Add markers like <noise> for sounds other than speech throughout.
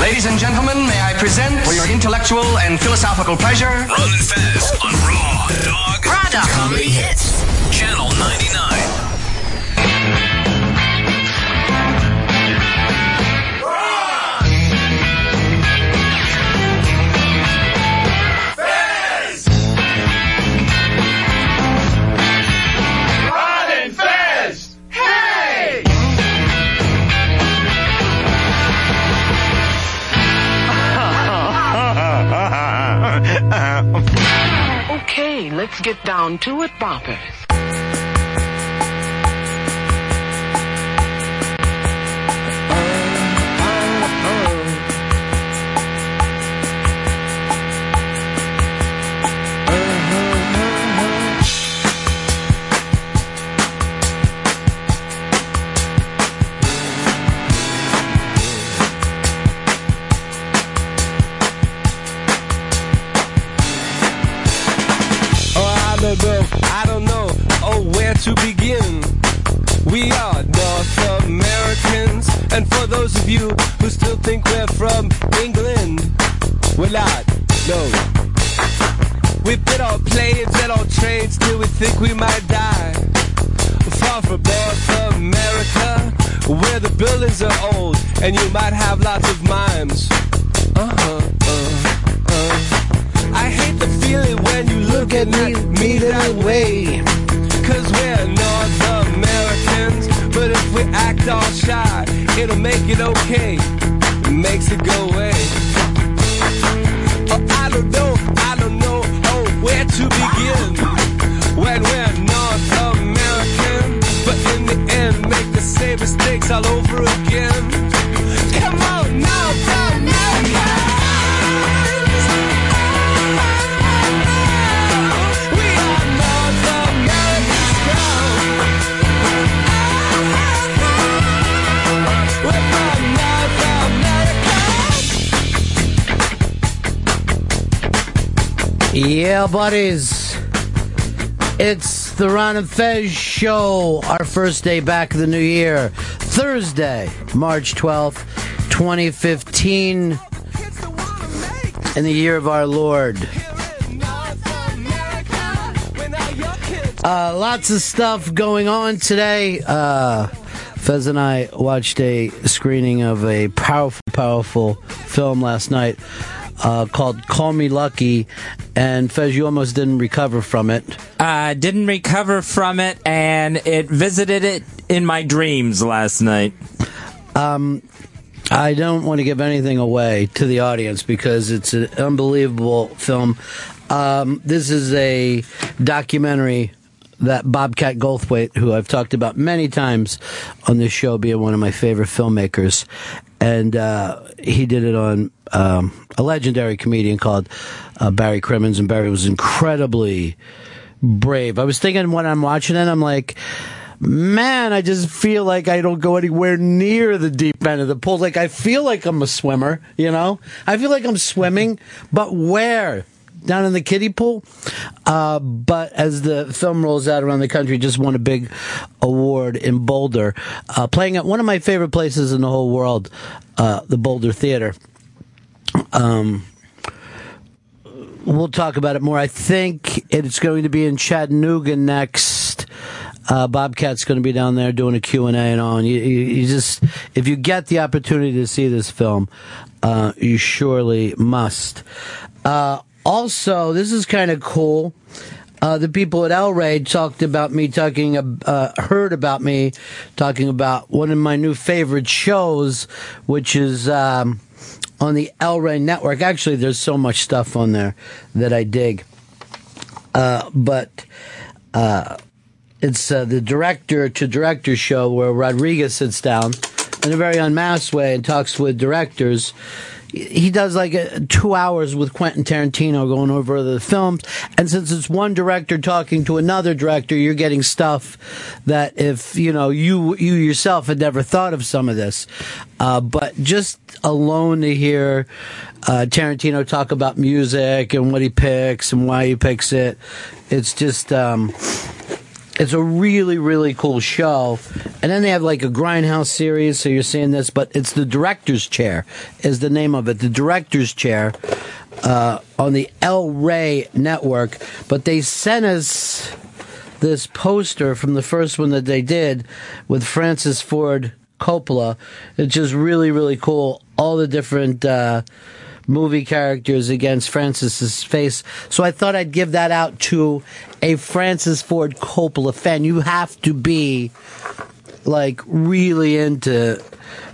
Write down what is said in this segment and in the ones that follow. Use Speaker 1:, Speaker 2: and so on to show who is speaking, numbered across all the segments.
Speaker 1: Ladies and gentlemen, may I present for your intellectual and philosophical pleasure?
Speaker 2: Run fast on Raw Dog.
Speaker 3: Raw Dog.
Speaker 2: Comedy Hits. Channel 99.
Speaker 4: Okay, let's get down to it, Boppers.
Speaker 5: Oh, I don't know, I don't know, oh, where to begin. We are North Americans, and for those of you who still think we're from England, we're not, no. We've been on planes and on trains till we think we might die. Far from North America, where the buildings are old, and you might have lots of mimes. Uh-huh, uh, uh. I hate the feeling when you look at me, me that way. Cause we're North Americans, but if we act all shy, it'll make it okay. It makes it go away. Oh, I don't know, I don't know, oh, where to begin. When we're North American, but in the end, make the same mistakes all over again. Come on, North Americans! We are North America's proud. We're from North America.
Speaker 6: Yeah, buddies. It's the Ron and Fez show. Our first day back of the new year, Thursday, March 12th, 2015, in the year of our Lord. Uh, lots of stuff going on today. Uh, Fez and I watched a screening of a powerful, powerful film last night uh, called Call Me Lucky, and Fez, you almost didn't recover from it.
Speaker 7: Uh, didn't recover from it, and it visited it in my dreams last night.
Speaker 6: I don't want to give anything away to the audience because it's an unbelievable film. Um, this is a documentary that Bobcat Goldthwait, who I've talked about many times on this show, being one of my favorite filmmakers, and uh, he did it on um, a legendary comedian called uh, Barry Crimmins, and Barry was incredibly brave. I was thinking when I'm watching it, I'm like, man, I just feel like I don't go anywhere near the deep end of the pool. Like I feel like I'm a swimmer, you know? I feel like I'm swimming, but where? Down in the kiddie pool. Uh, but as the film rolls out around the country, just won a big award in Boulder, uh, playing at one of my favorite places in the whole world, uh, the Boulder Theater. we'll talk about it more. I think it's going to be in Chattanooga next. Uh, Bobcat's going to be down there doing a Q and A and all. And you, you, you just, if you get the opportunity to see this film, uh, you surely must. Uh, also, this is kind of cool. Uh, the people at El Rey talked about me talking, ab- uh, heard about me talking about one of my new favorite shows, which is um, on the El Rey network. Actually, there's so much stuff on there that I dig. Uh, but it's uh, the director to director show where Rodriguez sits down in a very unmasked way and talks with directors. He does like uh two hours with Quentin Tarantino going over the films. And since it's one director talking to another director, you're getting stuff that if, you know, you, you yourself had never thought of some of this. Uh, but just alone to hear, uh, Tarantino talk about music and what he picks and why he picks it. It's just, um, It's a really, really cool show. And then they have like a grindhouse series, so you're seeing this, but it's the director's chair is the name of it. The director's chair uh, on the El Rey network. But they sent us this poster from the first one that they did with Francis Ford Coppola. It's just really, really cool. All the different uh, movie characters against Francis's face. So I thought I'd give that out to a Francis Ford Coppola fan. You have to be like really into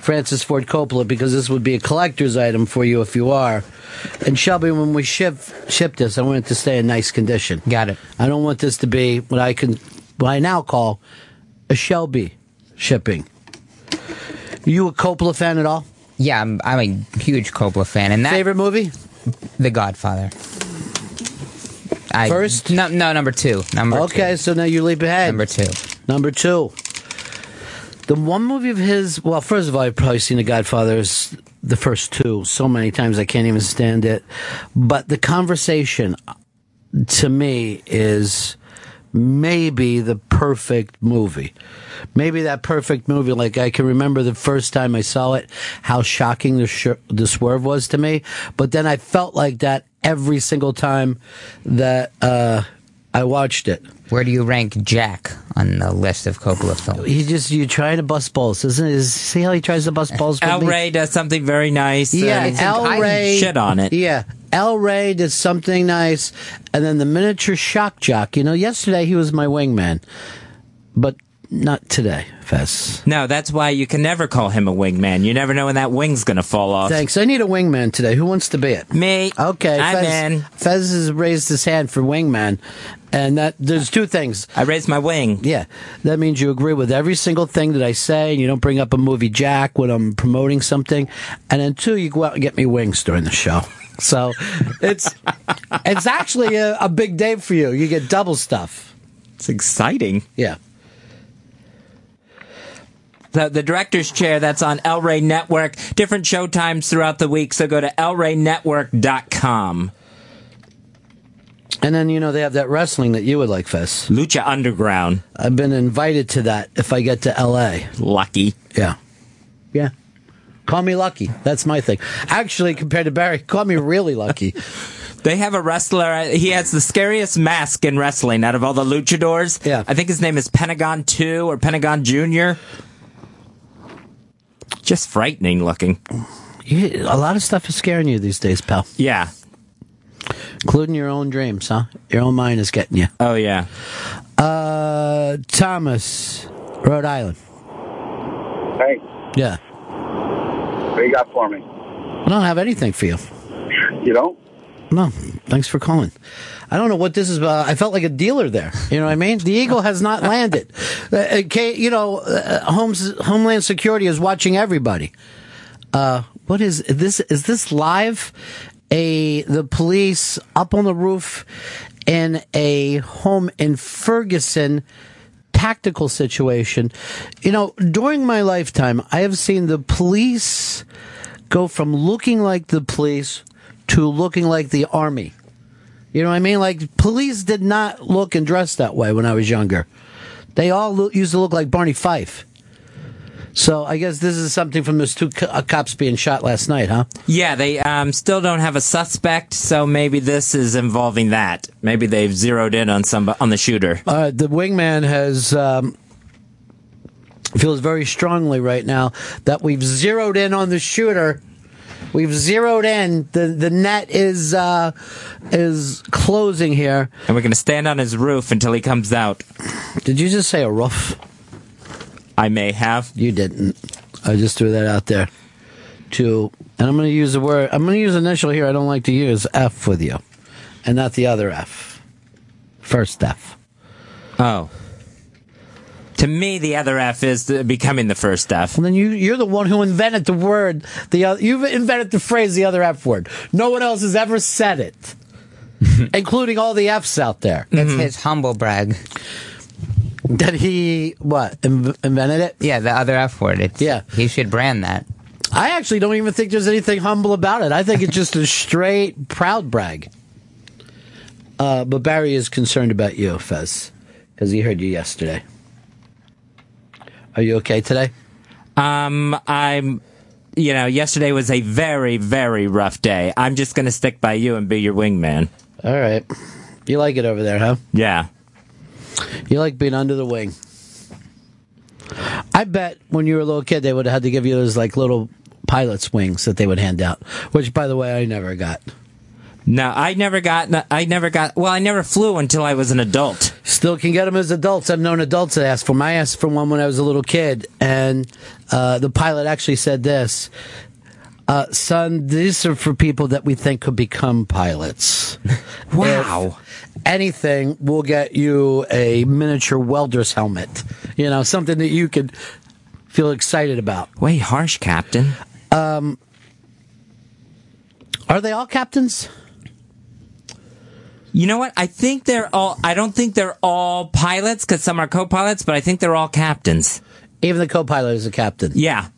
Speaker 6: Francis Ford Coppola because this would be a collector's item for you if you are. And Shelby, when we ship ship this, I want it to stay in nice condition.
Speaker 3: Got it.
Speaker 6: I don't want this to be what I can what I now call a Shelby shipping. You a Coppola fan at all?
Speaker 3: Yeah, I'm, I'm a huge Coppola fan, and that
Speaker 6: Favorite movie?
Speaker 3: The Godfather. I,
Speaker 6: First?
Speaker 3: No, no, number two. Number
Speaker 6: Okay, so now you leap
Speaker 3: two.
Speaker 6: ahead.
Speaker 3: Number two.
Speaker 6: Number two. The one movie of his, well, first of all, I've probably seen The Godfather's, the first two, so many times I can't even stand it. But The Conversation, uh, to me, is maybe the perfect movie. Maybe that perfect movie, like I can remember the first time I saw it, how shocking the, sh- the swerve was to me. But then I felt like that every single time that uh, I watched it.
Speaker 3: Where do you rank Jack on the list of Coppola films?
Speaker 6: He just you try to bust balls, isn't it? Is- See how he tries to bust balls. with
Speaker 7: El
Speaker 6: me?
Speaker 7: Rey does something very nice.
Speaker 6: yeah,
Speaker 7: and
Speaker 6: El
Speaker 7: I
Speaker 6: Rey.
Speaker 7: shit on it.
Speaker 6: Yeah, El Rey did something nice, and then the miniature shock jock. You know, yesterday he was my wingman, but not today, Fess.
Speaker 7: No, that's why you can never call him a wingman. You never know when that wing's gonna fall off.
Speaker 6: Thanks. I need a wingman today. Who wants to be it?
Speaker 7: Me.
Speaker 6: Okay,
Speaker 7: I'm
Speaker 6: Fez,
Speaker 7: in.
Speaker 6: Fez has raised his hand for wingman, and that there's two things.
Speaker 7: I raised my wing.
Speaker 6: Yeah, that means you agree with every single thing that I say, and you don't bring up a movie Jack when I'm promoting something. And then two, you go out and get me wings during the show. <laughs> So it's it's actually a, a big day for you. You get double stuff.
Speaker 7: It's exciting.
Speaker 6: Yeah.
Speaker 7: The, the director's chair that's on El Rey Network. Different show times throughout the week, so go to elreynetwork.com.
Speaker 6: And then you know they have that wrestling that you would like, Fess.
Speaker 7: Lucha Underground.
Speaker 6: I've been invited to that if I get to L.A.
Speaker 7: Lucky.
Speaker 6: Yeah. Yeah. Call me lucky. That's my thing. Actually, compared to Barry, call me really lucky. <laughs>
Speaker 7: They have a wrestler. He has the scariest mask in wrestling out of all the luchadors.
Speaker 6: Yeah.
Speaker 7: I think his name is Pentagon 2 or Pentagon Jr. Just frightening looking.
Speaker 6: You, a lot of stuff is scaring you these days, pal.
Speaker 7: Yeah.
Speaker 6: including your own dreams, huh? Your own mind is getting you.
Speaker 7: Oh, yeah.
Speaker 6: Uh, Thomas, Rhode Island.
Speaker 8: Hey,
Speaker 6: Yeah,
Speaker 8: what you got for me?
Speaker 6: I don't have anything for you.
Speaker 8: You don't?
Speaker 6: No, thanks for calling. I don't know what this is. About. I felt like a dealer there. You know what I mean? The eagle has not landed. Uh, uh, K- you know, uh, Homes, Homeland Security is watching everybody. Uh, what is this? Is this live? A the police up on the roof in a home in Ferguson, tactical situation. You know, during my lifetime, I have seen the police go from looking like the police to looking like the army. You know what I mean? Like, police did not look and dress that way when I was younger. They all lo- used to look like Barney Fife. So I guess this is something from those two co- uh, cops being shot last night, huh?
Speaker 7: Yeah, they um, still don't have a suspect, so maybe this is involving that. Maybe they've zeroed in on some on the shooter.
Speaker 6: All right, Uh, the wingman has um, feels very strongly right now that we've zeroed in on the shooter. We've zeroed in. the The net is uh, is closing here.
Speaker 7: And we're going to stand on his roof until he comes out.
Speaker 6: Did you just say a roof?
Speaker 7: I may have.
Speaker 6: You didn't. I just threw that out there. To and I'm going to use the word. I'm going to use initial here. I don't like to use F with you, and not the other F. First F.
Speaker 7: Oh. To me, the other F is the, becoming the first F.
Speaker 6: And then you you're the one who invented the word. The oth- you've invented the phrase the other F word. No one else has ever said it, including all the Fs out there.
Speaker 3: It's his humble brag.
Speaker 6: That he what inv- invented it?
Speaker 3: Yeah, the other F word. It's,
Speaker 6: Yeah.
Speaker 3: He should brand that.
Speaker 6: I actually don't even think there's anything humble about it. I think it's just a straight proud brag. Uh, but Barry is concerned about you, Fez. because he heard you yesterday. Are you okay today?
Speaker 7: Um, I'm, you know, yesterday was a very, very rough day. I'm just going to stick by you and be your wingman.
Speaker 6: All right. You like it over there, huh?
Speaker 7: Yeah.
Speaker 6: You like being under the wing. I bet when you were a little kid, they would have had to give you those like little pilot's wings that they would hand out, which, by the way, I never got.
Speaker 7: No, I never got, I never got, well, I never flew until I was an adult.
Speaker 6: Still can get them as adults. I've known adults that ask for them. I asked for one when I was a little kid, and uh, the pilot actually said this. Uh, son, these are for people that we think could become <laughs> pilots.
Speaker 7: Wow.
Speaker 6: If anything, we'll get you a miniature welder's helmet. You know, something that you could feel excited about.
Speaker 7: Way harsh, Captain.
Speaker 6: Are they all captains?
Speaker 7: You know what? I think they're all, I don't think they're all pilots because some are co pilots, but I think they're all captains.
Speaker 6: Even the co-pilot is a captain.
Speaker 7: Yeah.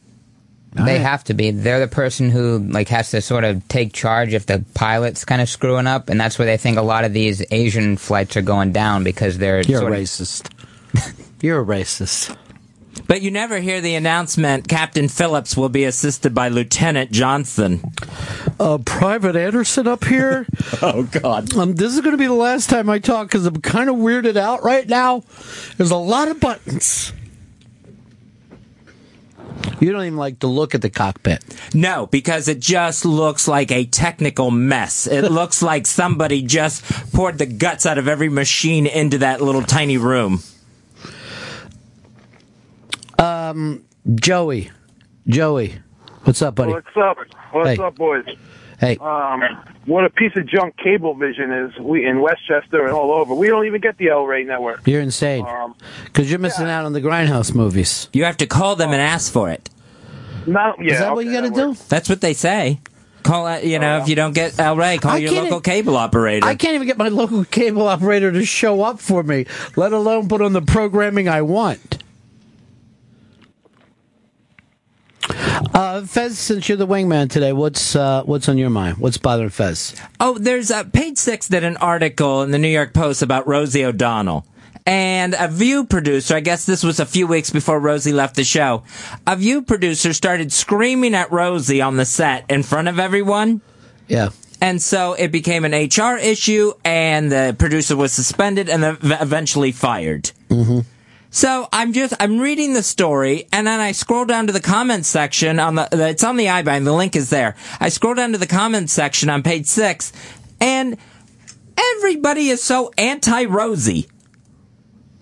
Speaker 3: They have to be. They're the person who like has to sort of take charge if the pilot's kind of screwing up, and that's where they think a lot of these Asian flights are going down because they're
Speaker 6: You're
Speaker 3: sort
Speaker 6: a
Speaker 3: of-
Speaker 6: racist. <laughs> You're a racist.
Speaker 7: But you never hear the announcement Captain Phillips will be assisted by Lieutenant Johnson.
Speaker 6: Uh, Private Anderson up <laughs> here.
Speaker 7: <laughs> Oh, God.
Speaker 6: Um, this is going to be the last time I talk because I'm kind of weirded out right now. There's a lot of buttons. You don't even like to look at the cockpit.
Speaker 7: No, because it just looks like a technical mess. <laughs> It looks like somebody just poured the guts out of every machine into that little tiny room.
Speaker 6: Joey, Joey, what's up, buddy?
Speaker 9: What's up? What's
Speaker 6: Hey.
Speaker 9: up, boys?
Speaker 6: Hey,
Speaker 9: Um, what a piece of junk Cablevision is. We in Westchester and all over. We don't even get the L Ray network.
Speaker 6: you're insane
Speaker 9: Um,
Speaker 6: because you're missing out on the Grindhouse movies.
Speaker 7: You have to call them and ask for it.
Speaker 9: Not yeah.
Speaker 6: Is that what you
Speaker 9: okay,
Speaker 6: got to
Speaker 9: that
Speaker 6: do?
Speaker 9: works.
Speaker 7: That's what they say. Call, uh, you know, if you don't get El Rey, call
Speaker 6: I
Speaker 7: your
Speaker 6: can't-
Speaker 7: local cable operator.
Speaker 6: I can't even get my local cable operator to show up for me, let alone put on the programming I want. Uh, Fez, since you're the wingman today, what's uh, what's on your mind? What's bothering Fez?
Speaker 7: Oh, there's uh, page six did an article in the New York Post about Rosie O'Donnell. And a View producer, I guess this was a few weeks before Rosie left the show, a View producer started screaming at Rosie on the set in front of everyone.
Speaker 6: Yeah,
Speaker 7: And so it became an HR issue, and the producer was suspended and then ev- eventually fired. Mm-hmm. So I'm just I'm reading the story, and then I scroll down to the comments section on the it's on the iBind. The link is there. I scroll down to the comments section on page six, and everybody is so anti Rosie.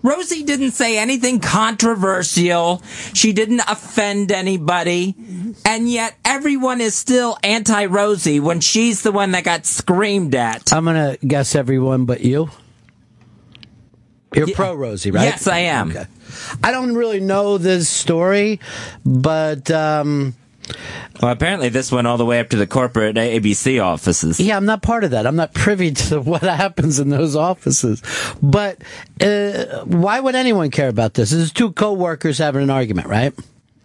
Speaker 7: Rosie didn't say anything controversial. She didn't offend anybody. And yet everyone is still anti Rosie when she's the one that got screamed at.
Speaker 6: I'm gonna guess everyone but you. You're pro Rosie, right?
Speaker 7: Yes, I am.
Speaker 6: Okay. I don't really know this story, but um,
Speaker 7: Well, apparently this went all the way up to the corporate ABC offices.
Speaker 6: Yeah, I'm not part of that. I'm not privy to <laughs> what happens in those offices. But uh, why would anyone care about this? This is two coworkers having an argument, right?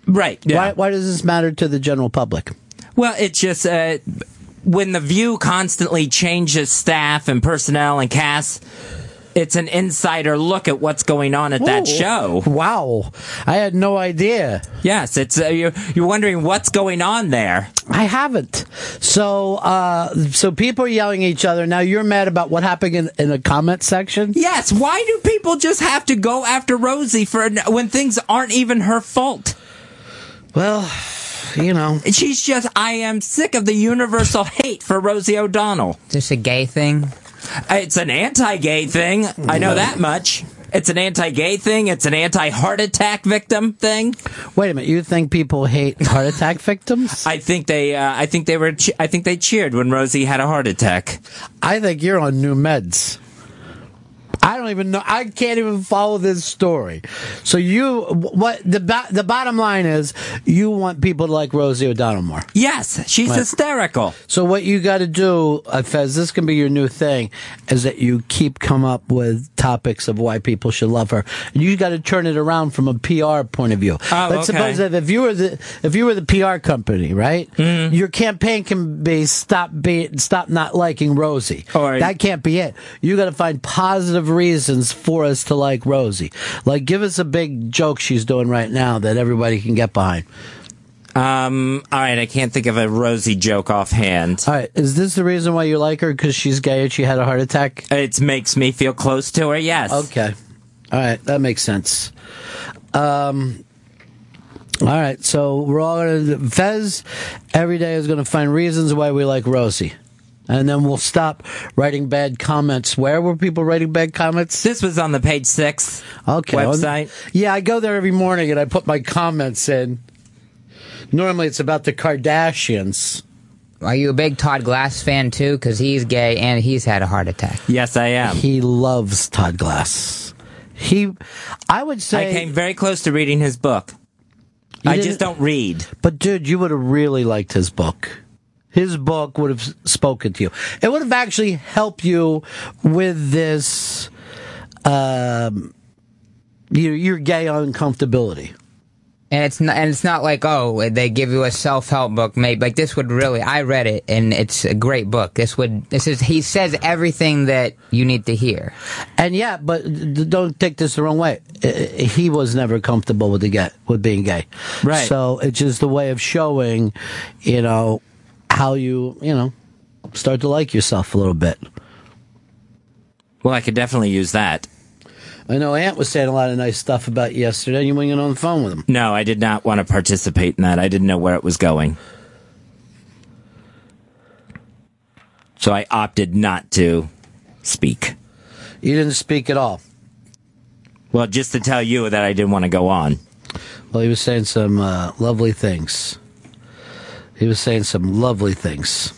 Speaker 7: Right. yeah.
Speaker 6: Why, why does this matter to the general public?
Speaker 7: Well, it's just uh, when the View constantly changes staff and personnel and casts, it's an insider look at what's going on at that
Speaker 6: Ooh,
Speaker 7: show.
Speaker 6: Wow. I had no idea.
Speaker 7: Yes, it's uh, you're, you're wondering what's going on there.
Speaker 6: I haven't. So, uh, so people are yelling at each other. Now you're mad about what happened in, in the comment section?
Speaker 7: Yes, why do people just have to go after Rosie for when things aren't even her fault?
Speaker 6: Well, you know.
Speaker 7: She's just I am sick of the universal hate for Rosie O'Donnell.
Speaker 3: Is this a gay thing?
Speaker 7: It's an anti-gay thing. I know that much. It's an anti-gay thing. It's an anti-heart attack victim thing.
Speaker 6: Wait a minute. You think people hate heart attack victims?
Speaker 7: I think they uh, I think they were che- I think they cheered when Rosie had a heart attack.
Speaker 6: I think you're on new meds. I don't even know. I can't even follow this story. So you, what the bo- the bottom line is, you want people to like Rosie O'Donnell more.
Speaker 7: Yes, she's hysterical.
Speaker 6: So what you got to do, uh, Fez, this can be your new thing, is that you keep come up with topics of why people should love her. And you got to turn it around from a PR point of view.
Speaker 7: Oh,
Speaker 6: Let's
Speaker 7: okay.
Speaker 6: suppose that if you were the if you were the PR company, right? Your campaign can be stop be stop not liking Rosie.
Speaker 7: All right.
Speaker 6: That can't be it. You got to find positive reasons for us to like Rosie. Like, give us a big joke she's doing right now that everybody can get behind.
Speaker 7: Um, all right, I can't think of a rosy joke offhand.
Speaker 6: All right, is this the reason why you like her? Because she's gay and she had a heart attack?
Speaker 7: It makes me feel close to her. Yes.
Speaker 6: Okay. All right, that makes sense. Um, all right, so we're all gonna Fez every day is gonna find reasons why we like Rosie, and then we'll stop writing bad comments. Where were people writing bad comments?
Speaker 7: This was on the page six
Speaker 6: Okay, on-
Speaker 7: website.
Speaker 6: yeah, I go there every morning and I put my comments in. Normally, it's about the Kardashians.
Speaker 3: Are you a big Todd Glass fan too? Because he's gay and he's had a heart attack.
Speaker 7: Yes, I am.
Speaker 6: He loves Todd Glass. He, I would
Speaker 7: I
Speaker 6: say,
Speaker 7: came very close to reading his book.
Speaker 6: You
Speaker 7: I
Speaker 6: didn't-
Speaker 7: just don't read.
Speaker 6: But dude, you would have really liked his book. His book would have s- spoken to you. It would have actually helped you with this. Um, you you're gay uncomfortability.
Speaker 3: And it's not, and it's not like oh they give you a self help book made like this would really I read it and it's a great book. This would this is he says everything that you need to hear.
Speaker 6: And yeah, but d- don't take this the wrong way. Uh, He was never comfortable with the gay, with being gay.
Speaker 7: Right.
Speaker 6: So it's just a way of showing, you know, how you you know start to like yourself a little bit.
Speaker 7: Well, I could definitely use that.
Speaker 6: I know Ant was saying a lot of nice stuff about you yesterday. You went on the phone with him.
Speaker 7: No, I did not want to participate in that. I didn't know where it was going. So I opted not to speak.
Speaker 6: You didn't speak at all.
Speaker 7: Well, just to tell you that I didn't want to go on.
Speaker 6: Well, he was saying some uh, lovely things. He was saying some lovely things.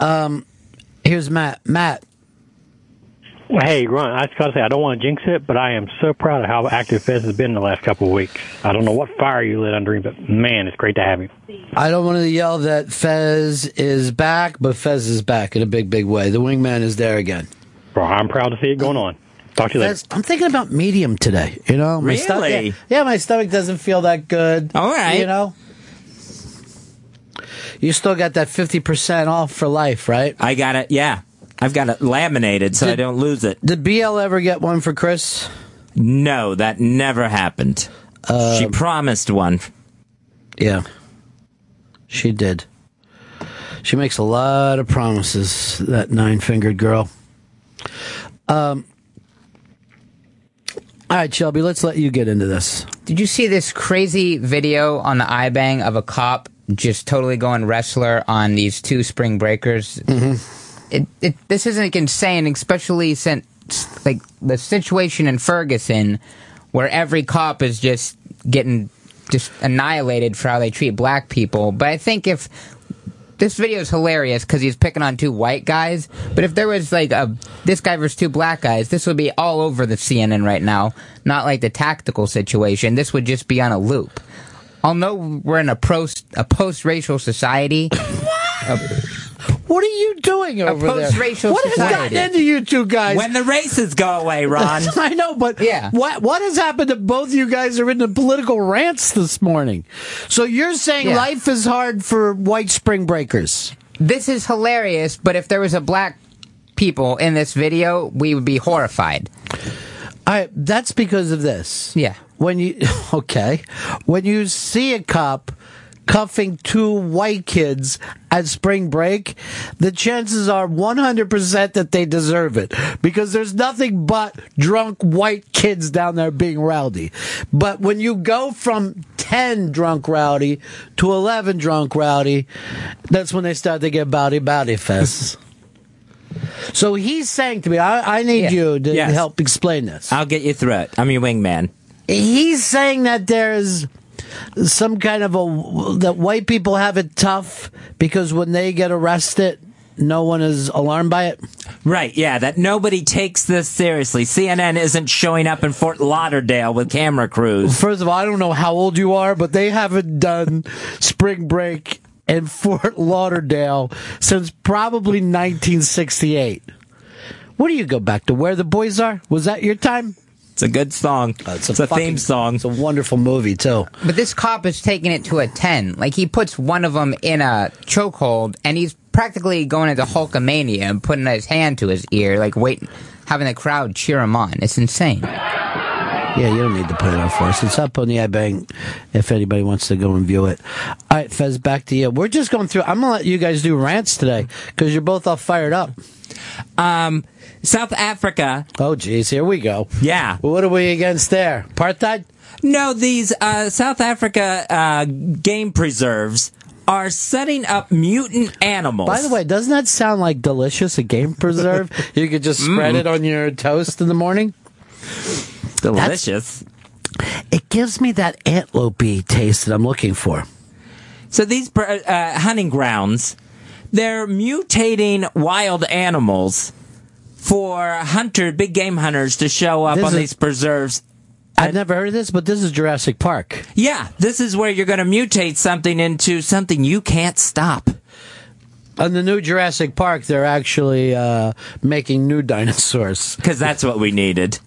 Speaker 6: Um, here's Matt. Matt,
Speaker 10: Well, hey, Ron, I just got to say, I don't want to jinx it, but I am so proud of how active Fez has been the last couple of weeks. I don't know what fire you lit under him, but man, it's great to have him.
Speaker 6: I don't want to yell that Fez is back, but Fez is back in a big, big way. The wingman is there again.
Speaker 10: Bro, I'm proud to see it going on. Talk to you
Speaker 6: Fez, I'm thinking about medium today. You know, my stomach.
Speaker 7: Really?
Speaker 6: Yeah, yeah, my stomach doesn't feel that good.
Speaker 7: All right.
Speaker 6: You know, you still got that fifty percent off for life, right?
Speaker 7: I got it. Yeah. I've got it laminated so I
Speaker 6: Did-
Speaker 7: don't lose it.
Speaker 6: Did BL ever get one for Chris?
Speaker 7: No, that never happened. she
Speaker 6: Um,
Speaker 7: promised one.
Speaker 6: Yeah. She did. She makes a lot of promises, that nine fingered girl. Um, all right, Shelby, let's let you get into this.
Speaker 3: Did you see this crazy video on the iBang of a cop just totally going wrestler on these two spring breakers? It, it, this isn't like, insane, especially since like the situation in Ferguson, where every cop is just getting just annihilated for how they treat black people. But I think if this video is hilarious because he's picking on two white guys. But if there was like a this guy versus two black guys, this would be all over the CNN right now. Not like the tactical situation. This would just be on a loop. Although we're in a pro a post racial society, <coughs>
Speaker 6: What are you doing over there?
Speaker 3: post-racial
Speaker 6: what has
Speaker 3: society.
Speaker 6: gotten into you two guys? <laughs>
Speaker 7: When the races go away, Ron.
Speaker 6: I know, but
Speaker 3: Yeah.
Speaker 6: what what has happened to both of you guys are into political rants this morning? So you're saying
Speaker 3: Yeah.
Speaker 6: life is hard for white spring breakers.
Speaker 3: this is hilarious. But if there was a black people in this video, we would be horrified.
Speaker 6: I that's because of this.
Speaker 3: Yeah.
Speaker 6: When you <laughs> okay, when you see a cop cuffing two white kids at spring break, the chances are 100% that they deserve it because there's nothing but drunk white kids down there being rowdy. But when you go from 10 drunk rowdy to 11 drunk rowdy, that's when they start to get bowdy bowdy
Speaker 3: <laughs>
Speaker 6: fest. So he's saying to me, I, I need
Speaker 3: Yeah.
Speaker 6: you to
Speaker 7: Yes.
Speaker 6: help explain this.
Speaker 7: I'll get you through it. I'm your wingman.
Speaker 6: He's saying that there's some kind of a that white people have it tough because when they get arrested, no one is alarmed by it.
Speaker 7: Right, yeah, that nobody takes this seriously. CNN isn't showing up in Fort Lauderdale with camera crews.
Speaker 6: First of all, I don't know how old you are, but they haven't done spring break in <laughs> Fort Lauderdale since probably 1968. What do you go back to where the boys are? Was that your time?
Speaker 7: It's a good song. it's a,
Speaker 6: Uh, fucking-
Speaker 7: theme song.
Speaker 6: It's a wonderful movie too.
Speaker 3: But this cop is taking it to a 10. Like, he puts one of them in a chokehold, and he's practically going into Hulkamania and putting his hand to his ear, like waiting, having the crowd cheer him on. It's insane.
Speaker 6: Yeah, you don't need to put it on for us. It's up on the iBank if anybody wants to go and view it. All right, Fez, back to you. We're just going through. I'm going to let you guys do rants today because you're both all fired up.
Speaker 7: Um, South Africa.
Speaker 6: Oh, geez, here we go.
Speaker 7: Yeah.
Speaker 6: What are we against there? Apartheid?
Speaker 7: No, these uh, South Africa uh, game preserves are setting up mutant animals.
Speaker 6: By the way, doesn't that sound like delicious? A game <laughs> preserve? you could just spread it on your toast in the morning?
Speaker 7: delicious.
Speaker 6: It gives me that antelope taste that I'm looking for.
Speaker 7: So these pr- uh, hunting grounds, they're mutating wild animals for hunter, big game hunters to show up
Speaker 6: This
Speaker 7: on
Speaker 6: is-
Speaker 7: these preserves.
Speaker 6: I've never heard of this, but this is Jurassic Park.
Speaker 7: Yeah, this is where you're going to mutate something into something you can't stop.
Speaker 6: On the new Jurassic Park, they're actually uh, making new <laughs> dinosaurs.
Speaker 7: Because that's what we needed.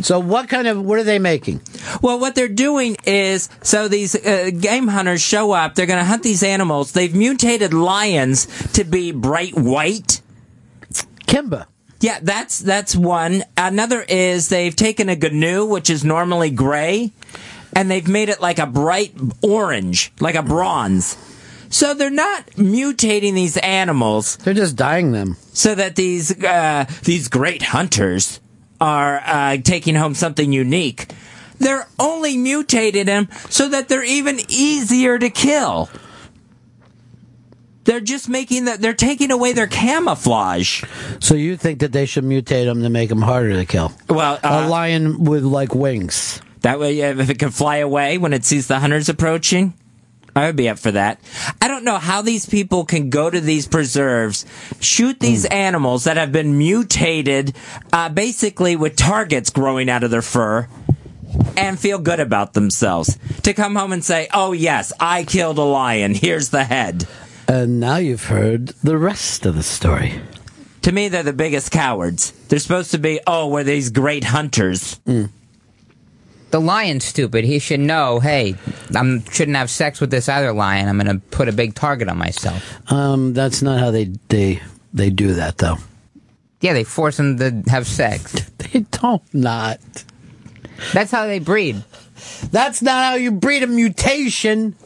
Speaker 6: So, what kind of what are they making?
Speaker 7: Well, what they're doing is so these uh, game hunters show up. They're going to hunt these animals. They've mutated lions to be bright white.
Speaker 6: Kimba.
Speaker 7: Yeah, that's that's one. Another is they've taken a gnu, which is normally gray, and they've made it like a bright orange, like a bronze. So they're not mutating these animals
Speaker 6: They're just dyeing them.
Speaker 7: so that these uh, these great hunters are uh, taking home something unique. They're only mutated them so that they're even easier to kill. They're just making that they're taking away their camouflage.
Speaker 6: So you think that they should mutate them to make them harder to kill?
Speaker 7: Well,
Speaker 6: a
Speaker 7: uh,
Speaker 6: lion with like wings.
Speaker 7: that way, uh, if it can fly away when it sees the hunters approaching, I would be up for that. I don't know how these people can go to these preserves, shoot these animals that have been mutated, uh, basically with targets growing out of their fur, and feel good about themselves. To come home and say, "Oh yes, I killed a lion. Here's the head."
Speaker 6: And now you've heard the rest of the story.
Speaker 7: To me, they're the biggest cowards. They're supposed to be, "Oh, we're these great hunters."
Speaker 3: The lion's stupid. He should know. Hey, I shouldn't have sex with this other lion. I'm going to put a big target on myself.
Speaker 6: Um, that's not how they they they do that though.
Speaker 3: Yeah, they force him to have sex.
Speaker 6: They don't not.
Speaker 3: That's how they breed.
Speaker 6: That's not how you breed a mutation.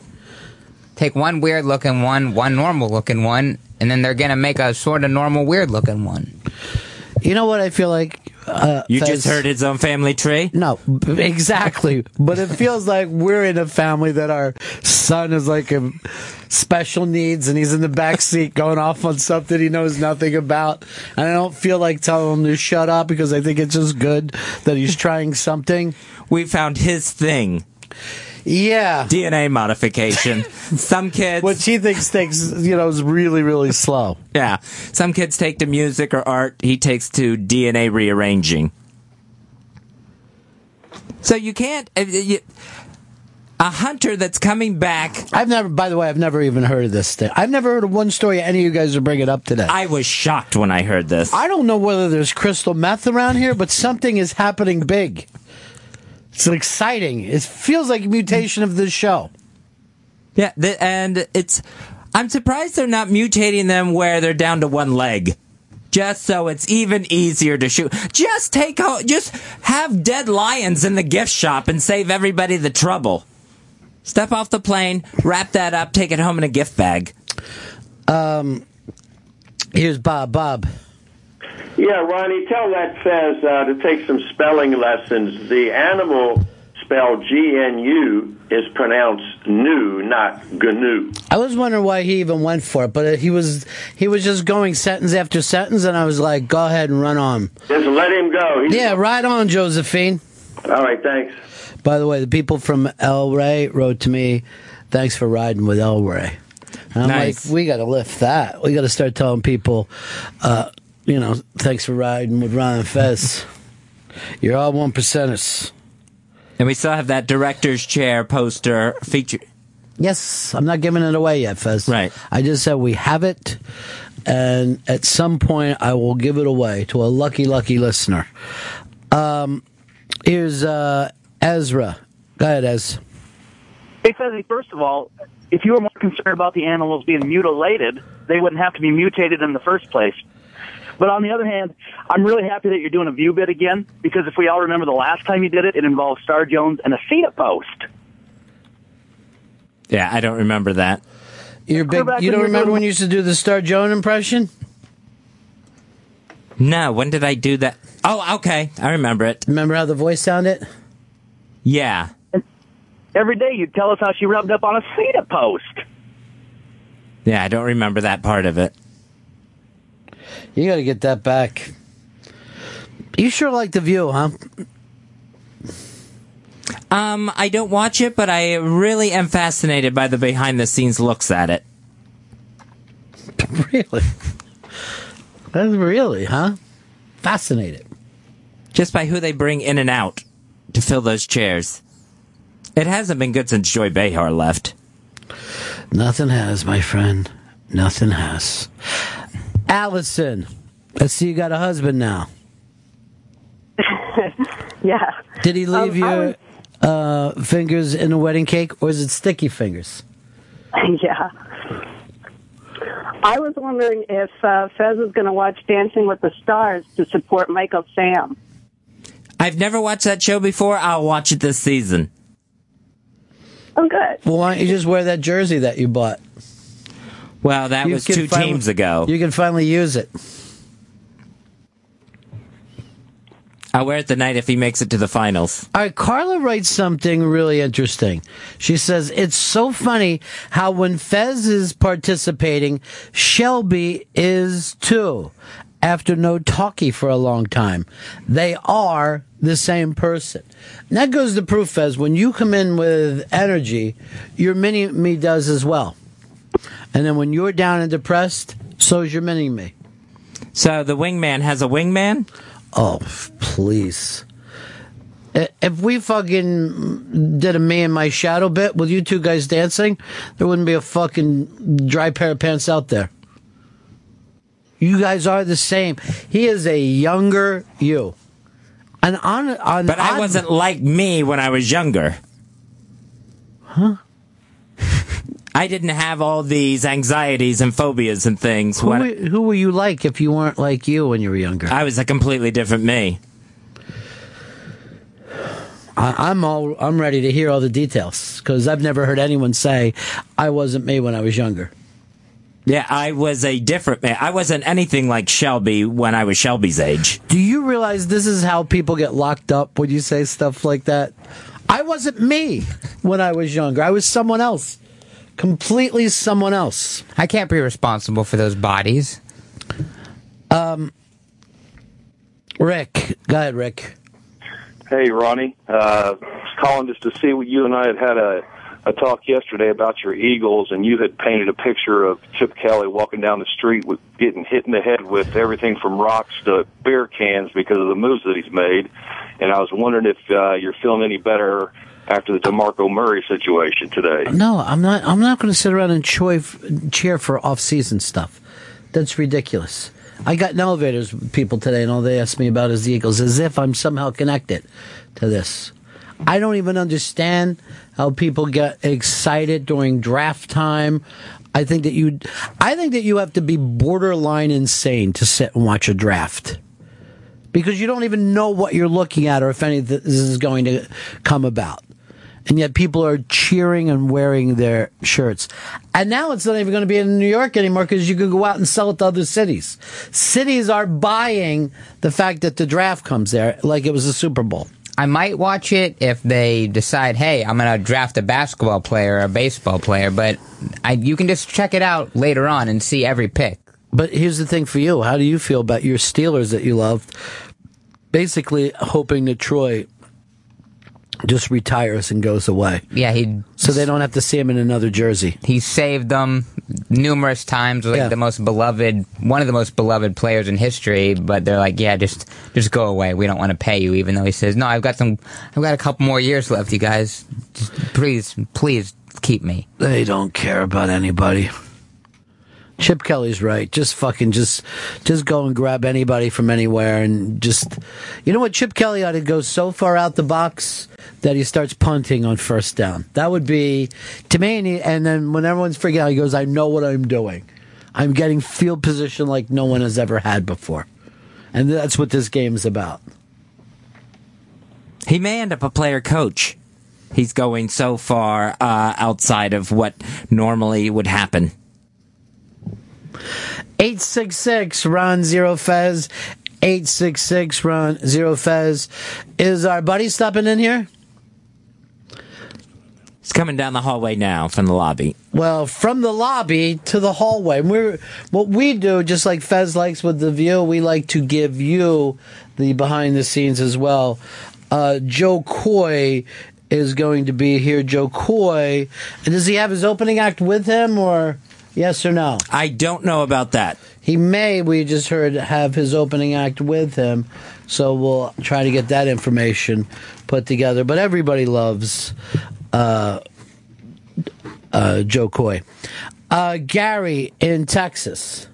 Speaker 3: Take one weird looking one, one normal looking one, and then they're going to make a sort of normal weird looking one.
Speaker 6: You know what I feel like? Uh,
Speaker 7: You
Speaker 6: Fez-
Speaker 7: just heard his own family tree.
Speaker 6: No, b- exactly. but it feels like we're in a family that our son is like a special needs, and he's in the back seat going off on something he knows nothing about. And I don't feel like telling him to shut up because I think it's just good that he's trying something.
Speaker 7: We found his thing.
Speaker 6: Yeah,
Speaker 7: DNA modification. some kids,
Speaker 6: which he thinks takes you know is really really slow.
Speaker 7: yeah, some kids take to music or art. He takes to DNA rearranging. So you can't. uh, you- a hunter that's coming back.
Speaker 6: I've never, by the way, I've never even heard of this thing. I've never heard of one story any of you guys are bringing up today.
Speaker 7: I was shocked when I heard this.
Speaker 6: I don't know whether there's crystal meth around here, but something is happening big. It's exciting. It feels like a mutation of this show.
Speaker 7: yeah, th- and it's. I'm surprised they're not mutating them where they're down to one leg. Just so it's even easier to shoot. Just take out, just have dead lions in the gift shop and save everybody the trouble. Step off the plane, wrap that up, take it home in a gift bag.
Speaker 6: Here's Bob. Bob.
Speaker 11: Yeah, Ronnie, tell that Fez uh, to take some spelling lessons. The animal spelled G N U is pronounced new, not GNU.
Speaker 6: I was wondering why he even went for it, but he was he was just going sentence after sentence, and I was like, "Go ahead and run on."
Speaker 11: Just let him go. He's-
Speaker 6: Yeah, right on, Josephine.
Speaker 11: All right, thanks.
Speaker 6: By the way, the people from El Rey wrote to me, thanks for riding with El Rey. And I'm
Speaker 7: Nice.
Speaker 6: like, we got to lift that. We got to start telling people, uh, you know, thanks for riding with Ron and Fez. You're all one percenters.
Speaker 7: And we still have that director's chair poster feature.
Speaker 6: Yes, I'm not giving it away yet, Fez.
Speaker 7: Right.
Speaker 6: I just said we have it, and at some point I will give it away to a lucky, lucky listener. Um, here's uh, Ezra. Go ahead, Ez.
Speaker 12: Hey, Fezzi, first of all, if you were more concerned about the animals being mutilated, they wouldn't have to be mutated in the first place. But on the other hand, I'm really happy that you're doing a view bit again because if we all remember the last time you did it, it involved Star Jones and a Thea post.
Speaker 7: Yeah, I don't remember that.
Speaker 6: You're big.
Speaker 12: back
Speaker 6: You
Speaker 12: when you
Speaker 6: don't
Speaker 12: were
Speaker 6: remember
Speaker 12: doing-
Speaker 6: when you used to do the Star Joan impression?
Speaker 7: No, when did I do that? Oh, okay. I remember it.
Speaker 6: Remember how the voice sounded?
Speaker 7: Yeah.
Speaker 12: Every day you'd tell us how she rubbed up on a Thea post.
Speaker 7: Yeah, I don't remember that part of it.
Speaker 6: You got to get that back. You sure like the view, huh? <laughs>
Speaker 7: Um, I don't watch it, but I really am fascinated by the behind the scenes looks at it.
Speaker 6: really? That's really, huh? Fascinated.
Speaker 7: Just by who they bring in and out to fill those chairs. It hasn't been good since Joy Behar left.
Speaker 6: Nothing has, my friend. Nothing has. Allison, I see you got a husband now.
Speaker 13: <laughs> yeah.
Speaker 6: Did he leave
Speaker 13: Um, I
Speaker 6: your
Speaker 13: was-
Speaker 6: uh, fingers in a wedding cake, or is it sticky fingers?
Speaker 13: yeah. I was wondering if uh, Fez is going to watch Dancing with the Stars to support Michael Sam.
Speaker 7: I've never watched that show before. I'll watch it this season.
Speaker 13: Oh, good.
Speaker 6: Well, why don't you just wear that jersey that you bought?
Speaker 7: Well, that
Speaker 6: You
Speaker 7: was
Speaker 6: can
Speaker 7: two
Speaker 6: finally-
Speaker 7: teams ago.
Speaker 6: You can finally use it.
Speaker 7: I'll wear it the night if he makes it to the finals.
Speaker 6: All right, Carla writes something really interesting. She says, It's so funny how when Fez is participating, Shelby is too. After no talkie for a long time, they are the same person. And that goes to proof, Fez, when you come in with energy, your mini me does as well. And then when you're down and depressed, so's your mini me.
Speaker 7: So the wingman has a wingman?
Speaker 6: Oh, please. I- If we fucking did a me and my shadow bit with you two guys dancing, there wouldn't be a fucking dry pair of pants out there. You guys are the same. He is a younger you. And on, on
Speaker 7: But I wasn't like me when I was younger.
Speaker 6: Huh?
Speaker 7: <laughs> I didn't have all these anxieties and phobias and things.
Speaker 6: Who,
Speaker 7: when-
Speaker 6: were, who were you like if you weren't like you when you were younger?
Speaker 7: I was a completely different me.
Speaker 6: I, I'm all I'm ready to hear all the details because I've never heard anyone say I wasn't me when I was younger.
Speaker 7: Yeah, I was a different man. I wasn't anything like Shelby when I was Shelby's age.
Speaker 6: Do you realize this is how people get locked up when you say stuff like that? I wasn't me when I was younger. I was someone else. Completely someone else.
Speaker 3: I can't be responsible for those bodies.
Speaker 6: Um Rick, go ahead, Rick.
Speaker 14: Hey, Ronnie. Uh, was calling just to see what you and I had had a, a talk yesterday about your Eagles, and you had painted a picture of Chip Kelly walking down the street with getting hit in the head with everything from rocks to beer cans because of the moves that he's made. And I was wondering if uh, you're feeling any better after the DeMarco Murray situation today.
Speaker 6: No, I'm not. I'm not going to sit around and choi- cheer for off-season stuff. That's ridiculous. I got in elevators with people today, and all they asked me about is the Eagles, as if I'm somehow connected to this. I don't even understand how people get excited during draft time. I think that you, I think that you have to be borderline insane to sit and watch a draft because you don't even know what you're looking at or if any of this is going to come about. And yet people are cheering and wearing their shirts. And now it's not even going to be in New York anymore because you can go out and sell it to other cities. Cities are buying the fact that the draft comes there like it was a Super Bowl.
Speaker 3: I might watch it if they decide, hey, I'm going to draft a basketball player or a baseball player, but I, you can just check it out later on and see every pick.
Speaker 6: But here's the thing for you. How do you feel about your Steelers that you loved? Basically hoping that Troy just retires and goes away.
Speaker 3: Yeah, he.
Speaker 6: So they don't have to see him in another jersey.
Speaker 3: He saved them numerous times, like
Speaker 6: Yeah.
Speaker 3: the most beloved, one of the most beloved players in history. But they're like, yeah, just just go away. We don't want to pay you, even though he says, no, I've got some, I've got a couple more years left, you guys. Just please, please keep me.
Speaker 6: They don't care about anybody. Chip Kelly's right. Just fucking just just go and grab anybody from anywhere and just you know what Chip Kelly ought to go so far out the box that he starts punting on first down. That would be to me and, he- and then when everyone's freaking out he goes I know what I'm doing. I'm getting field position like no one has ever had before. And that's what this game's about.
Speaker 7: He may end up a player coach. He's going so far uh, outside of what normally would happen.
Speaker 6: 866 Ron Zero Fez. 866 Ron Zero Fez. Is our buddy stopping in here?
Speaker 7: He's coming down the hallway now from the lobby.
Speaker 6: Well, from the lobby to the hallway. And We're what we do, just like Fez likes with the view, we like to give you the behind the scenes as well. Uh, Joe Coy is going to be here. Joe Coy, and does he have his opening act with him, or yes or no?
Speaker 7: I don't know about that.
Speaker 6: He may. We just heard have his opening act with him, so we'll try to get that information put together. But everybody loves. Uh, uh, Joe Coy. Uh, Gary in Texas.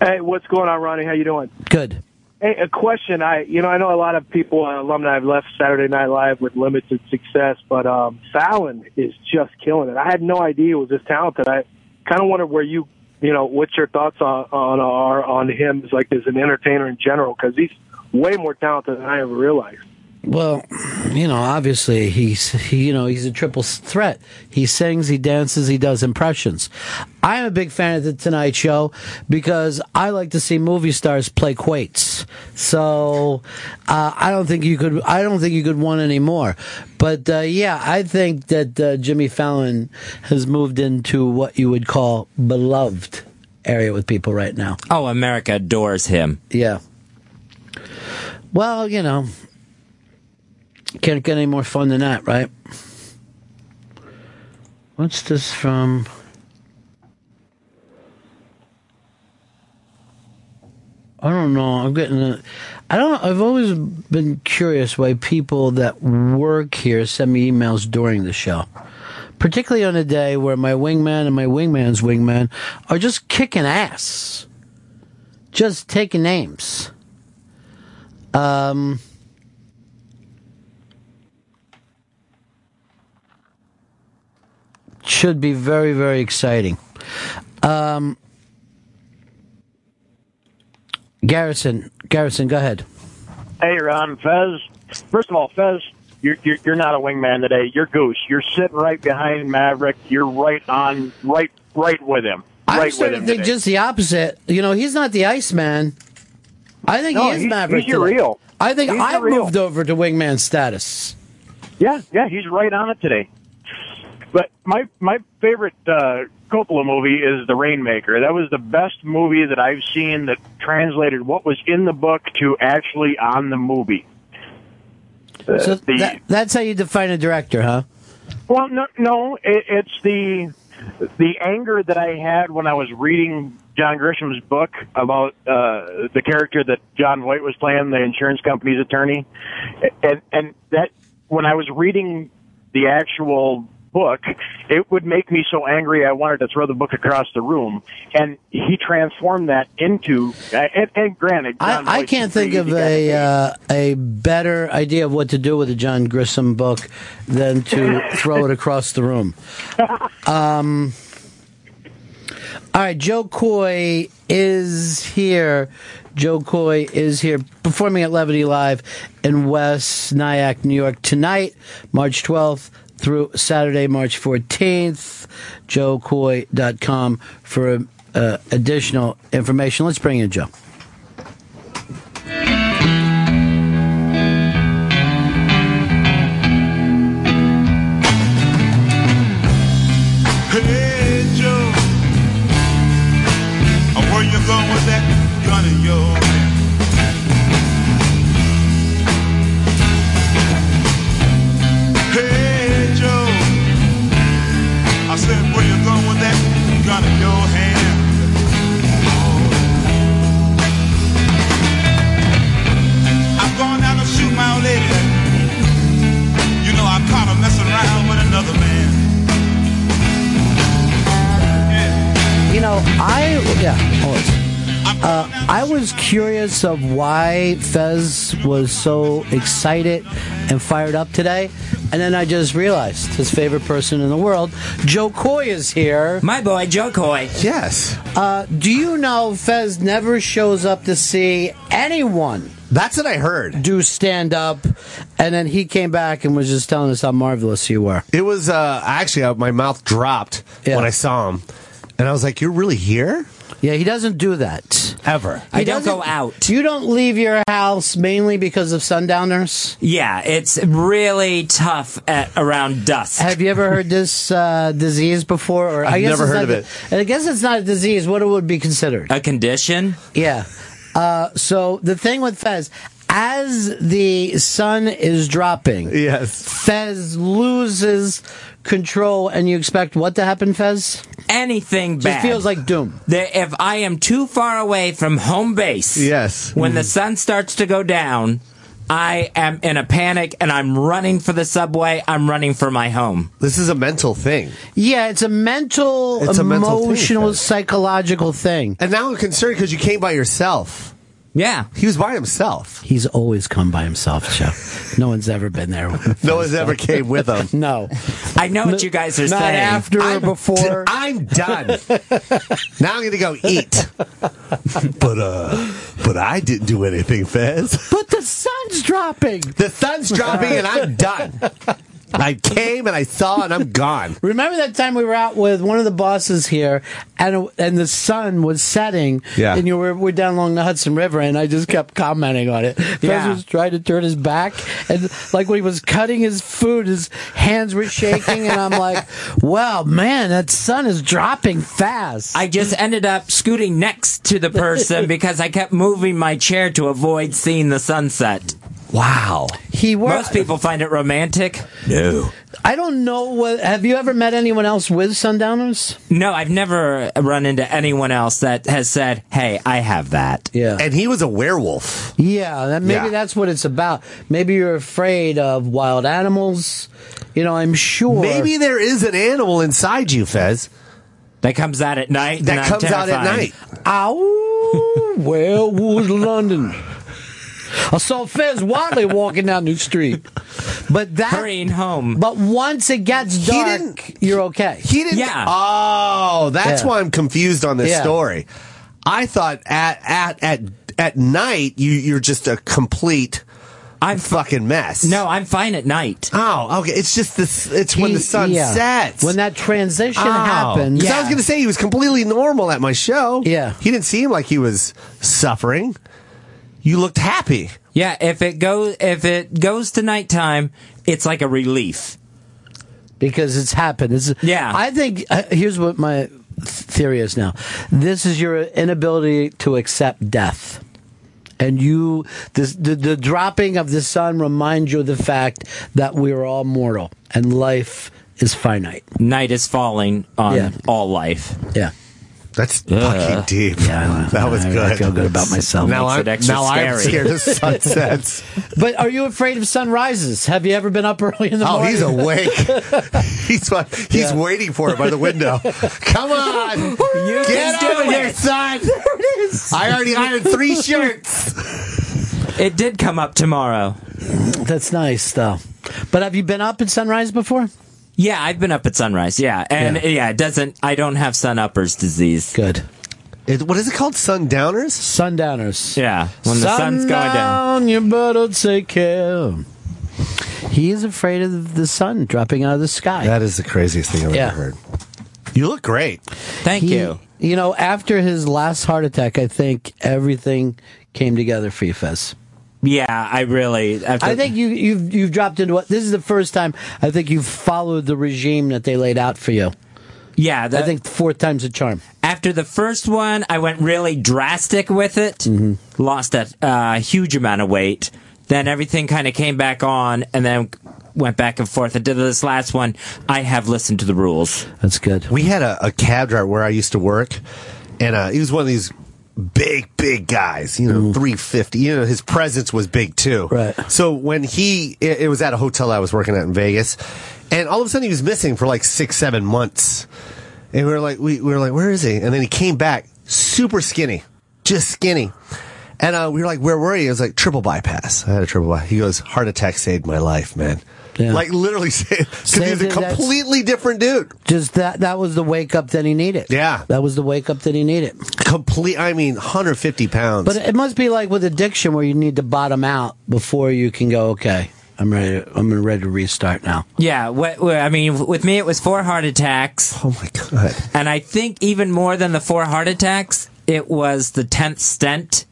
Speaker 15: Hey, what's going on, Ronnie? How you doing?
Speaker 6: Good.
Speaker 15: Hey, a question. I, you know, I know a lot of people, uh, alumni, have left Saturday Night Live with limited success, but um, Fallon is just killing it. I had no idea he was this talented. I kind of wonder where you, you know, what's your thoughts on on are on him as like as an entertainer in general because he's way more talented than I ever realized.
Speaker 6: Well, you know, obviously he's he, you know he's a triple threat. He sings, he dances, he does impressions. I am a big fan of the Tonight Show because I like to see movie stars play quates. So uh, I don't think you could I don't think you could want any more. But uh, yeah, I think that uh, Jimmy Fallon has moved into what you would call beloved area with people right now.
Speaker 7: Oh, America adores him.
Speaker 6: Yeah. Well, you know, can't get any more fun than that, right? What's this from? I don't know. I'm getting. A, I don't. I've always been curious why people that work here send me emails during the show, particularly on a day where my wingman and my wingman's wingman are just kicking ass, just taking names. Um. should be very, very exciting. Um, Garrison, Garrison, go ahead.
Speaker 16: Hey, Ron, Fez. First of all, Fez, you're, you're you're not a wingman today. You're Goose. You're sitting right behind Maverick. You're right on, right, right with him. Right
Speaker 6: I'm starting
Speaker 16: with him
Speaker 6: to think
Speaker 16: today.
Speaker 6: just the opposite. You know, he's not the Iceman. I think
Speaker 16: No,
Speaker 6: he is
Speaker 16: he's-
Speaker 6: Maverick.
Speaker 16: he's your
Speaker 6: today.
Speaker 16: real.
Speaker 6: I think
Speaker 16: He's your
Speaker 6: I've
Speaker 16: real.
Speaker 6: moved over to wingman status.
Speaker 16: Yeah, yeah, he's right on it today. But my my favorite uh, Coppola movie is The Rainmaker. That was the best movie that I've seen that translated what was in the book to actually on the movie. Uh,
Speaker 6: So
Speaker 16: the-
Speaker 6: that, that's how you define a director, huh?
Speaker 16: Well, no, no, it, it's the the anger that I had when I was reading John Grisham's book about uh, the character that John White was playing, the insurance company's attorney, and and that when I was reading the actual book, it would make me so angry I wanted to throw the book across the room. And he transformed that into uh, and, and granted, John
Speaker 6: I
Speaker 16: White's
Speaker 6: can't
Speaker 16: a pretty
Speaker 6: think of
Speaker 16: easy guy to
Speaker 6: a uh, a better idea of what to do with a John Grissom book than to throw it across the room. Um, all right, Joe Coy is here. Joe Coy is here performing at Levity Live in West Nyack, New York tonight, March 12th through Saturday, March 14th. JoeCoy.com for uh, additional information. Let's bring in Joe.
Speaker 17: Hey Joe, uh, where you going with that gun of yours? Hey Joe, I said where you going with that gun in your hand? I'm going out to shoot my old lady. You know I caught her messing around with another man.
Speaker 6: You know, know, I yeah, always. Uh, I was curious of why Fez was so excited and fired up today, and then I just realized his favorite person in the world, Joe Coy, is here.
Speaker 7: My boy, Joe Coy.
Speaker 6: Yes. Uh, do you know Fez never shows up to see anyone?
Speaker 18: That's what I heard.
Speaker 6: Do stand up, and then he came back and was just telling us how marvelous you were.
Speaker 18: It was uh, actually uh, my mouth dropped when I saw him, and I was like, "You're really here?"
Speaker 6: Yeah, he doesn't do that
Speaker 18: ever.
Speaker 6: He doesn't- You don't leave your house mainly because of sundowners.
Speaker 7: Yeah, it's really tough at around dusk.
Speaker 6: Have you ever heard this uh, disease before? Or
Speaker 7: I've never
Speaker 6: it's
Speaker 7: heard
Speaker 6: not
Speaker 7: of
Speaker 6: a- I guess it's not a disease. What it would be
Speaker 18: Uh,
Speaker 6: considered?
Speaker 7: A condition?
Speaker 6: Yeah. Uh, so the thing with Fez, as the sun is dropping,
Speaker 18: yes,
Speaker 6: Fez loses control, and you expect what to happen, Fez?
Speaker 7: Anything
Speaker 6: Just
Speaker 7: bad.
Speaker 6: feels like doom.
Speaker 7: That if I am too far away from home base,
Speaker 18: yes, Mm-hmm.
Speaker 7: when the sun starts to go down, I am in a panic and I'm running for the subway. I'm running for my home.
Speaker 18: This is a mental thing.
Speaker 6: Yeah, it's a mental,
Speaker 18: It's a mental thing,
Speaker 6: emotional, psychological thing.
Speaker 18: And now I'm concerned because you came by yourself.
Speaker 7: Yeah,
Speaker 18: he was by himself.
Speaker 6: He's always come by himself, Joe. No one's ever been there.
Speaker 18: <laughs>
Speaker 6: <laughs>
Speaker 18: No one's ever came with him.
Speaker 6: no.
Speaker 7: I know what you guys are
Speaker 6: Not
Speaker 7: saying.
Speaker 6: after or
Speaker 7: I'm-
Speaker 6: before.
Speaker 18: I'm <laughs> done. now I'm gonna go eat. <laughs> but uh, but I didn't do anything, Fez.
Speaker 6: But the sun's dropping.
Speaker 18: The sun's dropping, and I'm done. I came and I saw, and I'm gone.
Speaker 6: Remember that time we were out with one of the bosses here, and and the sun was setting,
Speaker 18: Yeah.
Speaker 6: and you were we're down along the Hudson River, and I just kept commenting on it. Fez
Speaker 7: Yeah.
Speaker 6: was trying to turn his back, and like when he was cutting his food, his hands were shaking, and I'm like, "Wow, man, that sun is dropping fast."
Speaker 7: <laughs> I just ended up scooting next to the person because I kept moving my chair to avoid seeing the sunset.
Speaker 18: Wow.
Speaker 6: He wor-
Speaker 7: Most people find it romantic.
Speaker 18: No.
Speaker 6: I don't know what. Have you ever met anyone else with sundowners?
Speaker 7: No, I've never run into anyone else that has said, "Hey, I have that."
Speaker 6: Yeah.
Speaker 18: And he was a werewolf.
Speaker 6: Yeah, that, maybe
Speaker 7: Yeah.
Speaker 6: that's what it's about. Maybe you're afraid of wild animals. You know, I'm sure.
Speaker 18: Maybe there is an animal inside you, Fez.
Speaker 7: That comes out at night.
Speaker 18: That
Speaker 7: and I'm
Speaker 18: comes out at
Speaker 7: terrified.
Speaker 18: night.
Speaker 6: Ow! Werewolves London. I saw Fez Watley walking down the street, but that hurrying
Speaker 7: home.
Speaker 6: But once it gets dark, you're okay.
Speaker 18: He didn't. Oh, that's
Speaker 6: Yeah.
Speaker 18: why I'm confused on this
Speaker 6: Yeah.
Speaker 18: story. I thought at at at at night you you're just a complete.
Speaker 7: I'm
Speaker 18: fucking mess.
Speaker 7: No, I'm fine at night.
Speaker 18: Oh, okay. It's just this. It's when
Speaker 6: He-
Speaker 18: the sun
Speaker 6: yeah.
Speaker 18: sets. Oh.
Speaker 6: When that transition happens.
Speaker 18: 'Cause I was going to say he was completely normal at my show. Yeah. He didn't seem like he was suffering. You looked happy.
Speaker 7: Yeah, if it goes if it goes to nighttime, it's like a relief.
Speaker 6: because it's happened. It's, yeah, I think uh, here's what my th- theory is now. This is your inability to accept death, and you this, the the dropping of the sun reminds you of the fact that we are all mortal and life is finite.
Speaker 7: Night is falling on
Speaker 6: Yeah.
Speaker 7: all life.
Speaker 6: Yeah.
Speaker 18: That's
Speaker 7: fucking
Speaker 18: deep.
Speaker 6: Yeah,
Speaker 18: That was
Speaker 6: I, I
Speaker 18: good.
Speaker 6: feel good about myself.
Speaker 18: Now Makes I'm- it extra now I'm scary. scared
Speaker 6: <laughs>
Speaker 18: of sunsets.
Speaker 6: but are you afraid of sunrises? Have you ever been up <laughs> early in the
Speaker 18: Oh,
Speaker 6: morning?
Speaker 18: he's awake. he's fu- he's waiting for it by the window. Come on, get
Speaker 7: can
Speaker 18: over
Speaker 7: do
Speaker 18: here,
Speaker 7: it.
Speaker 18: son.
Speaker 6: is.
Speaker 18: I already ironed three shirts.
Speaker 7: It did come up tomorrow.
Speaker 6: That's nice though. But have you been up at sunrise before?
Speaker 7: Yeah, I've been up at sunrise. Yeah, and yeah, it doesn't. I don't have sun uppers disease.
Speaker 6: Good.
Speaker 18: It, what is it called? Sundowners.
Speaker 6: Sundowners.
Speaker 7: Yeah, when the sun's going down.
Speaker 6: Sundown, You better take care. He is afraid of the sun dropping out of the sky.
Speaker 18: That is the craziest thing I've
Speaker 6: Yeah.
Speaker 18: ever heard. You look great.
Speaker 7: Thank
Speaker 6: He- You know, after his last heart attack, I think everything came together for you, Fez.
Speaker 7: Yeah, I really. After,
Speaker 6: I think you, you've you've dropped into what this is the first time I think you've followed the regime that they laid out for you.
Speaker 7: Yeah, that,
Speaker 6: I think four times a charm.
Speaker 7: after the first one, I went really drastic with it. Lost a uh, huge amount of weight. Then everything kind of came back on, and then went back and forth. And did this last one. I have listened to the rules.
Speaker 6: That's good.
Speaker 18: We had a, a cab driver where I used to work, and uh, he was one of these big, big guys. You
Speaker 6: Mm.
Speaker 18: know, three fifty. You know, his presence was big too. Right. So when he, it, it was at a hotel I was working at in Vegas, and all of a sudden he was missing for like six, seven months. and we were like, we, we were like, where is he? And then he came back super skinny, just skinny. And uh, we were like, where were you? It was like triple bypass. I had a triple bypass. He goes, heart attack saved my life, man. Like literally, <laughs> because he's
Speaker 6: Saved
Speaker 18: a
Speaker 6: it, that's-
Speaker 18: completely different dude.
Speaker 6: Just that that was the wake up that he needed.
Speaker 18: Yeah,
Speaker 6: that was the wake up that he needed.
Speaker 18: Complete. I mean, 150 pounds.
Speaker 6: But it must be like with addiction where you need to bottom out before you can go, okay, I'm ready I'm ready to restart now.
Speaker 7: Yeah, wh- wh- I mean, with me, it was four heart attacks.
Speaker 18: Oh my god!
Speaker 7: And I think even more than the four heart attacks, it was the tenth stent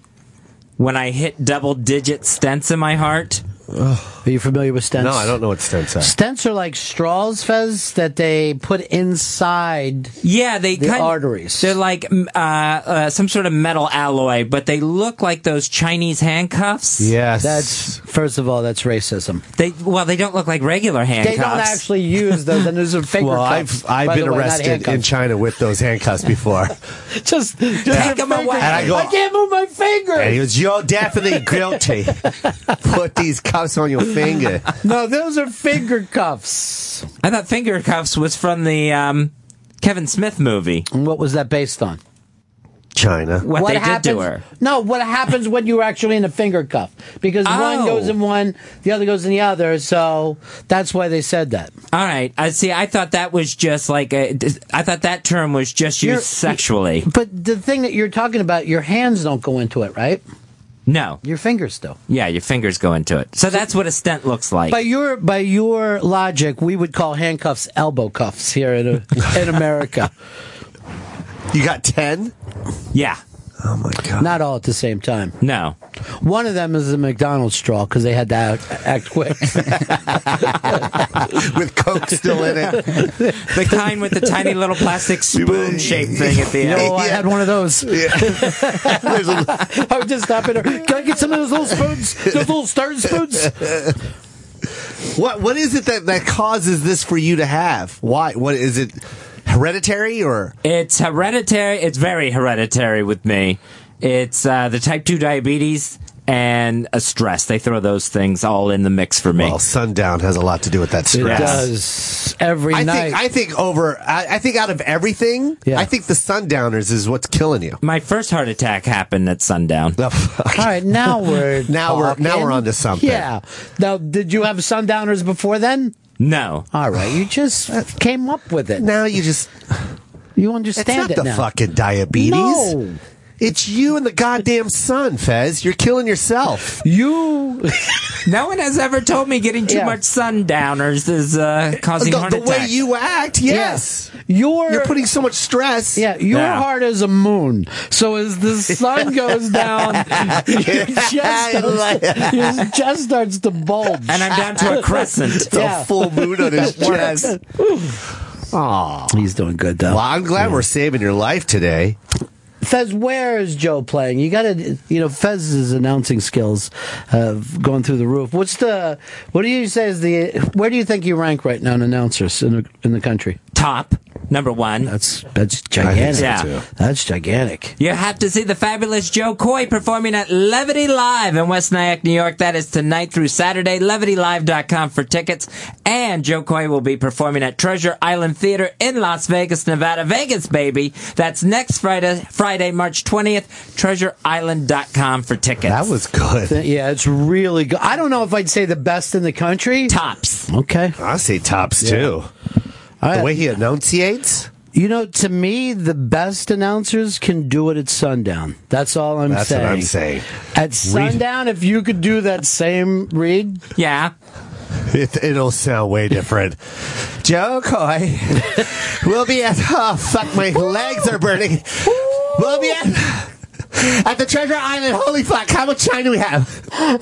Speaker 7: when I hit double-digit stents in my heart.
Speaker 6: Are you familiar with stents?
Speaker 18: No, I don't know what stents are.
Speaker 6: Stents are like straws, Fez, that they put inside.
Speaker 7: Yeah, they
Speaker 6: The
Speaker 7: kind arteries. They're like mm, uh, uh, some sort of metal alloy, but they look like those Chinese handcuffs.
Speaker 18: Yes.
Speaker 6: That's first of all, that's racism.
Speaker 7: They well, they don't look like regular handcuffs.
Speaker 6: They don't actually use those, and
Speaker 18: <laughs>
Speaker 6: there's a finger
Speaker 18: well,
Speaker 6: cuffs,
Speaker 18: I've I've
Speaker 6: by
Speaker 18: been
Speaker 6: the way, not
Speaker 18: arrested in
Speaker 6: handcuffs.
Speaker 18: China with those handcuffs before.
Speaker 6: <laughs> just, just
Speaker 18: Yeah.
Speaker 6: a
Speaker 18: Take 'em
Speaker 6: finger.
Speaker 18: away. And I go-
Speaker 6: I can't move my finger.
Speaker 18: and he goes, "You're definitely guilty. Put these cuffs on your finger."
Speaker 6: no, those are finger cuffs.
Speaker 7: I thought finger cuffs was from the um, Kevin Smith movie.
Speaker 6: And what was that based on?
Speaker 18: China.
Speaker 7: What, they
Speaker 6: happens,
Speaker 7: did to her.
Speaker 6: No, what happens when you're actually in a finger cuff? Because one
Speaker 7: Oh.
Speaker 6: goes in one, the other goes in the other. So that's why they said that.
Speaker 7: All right. I see. I thought that was just like a. I thought that term was just used
Speaker 6: You're-
Speaker 7: sexually.
Speaker 6: But the thing that you're talking about, your hands don't go into it, right?
Speaker 7: No.
Speaker 6: Your fingers do.
Speaker 7: Yeah, your fingers go into it. So that's what a stent looks like.
Speaker 6: By your by your logic, we would call handcuffs elbow cuffs here in in America.
Speaker 18: You got ten?
Speaker 7: Yeah.
Speaker 18: Oh my god!
Speaker 6: Not all at the same time.
Speaker 7: No.
Speaker 6: One of them is the McDonald's straw because they had to act, act quick.
Speaker 18: With Coke still in it.
Speaker 7: the kind with the tiny little plastic spoon shaped thing at the
Speaker 6: You
Speaker 7: end.
Speaker 6: know, Oh, I had one of those. I would just stop in there. Can I get some of those little spoons? Those little starting spoons?
Speaker 18: What what is it that that causes this for you to have? Why? What is it? Hereditary or
Speaker 7: It's hereditary. It's very hereditary with me. It's uh, the type 2 diabetes and a stress. They throw those things all in the mix for me. Well,
Speaker 18: sundown has a lot to do with that stress.
Speaker 6: does every
Speaker 18: I
Speaker 6: night.
Speaker 18: think I think over. I, I think out of everything, I think the sundowners is what's killing you.
Speaker 7: My first heart attack happened at sundown.
Speaker 6: All
Speaker 18: <laughs>
Speaker 6: right, now we're
Speaker 18: Now we're- now
Speaker 6: talking.
Speaker 18: we're onto something.
Speaker 6: Yeah. Now, did you have sundowners before then?
Speaker 7: No.
Speaker 6: All right,
Speaker 18: <sighs>
Speaker 6: you just came up with it.
Speaker 18: Now you just
Speaker 6: you
Speaker 18: It's
Speaker 6: understand
Speaker 18: not
Speaker 6: it
Speaker 18: the
Speaker 6: now.
Speaker 18: fucking diabetes.
Speaker 6: No.
Speaker 18: It's you and the goddamn sun, Fez. You're killing yourself.
Speaker 6: You.
Speaker 7: no one has ever told me getting too much sundowners is uh, causing
Speaker 18: The-
Speaker 7: heart
Speaker 18: the way
Speaker 7: attack.
Speaker 18: you act, yes.
Speaker 6: You're
Speaker 18: You're putting so much stress.
Speaker 6: Yeah, your
Speaker 18: Yeah.
Speaker 6: heart is a moon. So as
Speaker 18: <laughs>
Speaker 6: the sun goes down, your chest, starts, your chest starts to bulge.
Speaker 7: And I'm
Speaker 18: <laughs>
Speaker 7: down to a crescent. It's a full moon on
Speaker 6: <laughs>
Speaker 7: his chest.
Speaker 18: Aw.
Speaker 6: He's doing good, though.
Speaker 18: Well, I'm glad we're saving your life today.
Speaker 6: Fez, where is Joe playing? You got to, you know, Fez's announcing skills have gone through the roof. What's the, what do you say is the, where do you think you rank right now in announcers in the, in the country?
Speaker 7: Top, number one.
Speaker 6: That's, that's
Speaker 7: I
Speaker 6: gigantic.
Speaker 7: think so, Yeah. too.
Speaker 6: That's gigantic.
Speaker 7: You have to see the fabulous Joe Coy performing at Levity Live in West Nyack, New York. That is tonight through Saturday. LevityLive.com for tickets. And Joe Coy will be performing at Treasure Island Theater in Las Vegas, Nevada. Vegas, baby. That's next Friday, Friday, March 20th. TreasureIsland.com for tickets. That
Speaker 18: was good.
Speaker 6: Th- Yeah, it's really good. I don't know if I'd say the best in the country.
Speaker 7: Tops.
Speaker 6: Okay.
Speaker 18: I say tops too. The way he enunciates.
Speaker 6: You know, to me, the best announcers can do it at sundown. That's all I'm
Speaker 18: That's
Speaker 6: saying.
Speaker 18: what I'm saying.
Speaker 6: At sundown, if you could do that same read,
Speaker 7: Yeah.
Speaker 18: It, it'll sound way different. Joe Coy will be at. Oh, fuck, my legs are burning. We'll be at. At the Treasure Island, holy fuck, how much time do we have? So how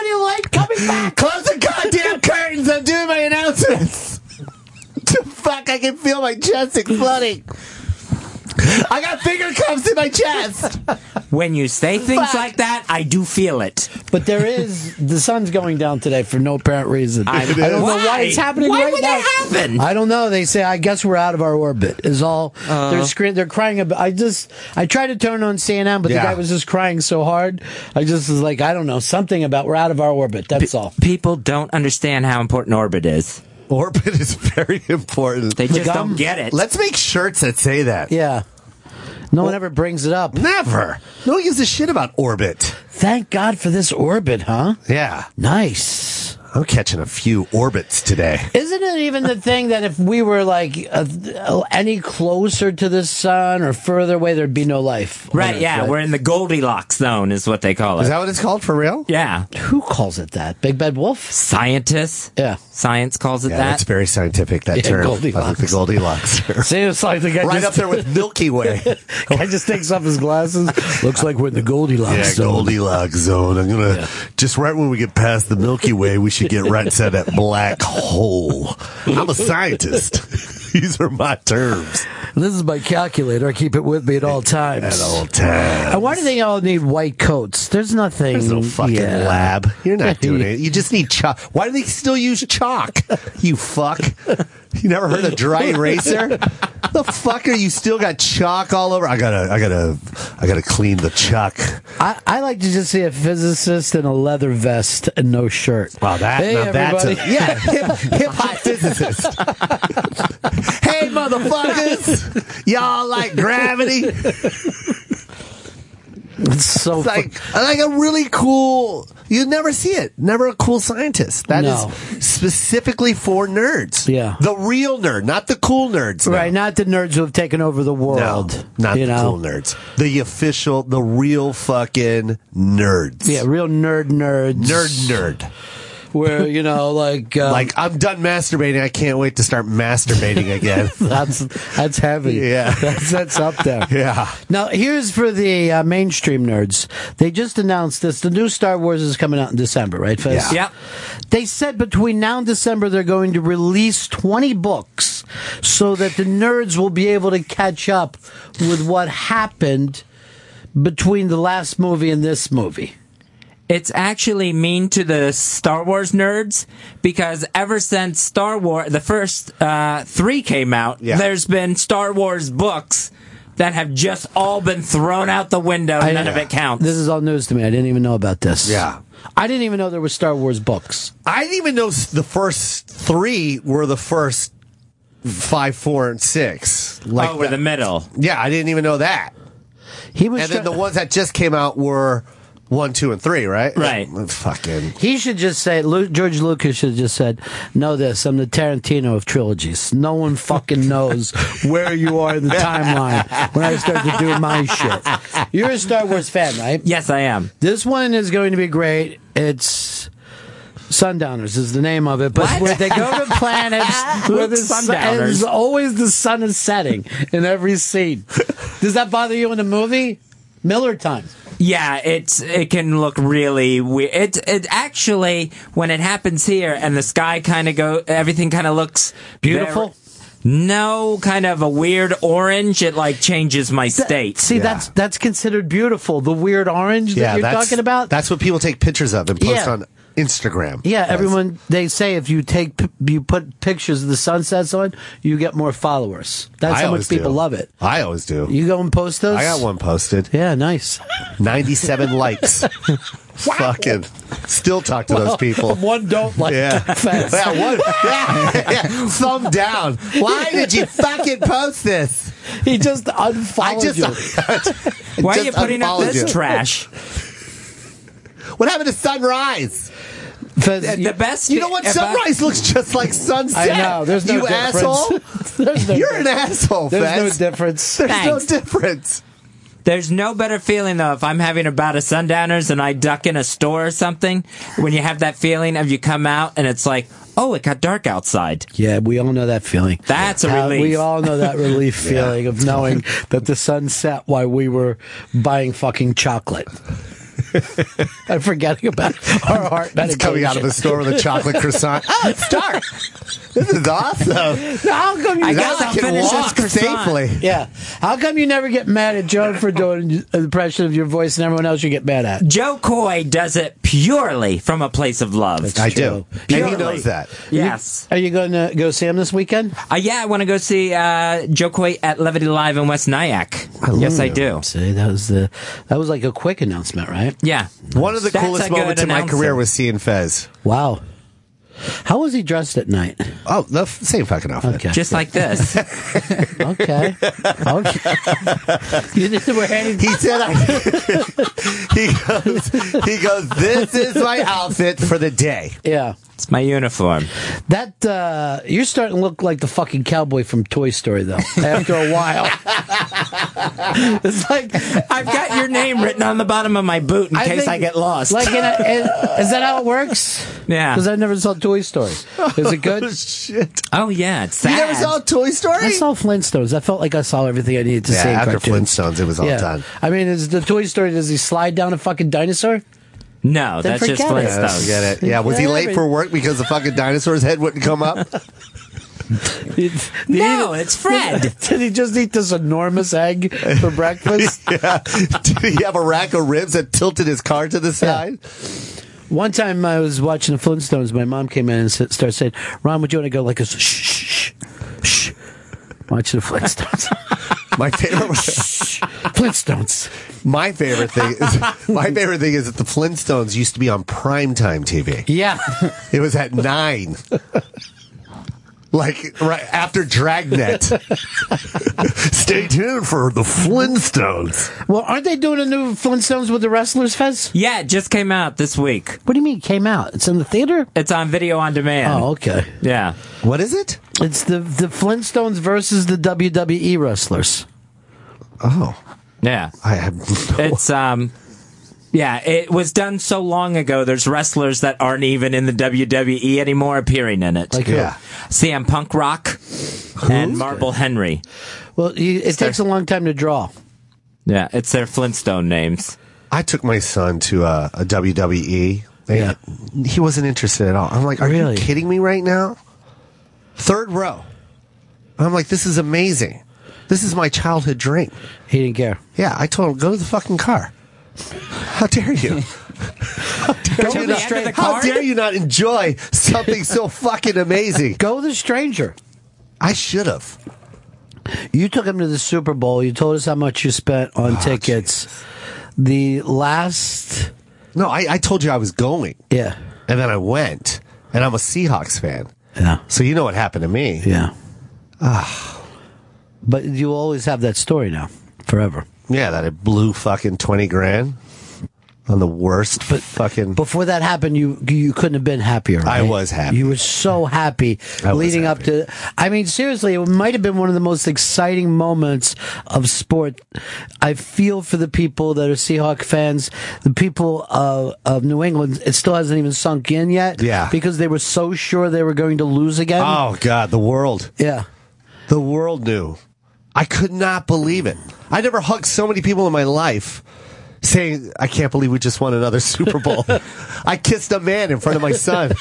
Speaker 6: do you like coming back?
Speaker 18: Close the goddamn curtains, I'm doing my announcements! <laughs> fuck, I can feel my chest exploding. I got finger cuffs in my chest!
Speaker 7: When you say things
Speaker 18: Fuck.
Speaker 7: like that, I do feel it.
Speaker 6: But there is the sun's going down today for no apparent reason.
Speaker 7: I-
Speaker 6: I, don't know why
Speaker 7: Why?
Speaker 6: it's happening
Speaker 7: Why
Speaker 6: right
Speaker 7: would
Speaker 6: now.
Speaker 7: that happen?
Speaker 6: I don't know. They say I guess we're out of our orbit. Is all
Speaker 7: Uh.
Speaker 6: they're scre- they're crying about. I just I tried to turn on CNN, but
Speaker 7: Yeah.
Speaker 6: the guy was just crying so hard. I just was like I don't know something about we're out of our orbit. That's all.
Speaker 7: People don't understand how important orbit is.
Speaker 18: Orbit is very important. They
Speaker 6: just Gum? don't
Speaker 7: get it.
Speaker 18: Let's make shirts that say that.
Speaker 6: Yeah. No one ever brings it up.
Speaker 18: Never. No one gives a shit about orbit.
Speaker 6: Thank God for this orbit, huh?
Speaker 18: Yeah.
Speaker 6: Nice.
Speaker 18: I'm catching a few orbits today.
Speaker 6: Isn't it even the thing that if we were like uh, any closer to the sun or further away, there'd be no life? on
Speaker 7: Right,
Speaker 6: Earth,
Speaker 7: yeah, we're in the Goldilocks zone, is what they call it.
Speaker 6: Is that
Speaker 18: what it's called for real?
Speaker 7: Yeah.
Speaker 6: Who calls it that? Big Bad Wolf?
Speaker 7: Scientists?
Speaker 6: Yeah.
Speaker 7: Science calls it
Speaker 18: Yeah,
Speaker 7: that.
Speaker 18: that's very scientific. That
Speaker 7: Yeah,
Speaker 18: term,
Speaker 7: Goldilocks.
Speaker 18: I think the Goldilocks. term.
Speaker 6: <laughs> See, it's like the guy
Speaker 18: <laughs> right
Speaker 6: just-
Speaker 18: up there with Milky <laughs> Way.
Speaker 6: <laughs> Guy just takes off his glasses. Looks like we're in the Goldilocks
Speaker 18: yeah,
Speaker 6: zone.
Speaker 18: Goldilocks zone. I'm gonna just right when we get past the Milky Way, we should get right to that black hole. I'm a scientist. <laughs> These are my terms.
Speaker 6: This is my calculator. I keep it with me at all times.
Speaker 18: At all times.
Speaker 6: And why do they all need white coats? There's nothing.
Speaker 18: There's no fucking
Speaker 6: Mm, yeah.
Speaker 18: lab. You're not doing it. You just need chalk. Why do they still use chalk? You fuck. You never heard of dry eraser? the fuck are you still got chalk all over? I gotta, I gotta, I gotta clean the chalk.
Speaker 6: I, I like to just see a physicist in a leather vest and no shirt. Wow,
Speaker 18: that-
Speaker 6: hey,
Speaker 18: now that's a-
Speaker 6: everybody. <laughs>
Speaker 18: yeah, hip, hip hop physicist. hey, motherfuckers! Y'all like gravity?
Speaker 6: It's
Speaker 18: <laughs>
Speaker 6: so
Speaker 18: It's like like a really cool. You never see it. Never a cool scientist. That is
Speaker 6: No.
Speaker 18: specifically for nerds.
Speaker 6: Yeah.
Speaker 18: the real nerd, not the cool nerds.
Speaker 6: Right, not the nerds who have taken over the world.
Speaker 18: No, not
Speaker 6: you
Speaker 18: the
Speaker 6: know?
Speaker 18: cool nerds. The official, the real fucking nerds.
Speaker 6: Yeah, real nerd nerds.
Speaker 18: Nerd nerd.
Speaker 6: Where, you
Speaker 18: <laughs>
Speaker 6: know, like. Um,
Speaker 18: Like I'm done masturbating. I can't wait to start masturbating
Speaker 6: <laughs>
Speaker 18: again.
Speaker 6: <laughs> that's that's heavy.
Speaker 18: <laughs> Yeah.
Speaker 6: <laughs> that's that's up
Speaker 18: <laughs>
Speaker 6: there.
Speaker 18: Yeah.
Speaker 6: Now here's for the uh, mainstream nerds. They just announced this. The new Star Wars is coming out in December, right? Fez?
Speaker 18: Yeah.
Speaker 7: Yep.
Speaker 6: They said between now and December they're going to release 20 books so that the nerds will be able to catch up with what happened between the last movie and this movie.
Speaker 7: It's actually mean to the Star Wars nerds because ever since Star Wars, the first uh, three came out,
Speaker 18: Yeah.
Speaker 7: there's been Star Wars books that have just all been thrown out the window.
Speaker 6: I-
Speaker 7: None of it counts.
Speaker 6: This is all news to me. I didn't even know about this.
Speaker 18: Yeah.
Speaker 6: I didn't even know there were Star Wars books.
Speaker 18: I didn't even know s- the first three were the first five, four, and six. Like
Speaker 7: oh, we're the middle.
Speaker 18: yeah, I didn't even know that.
Speaker 6: He was
Speaker 18: And then
Speaker 6: try-
Speaker 18: the ones that just came out were one, two, and three, right?
Speaker 7: Right.
Speaker 18: Uh, Fucking.
Speaker 6: He should just say, Lu- George Lucas should have just said, know this, I'm the Tarantino of trilogies. No one fucking knows where you are in
Speaker 18: <laughs>
Speaker 6: the timeline when I start to do my shit. You're a Star Wars fan, right?
Speaker 7: Yes, I am.
Speaker 6: This one is going to be great. It's Sundowners is the name of it, but where they go to <laughs> planets where the sun, and
Speaker 7: Sundowners.
Speaker 6: it's always the sun is setting in every scene. Does that bother you in the movie? Miller time.
Speaker 7: Yeah, it's it can look really weird. It it actually when it happens here and the sky kind of go everything kind of looks
Speaker 6: Beautiful?
Speaker 7: very- no, kind of a weird orange. It like changes my state.
Speaker 6: See, that's that's considered beautiful. The weird orange that you're
Speaker 18: that's,
Speaker 6: talking about.
Speaker 18: That's what people take pictures of and post
Speaker 6: Yeah.
Speaker 18: on Instagram.
Speaker 6: Yeah,
Speaker 18: That's-
Speaker 6: everyone they say if you take pi- you put pictures of the sunsets on, you get more followers. That's
Speaker 18: I
Speaker 6: how much
Speaker 18: always
Speaker 6: people
Speaker 18: do.
Speaker 6: love it.
Speaker 18: I always do.
Speaker 6: You go and post those.
Speaker 18: I got one posted.
Speaker 6: Yeah, nice. <laughs>
Speaker 18: 97 likes. Fucking. Still talk to those
Speaker 6: <laughs>
Speaker 18: people.
Speaker 6: one don't like. <laughs>
Speaker 18: Yeah.
Speaker 6: Fast.
Speaker 18: Yeah, one, yeah, yeah. <laughs> Thumb down. Why did you fucking post this?
Speaker 6: He just unfollowed
Speaker 18: I just. <laughs>
Speaker 6: you.
Speaker 7: Why are
Speaker 18: just
Speaker 7: you putting up
Speaker 18: unfollowed
Speaker 7: this
Speaker 18: you. <laughs>
Speaker 7: trash?
Speaker 18: What happened to sunrise?
Speaker 6: Fez,
Speaker 7: The best.
Speaker 18: You know what?
Speaker 7: if I-
Speaker 18: Sunrise looks just like sunset.
Speaker 6: I know. There's no
Speaker 18: you
Speaker 6: difference.
Speaker 18: asshole.
Speaker 6: <laughs> There's no
Speaker 18: You're an asshole.
Speaker 6: There's
Speaker 18: Fez.
Speaker 6: no
Speaker 18: <laughs>
Speaker 6: difference.
Speaker 18: There's
Speaker 7: Thanks.
Speaker 18: no difference.
Speaker 7: There's no better feeling though if I'm having a bout of sundowners and I duck in a store or something. When you have that feeling of you come out and it's like, oh, it got dark outside.
Speaker 6: Yeah, we all know that feeling.
Speaker 7: That's a
Speaker 6: Uh,
Speaker 7: relief.
Speaker 6: we all know that
Speaker 18: <laughs>
Speaker 6: relief feeling of knowing that the sun set while we were buying
Speaker 18: <laughs>
Speaker 6: fucking chocolate. I'm forgetting about our heart.
Speaker 18: That's coming out of the store with a chocolate
Speaker 6: <laughs>
Speaker 18: croissant. Oh, it's dark. <laughs> This is awesome.
Speaker 6: No, how come you
Speaker 7: I
Speaker 18: Now
Speaker 7: guess
Speaker 18: I
Speaker 7: I'll finish
Speaker 18: can
Speaker 7: this
Speaker 18: walk
Speaker 7: croissant.
Speaker 18: safely.
Speaker 6: Yeah. How come you never get mad at Joan for doing an impression of your voice and everyone else you get mad at?
Speaker 7: Joe Coy does it purely from a place of love.
Speaker 18: I do. And he
Speaker 7: Purely.
Speaker 18: knows that.
Speaker 7: Yes.
Speaker 6: Are you going to go see him this weekend?
Speaker 7: Uh, yeah, I want to go see uh, Joe Coy at Levity Live in West Nyack. yes, I do.
Speaker 6: See, that was the that was like a quick announcement, right?
Speaker 7: Yeah.
Speaker 18: One of the
Speaker 7: That's
Speaker 18: coolest
Speaker 7: a good
Speaker 18: moments in my
Speaker 7: announcer.
Speaker 18: career was seeing Fez.
Speaker 6: Wow. How was he dressed at night?
Speaker 18: Oh, the f- same fucking outfit.
Speaker 6: Okay.
Speaker 7: Just like this. <laughs>
Speaker 6: okay. Okay. you didn't wear anything.
Speaker 18: He said, I, <laughs> "He goes, he goes. This is my outfit for the day."
Speaker 6: Yeah.
Speaker 7: It's my uniform.
Speaker 6: That uh, you're starting to look like the fucking cowboy from Toy Story, though. After a
Speaker 7: <laughs>
Speaker 6: while,
Speaker 7: It's like I've got your name written on the bottom of my boot in case
Speaker 6: think-
Speaker 7: I get lost.
Speaker 6: Like, in a, is, is that how it works?
Speaker 7: <laughs> Yeah.
Speaker 6: Because I never saw Toy Story.
Speaker 7: <laughs>
Speaker 6: Is it good?
Speaker 18: Oh, shit.
Speaker 7: oh yeah, it's sad.
Speaker 18: Toy Story?
Speaker 6: I saw Flintstones. I felt like I saw everything I needed to
Speaker 18: Yeah,
Speaker 6: see. in
Speaker 18: after
Speaker 6: cartoons.
Speaker 18: Flintstones, it was all
Speaker 6: yeah. Oh,
Speaker 18: done.
Speaker 6: I mean, is the Toy Story? Does he slide down a
Speaker 18: <laughs>
Speaker 6: fucking dinosaur?
Speaker 7: no,
Speaker 6: Then
Speaker 7: that's just
Speaker 6: forget it.
Speaker 18: Yeah,
Speaker 7: Flintstones.
Speaker 18: get it. Yeah, was he late for work because the fucking dinosaur's head wouldn't come up?
Speaker 7: No, it's Fred.
Speaker 18: <laughs>
Speaker 6: Did he just eat this enormous egg
Speaker 18: <laughs>
Speaker 6: for breakfast?
Speaker 18: yeah. Did he have a rack of ribs that tilted his car to the side?
Speaker 6: One time I was watching the Flintstones. My mom came in and s- started saying, "Ron, would you want to go like this? Shh, shh, shh, shh. Watching the Flintstones.
Speaker 18: <laughs>
Speaker 6: <laughs>
Speaker 18: My favorite.
Speaker 6: Flintstones.
Speaker 18: My favorite thing is <laughs> my favorite thing is that the Flintstones used to be on primetime TV.
Speaker 6: <laughs> Yeah.
Speaker 18: It was at nine. <laughs> Like right after Dragnet. <laughs> Stay tuned for the Flintstones.
Speaker 6: Well, aren't they doing a new Flintstones with the Wrestlers Fest?
Speaker 7: Yeah, it just came out this week.
Speaker 6: What do you mean it came out? It's in the theater?
Speaker 7: It's on video on demand.
Speaker 6: Oh, okay.
Speaker 7: Yeah.
Speaker 18: What is it?
Speaker 6: It's the the Flintstones versus the WWE wrestlers.
Speaker 18: Oh,
Speaker 7: Yeah.
Speaker 18: I have.
Speaker 7: It's um yeah, it was done so long ago. There's wrestlers that aren't even in the WWE anymore appearing in it.
Speaker 6: Like
Speaker 18: Yeah.
Speaker 7: CM Punk Rock and Marble Henry.
Speaker 6: Well, you, it takes a long time to draw.
Speaker 7: Yeah, it's their Flintstone names.
Speaker 18: I took my son to uh, a, a WWE. They-
Speaker 6: Yeah.
Speaker 18: He wasn't interested at all. I'm like, are
Speaker 6: Really?
Speaker 18: you kidding me right now? Third row. I'm like, this is amazing. This is my childhood dream.
Speaker 6: He didn't care.
Speaker 18: Yeah, I told him, go to the fucking car. How dare you? How dare,
Speaker 7: To
Speaker 18: you
Speaker 7: the
Speaker 18: not,
Speaker 7: end of the
Speaker 18: how
Speaker 7: car?
Speaker 18: dare you not enjoy something so fucking amazing?
Speaker 6: Go with a stranger.
Speaker 18: I should have.
Speaker 6: You took him to the Super Bowl. You told us how much you spent on tickets. The last,
Speaker 18: No, I, I told you I was going.
Speaker 6: yeah,
Speaker 18: And then I went. And I'm a Seahawks fan.
Speaker 6: yeah, Ah.
Speaker 18: So you know what happened to me.
Speaker 6: yeah. But you always have that story now, forever.
Speaker 18: Yeah, that it blew fucking twenty grand on the worst but, fucking.
Speaker 6: Before that happened, you you couldn't have been happier.
Speaker 18: I
Speaker 6: right?
Speaker 18: was happy.
Speaker 6: You were so happy
Speaker 18: I was
Speaker 6: leading up
Speaker 18: happy.
Speaker 6: to. I mean, seriously, it might have been one of the most exciting moments of sport. I feel for the people that are Seahawk fans, the people of, of New England. It still hasn't even sunk in yet.
Speaker 18: Yeah.
Speaker 6: because they were so sure they were going to lose again.
Speaker 18: oh god, the world,
Speaker 6: Yeah,
Speaker 18: the world knew. I could not believe it. I never hugged so many people in my life. Saying, I can't believe we just won another Super Bowl. <laughs> I kissed a man in front of my son.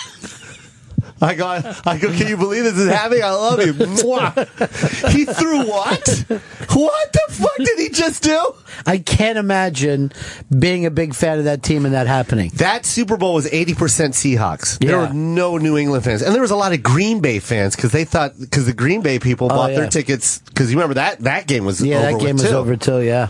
Speaker 18: I go, I go, can you believe this is happening? I love you. Mwah. He threw what? What the fuck did he just do?
Speaker 6: I can't imagine being a big fan of that team and that happening.
Speaker 18: That Super Bowl was 80% Seahawks. There
Speaker 6: Yeah.
Speaker 18: were no New England fans. And there was a lot of Green Bay fans because they thought, because the Green Bay people bought
Speaker 6: Oh, yeah.
Speaker 18: their tickets. Because you remember that, that game was
Speaker 6: Yeah,
Speaker 18: over.
Speaker 6: that game
Speaker 18: with
Speaker 6: was
Speaker 18: too.
Speaker 6: over too. Yeah.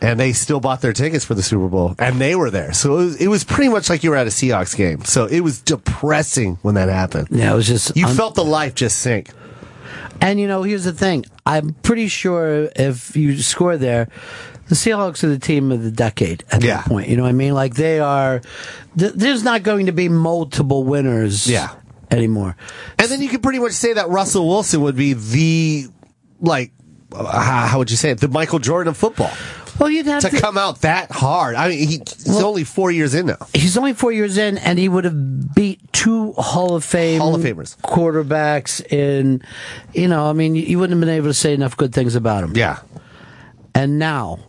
Speaker 18: And they still bought their tickets for the Super Bowl. And they were there. So it was, it was pretty much like you were at a Seahawks game. So it was depressing when that happened.
Speaker 6: Yeah, it was just
Speaker 18: You
Speaker 6: un-
Speaker 18: felt the life just sink.
Speaker 6: And you know, here's the thing. I'm pretty sure if you score there, the Seahawks are the team of the decade at
Speaker 18: Yeah.
Speaker 6: that point. You know what I mean? Like they are. Th- there's not going to be multiple winners.
Speaker 18: Yeah.
Speaker 6: Anymore.
Speaker 18: And then you could pretty much say that Russell Wilson would be the, like, uh, how how would you say it? The Michael Jordan of football.
Speaker 6: Well, you'd have
Speaker 18: To
Speaker 6: to.
Speaker 18: come out that hard. I mean, he, he's only four years in now.
Speaker 6: He's only four years in, and he would have beat two Hall of Fame
Speaker 18: Hall of Famers.
Speaker 6: quarterbacks. In, you know, I mean, you- you wouldn't have been able to say enough good things about him.
Speaker 18: Yeah.
Speaker 6: and now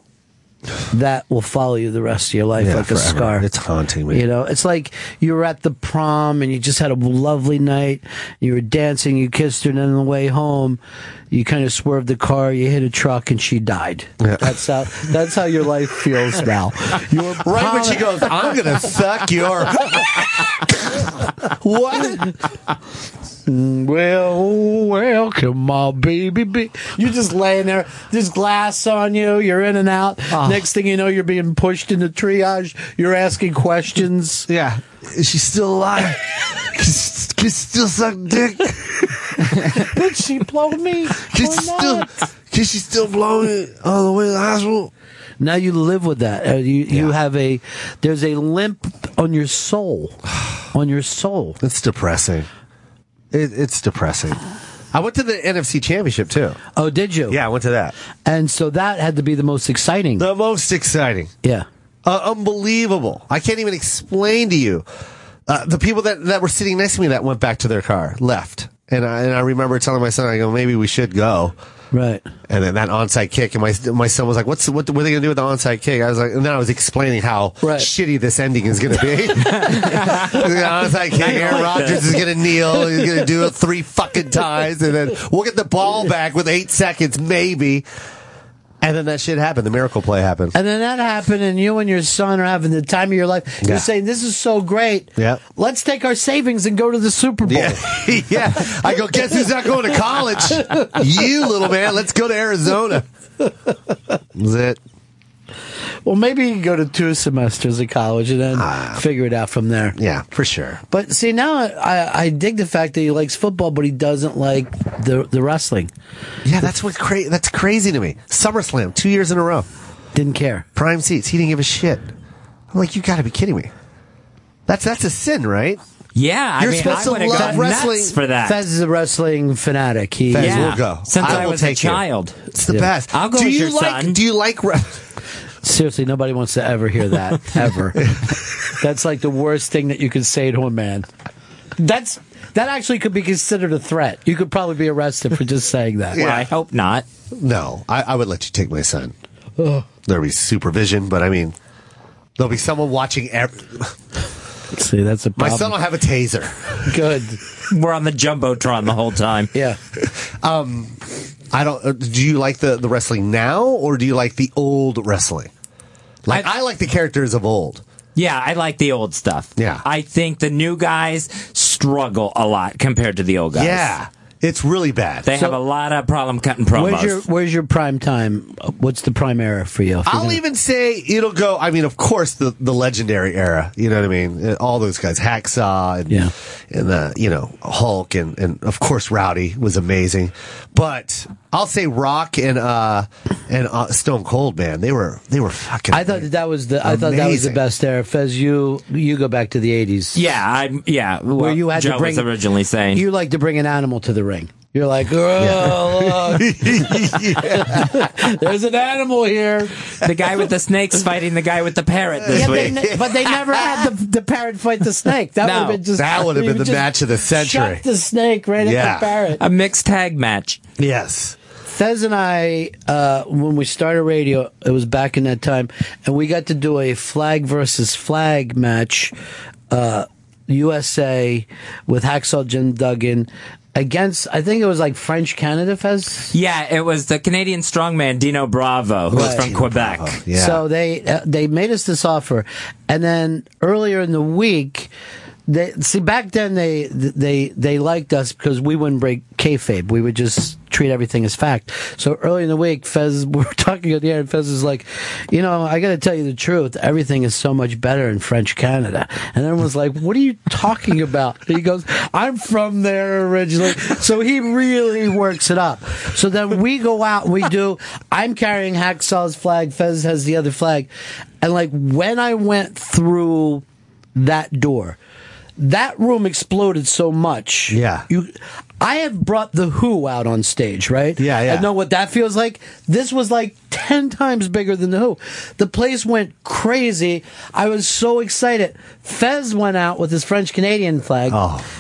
Speaker 6: that will follow you the rest of your life
Speaker 18: Yeah,
Speaker 6: like
Speaker 18: forever.
Speaker 6: a scar.
Speaker 18: It's haunting me.
Speaker 6: You know, it's like you were at the prom and you just had a lovely night. You were dancing, you kissed her, and then on the way home, you kind of swerved the car, you hit a truck, and she died. That's how that's how your life feels
Speaker 18: <laughs>
Speaker 6: now. You were
Speaker 18: Right when she
Speaker 6: proud-
Speaker 18: goes, I'm gonna suck your. <laughs> what?
Speaker 6: Well, welcome, my baby. Be-. You're just laying there, there's glass on you, you're in and out. Next thing you know, you're being pushed into triage, you're asking questions. <laughs>
Speaker 18: Yeah, is she still alive? can still suck dick.
Speaker 19: Did she blow
Speaker 6: <laughs>
Speaker 19: me?
Speaker 18: Can she still? Can she still blow me all the way to the hospital?
Speaker 6: Now you live with that. Uh, You you have a there's a limp on your <sighs> soul, on your soul.
Speaker 18: It's depressing. It, it's depressing. I went to the NFC Championship too.
Speaker 6: Oh, did you?
Speaker 18: Yeah, I went to that.
Speaker 6: And so that had to be the most exciting.
Speaker 18: The most exciting.
Speaker 6: Yeah.
Speaker 18: Uh, unbelievable. I can't even explain to you. Uh, the people that, that were sitting next to me that went back to their car left. And I, and I remember telling my son, I go, maybe we should go.
Speaker 6: Right.
Speaker 18: And then that onside kick, and my my son was like, "What's what? What are they gonna do with the onside kick?" I was like, and then I was explaining how shitty this ending is gonna be. the onside kick, Aaron Rodgers is gonna kneel, he's gonna do it three fucking times, and then we'll get the ball back with eight seconds, maybe. And then that shit happened. The miracle play happened.
Speaker 6: And then that happened, and you and your son are having the time of your life.
Speaker 18: Yeah.
Speaker 6: You're saying this is so great.
Speaker 18: Yeah.
Speaker 6: Let's take our savings and go to the Super
Speaker 18: <laughs>
Speaker 6: Bowl.
Speaker 18: Yeah. <laughs> yeah. I go, guess who's not going to college? you little man. Let's go to Arizona. Is it?
Speaker 6: Well, maybe you can go to two semesters of college and then figure it out from there.
Speaker 18: Ah. Yeah, for sure.
Speaker 6: But see, now I, I dig the fact that he likes football, but he doesn't like the the wrestling.
Speaker 18: Yeah, that's what cra- that's crazy to me. SummerSlam, two years in a row.
Speaker 6: Didn't care.
Speaker 18: Prime seats. He didn't give a shit. I'm like, you got to be kidding me. That's that's a sin, right?
Speaker 7: Yeah,
Speaker 18: You're
Speaker 7: I mean,
Speaker 18: supposed
Speaker 7: I
Speaker 18: to
Speaker 7: would've
Speaker 18: love
Speaker 7: gone nuts
Speaker 18: wrestling.
Speaker 7: for that.
Speaker 6: Fez is a wrestling fanatic. He
Speaker 18: Fez, Yeah. we'll go.
Speaker 7: Since I
Speaker 18: will
Speaker 7: was a
Speaker 18: take you.
Speaker 7: child.
Speaker 18: It's the
Speaker 6: Yeah.
Speaker 18: best.
Speaker 6: I'll go
Speaker 18: do
Speaker 6: with
Speaker 18: you
Speaker 6: your
Speaker 18: like?
Speaker 6: son.
Speaker 18: Do you like? Re-
Speaker 6: Seriously, nobody wants to ever
Speaker 18: <laughs>
Speaker 6: hear that ever. That's like the worst thing that you could say to a man. That's that actually could be considered a threat. You could probably be arrested for just saying that.
Speaker 7: hope not.
Speaker 18: No, I, I would let you take my son. There'll be supervision, but I mean, there'll be someone watching. Every-
Speaker 6: See, that's a
Speaker 18: my
Speaker 7: problem.
Speaker 18: son will have a taser.
Speaker 6: Good.
Speaker 7: We're on the jumbotron the whole time.
Speaker 6: Yeah.
Speaker 18: Um, I don't. uh, Do you like the the wrestling now, or do you like the old wrestling? Like I like the characters of old.
Speaker 7: Yeah, I like the old stuff. Yeah. I think the new guys struggle a lot compared to the old guys.
Speaker 18: Yeah. It's really bad.
Speaker 7: They
Speaker 6: So-
Speaker 7: have a lot of problem cutting promos.
Speaker 6: Where's your Where's your prime time? What's the prime era for you? If you're
Speaker 18: I'll
Speaker 6: gonna-
Speaker 18: even say it'll go. I mean, of course, the the legendary era. You know what I mean? Uh, All those guys, Hacksaw, and,
Speaker 6: Yeah.
Speaker 18: and the you know Hulk, and and of course Rowdy was amazing. But I'll say Rock and uh and uh, Stone Cold, man, they were they were fucking.
Speaker 6: I thought that, that was the I thought that was the
Speaker 18: Amazing.
Speaker 6: best era. Fez, you you go back to the eighties.
Speaker 7: Yeah, I'm. Yeah, well,
Speaker 6: where you had
Speaker 7: Joe
Speaker 6: to bring
Speaker 7: was originally saying.
Speaker 6: you like to bring an animal to the ring. You're like, <laughs> oh, look, there's an animal here.
Speaker 7: the guy with the snakes fighting the guy with the parrot this
Speaker 6: Yeah, they
Speaker 7: week.
Speaker 6: ne- but they never had the, the parrot fight the snake. That
Speaker 7: No.
Speaker 6: would have been just
Speaker 7: That would've
Speaker 6: you
Speaker 7: been the
Speaker 6: just
Speaker 7: match of the century.
Speaker 6: Shut the snake right at the parrot.
Speaker 7: A mixed tag match.
Speaker 18: <laughs> Yes.
Speaker 6: Fez and I, uh, when we started radio, it was back in that time, and we got to do a flag versus flag match, uh, USA with Hacksaw Jim Duggan against, I think it was like French Canada Fez.
Speaker 7: Yeah, it was the Canadian strongman Dino Bravo, who was
Speaker 6: Right.
Speaker 7: from Quebec.
Speaker 6: So they uh, they made us this offer, and then earlier in the week, they see back then they they they liked us because we wouldn't break kayfabe. We would just treat everything as fact. So early in the week, Fez <laughs> we were talking on the air, and Fez is like, you know, I got to tell you the truth. Everything is so much better in French Canada, and everyone's like, what are you talking <laughs> about? He goes, I'm from there originally, so he really works it up. So then we go out, we do. I'm carrying Hacksaw's flag. Fez has the other flag, and like when I went through that door, that room exploded so much. Yeah, you. I have brought the Who out on stage, right? Yeah, yeah. I know what that feels like. This was like ten times bigger than the Who. The place went crazy. I was so excited. Fez went out with his French Canadian flag.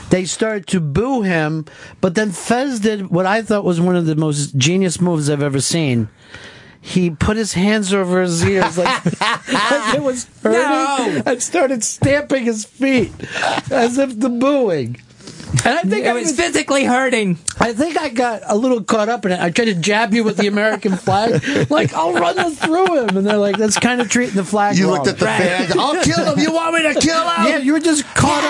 Speaker 6: They started to boo him, but then Fez did what I thought was one of the most genius moves I've ever seen. He put his hands over his ears like, <laughs> like it was hurting and started stamping his feet as if the booing. And I think
Speaker 7: It
Speaker 6: I
Speaker 7: was physically hurting.
Speaker 6: I think I got a little caught up in it. I tried to jab you with the American flag, like I'll run it through him, and they're like, "That's kind of treating the flag."
Speaker 18: You
Speaker 6: wrong. <laughs>
Speaker 18: looked at the fans, "I'll kill him. You want me to kill him?"
Speaker 6: Yeah, you were just caught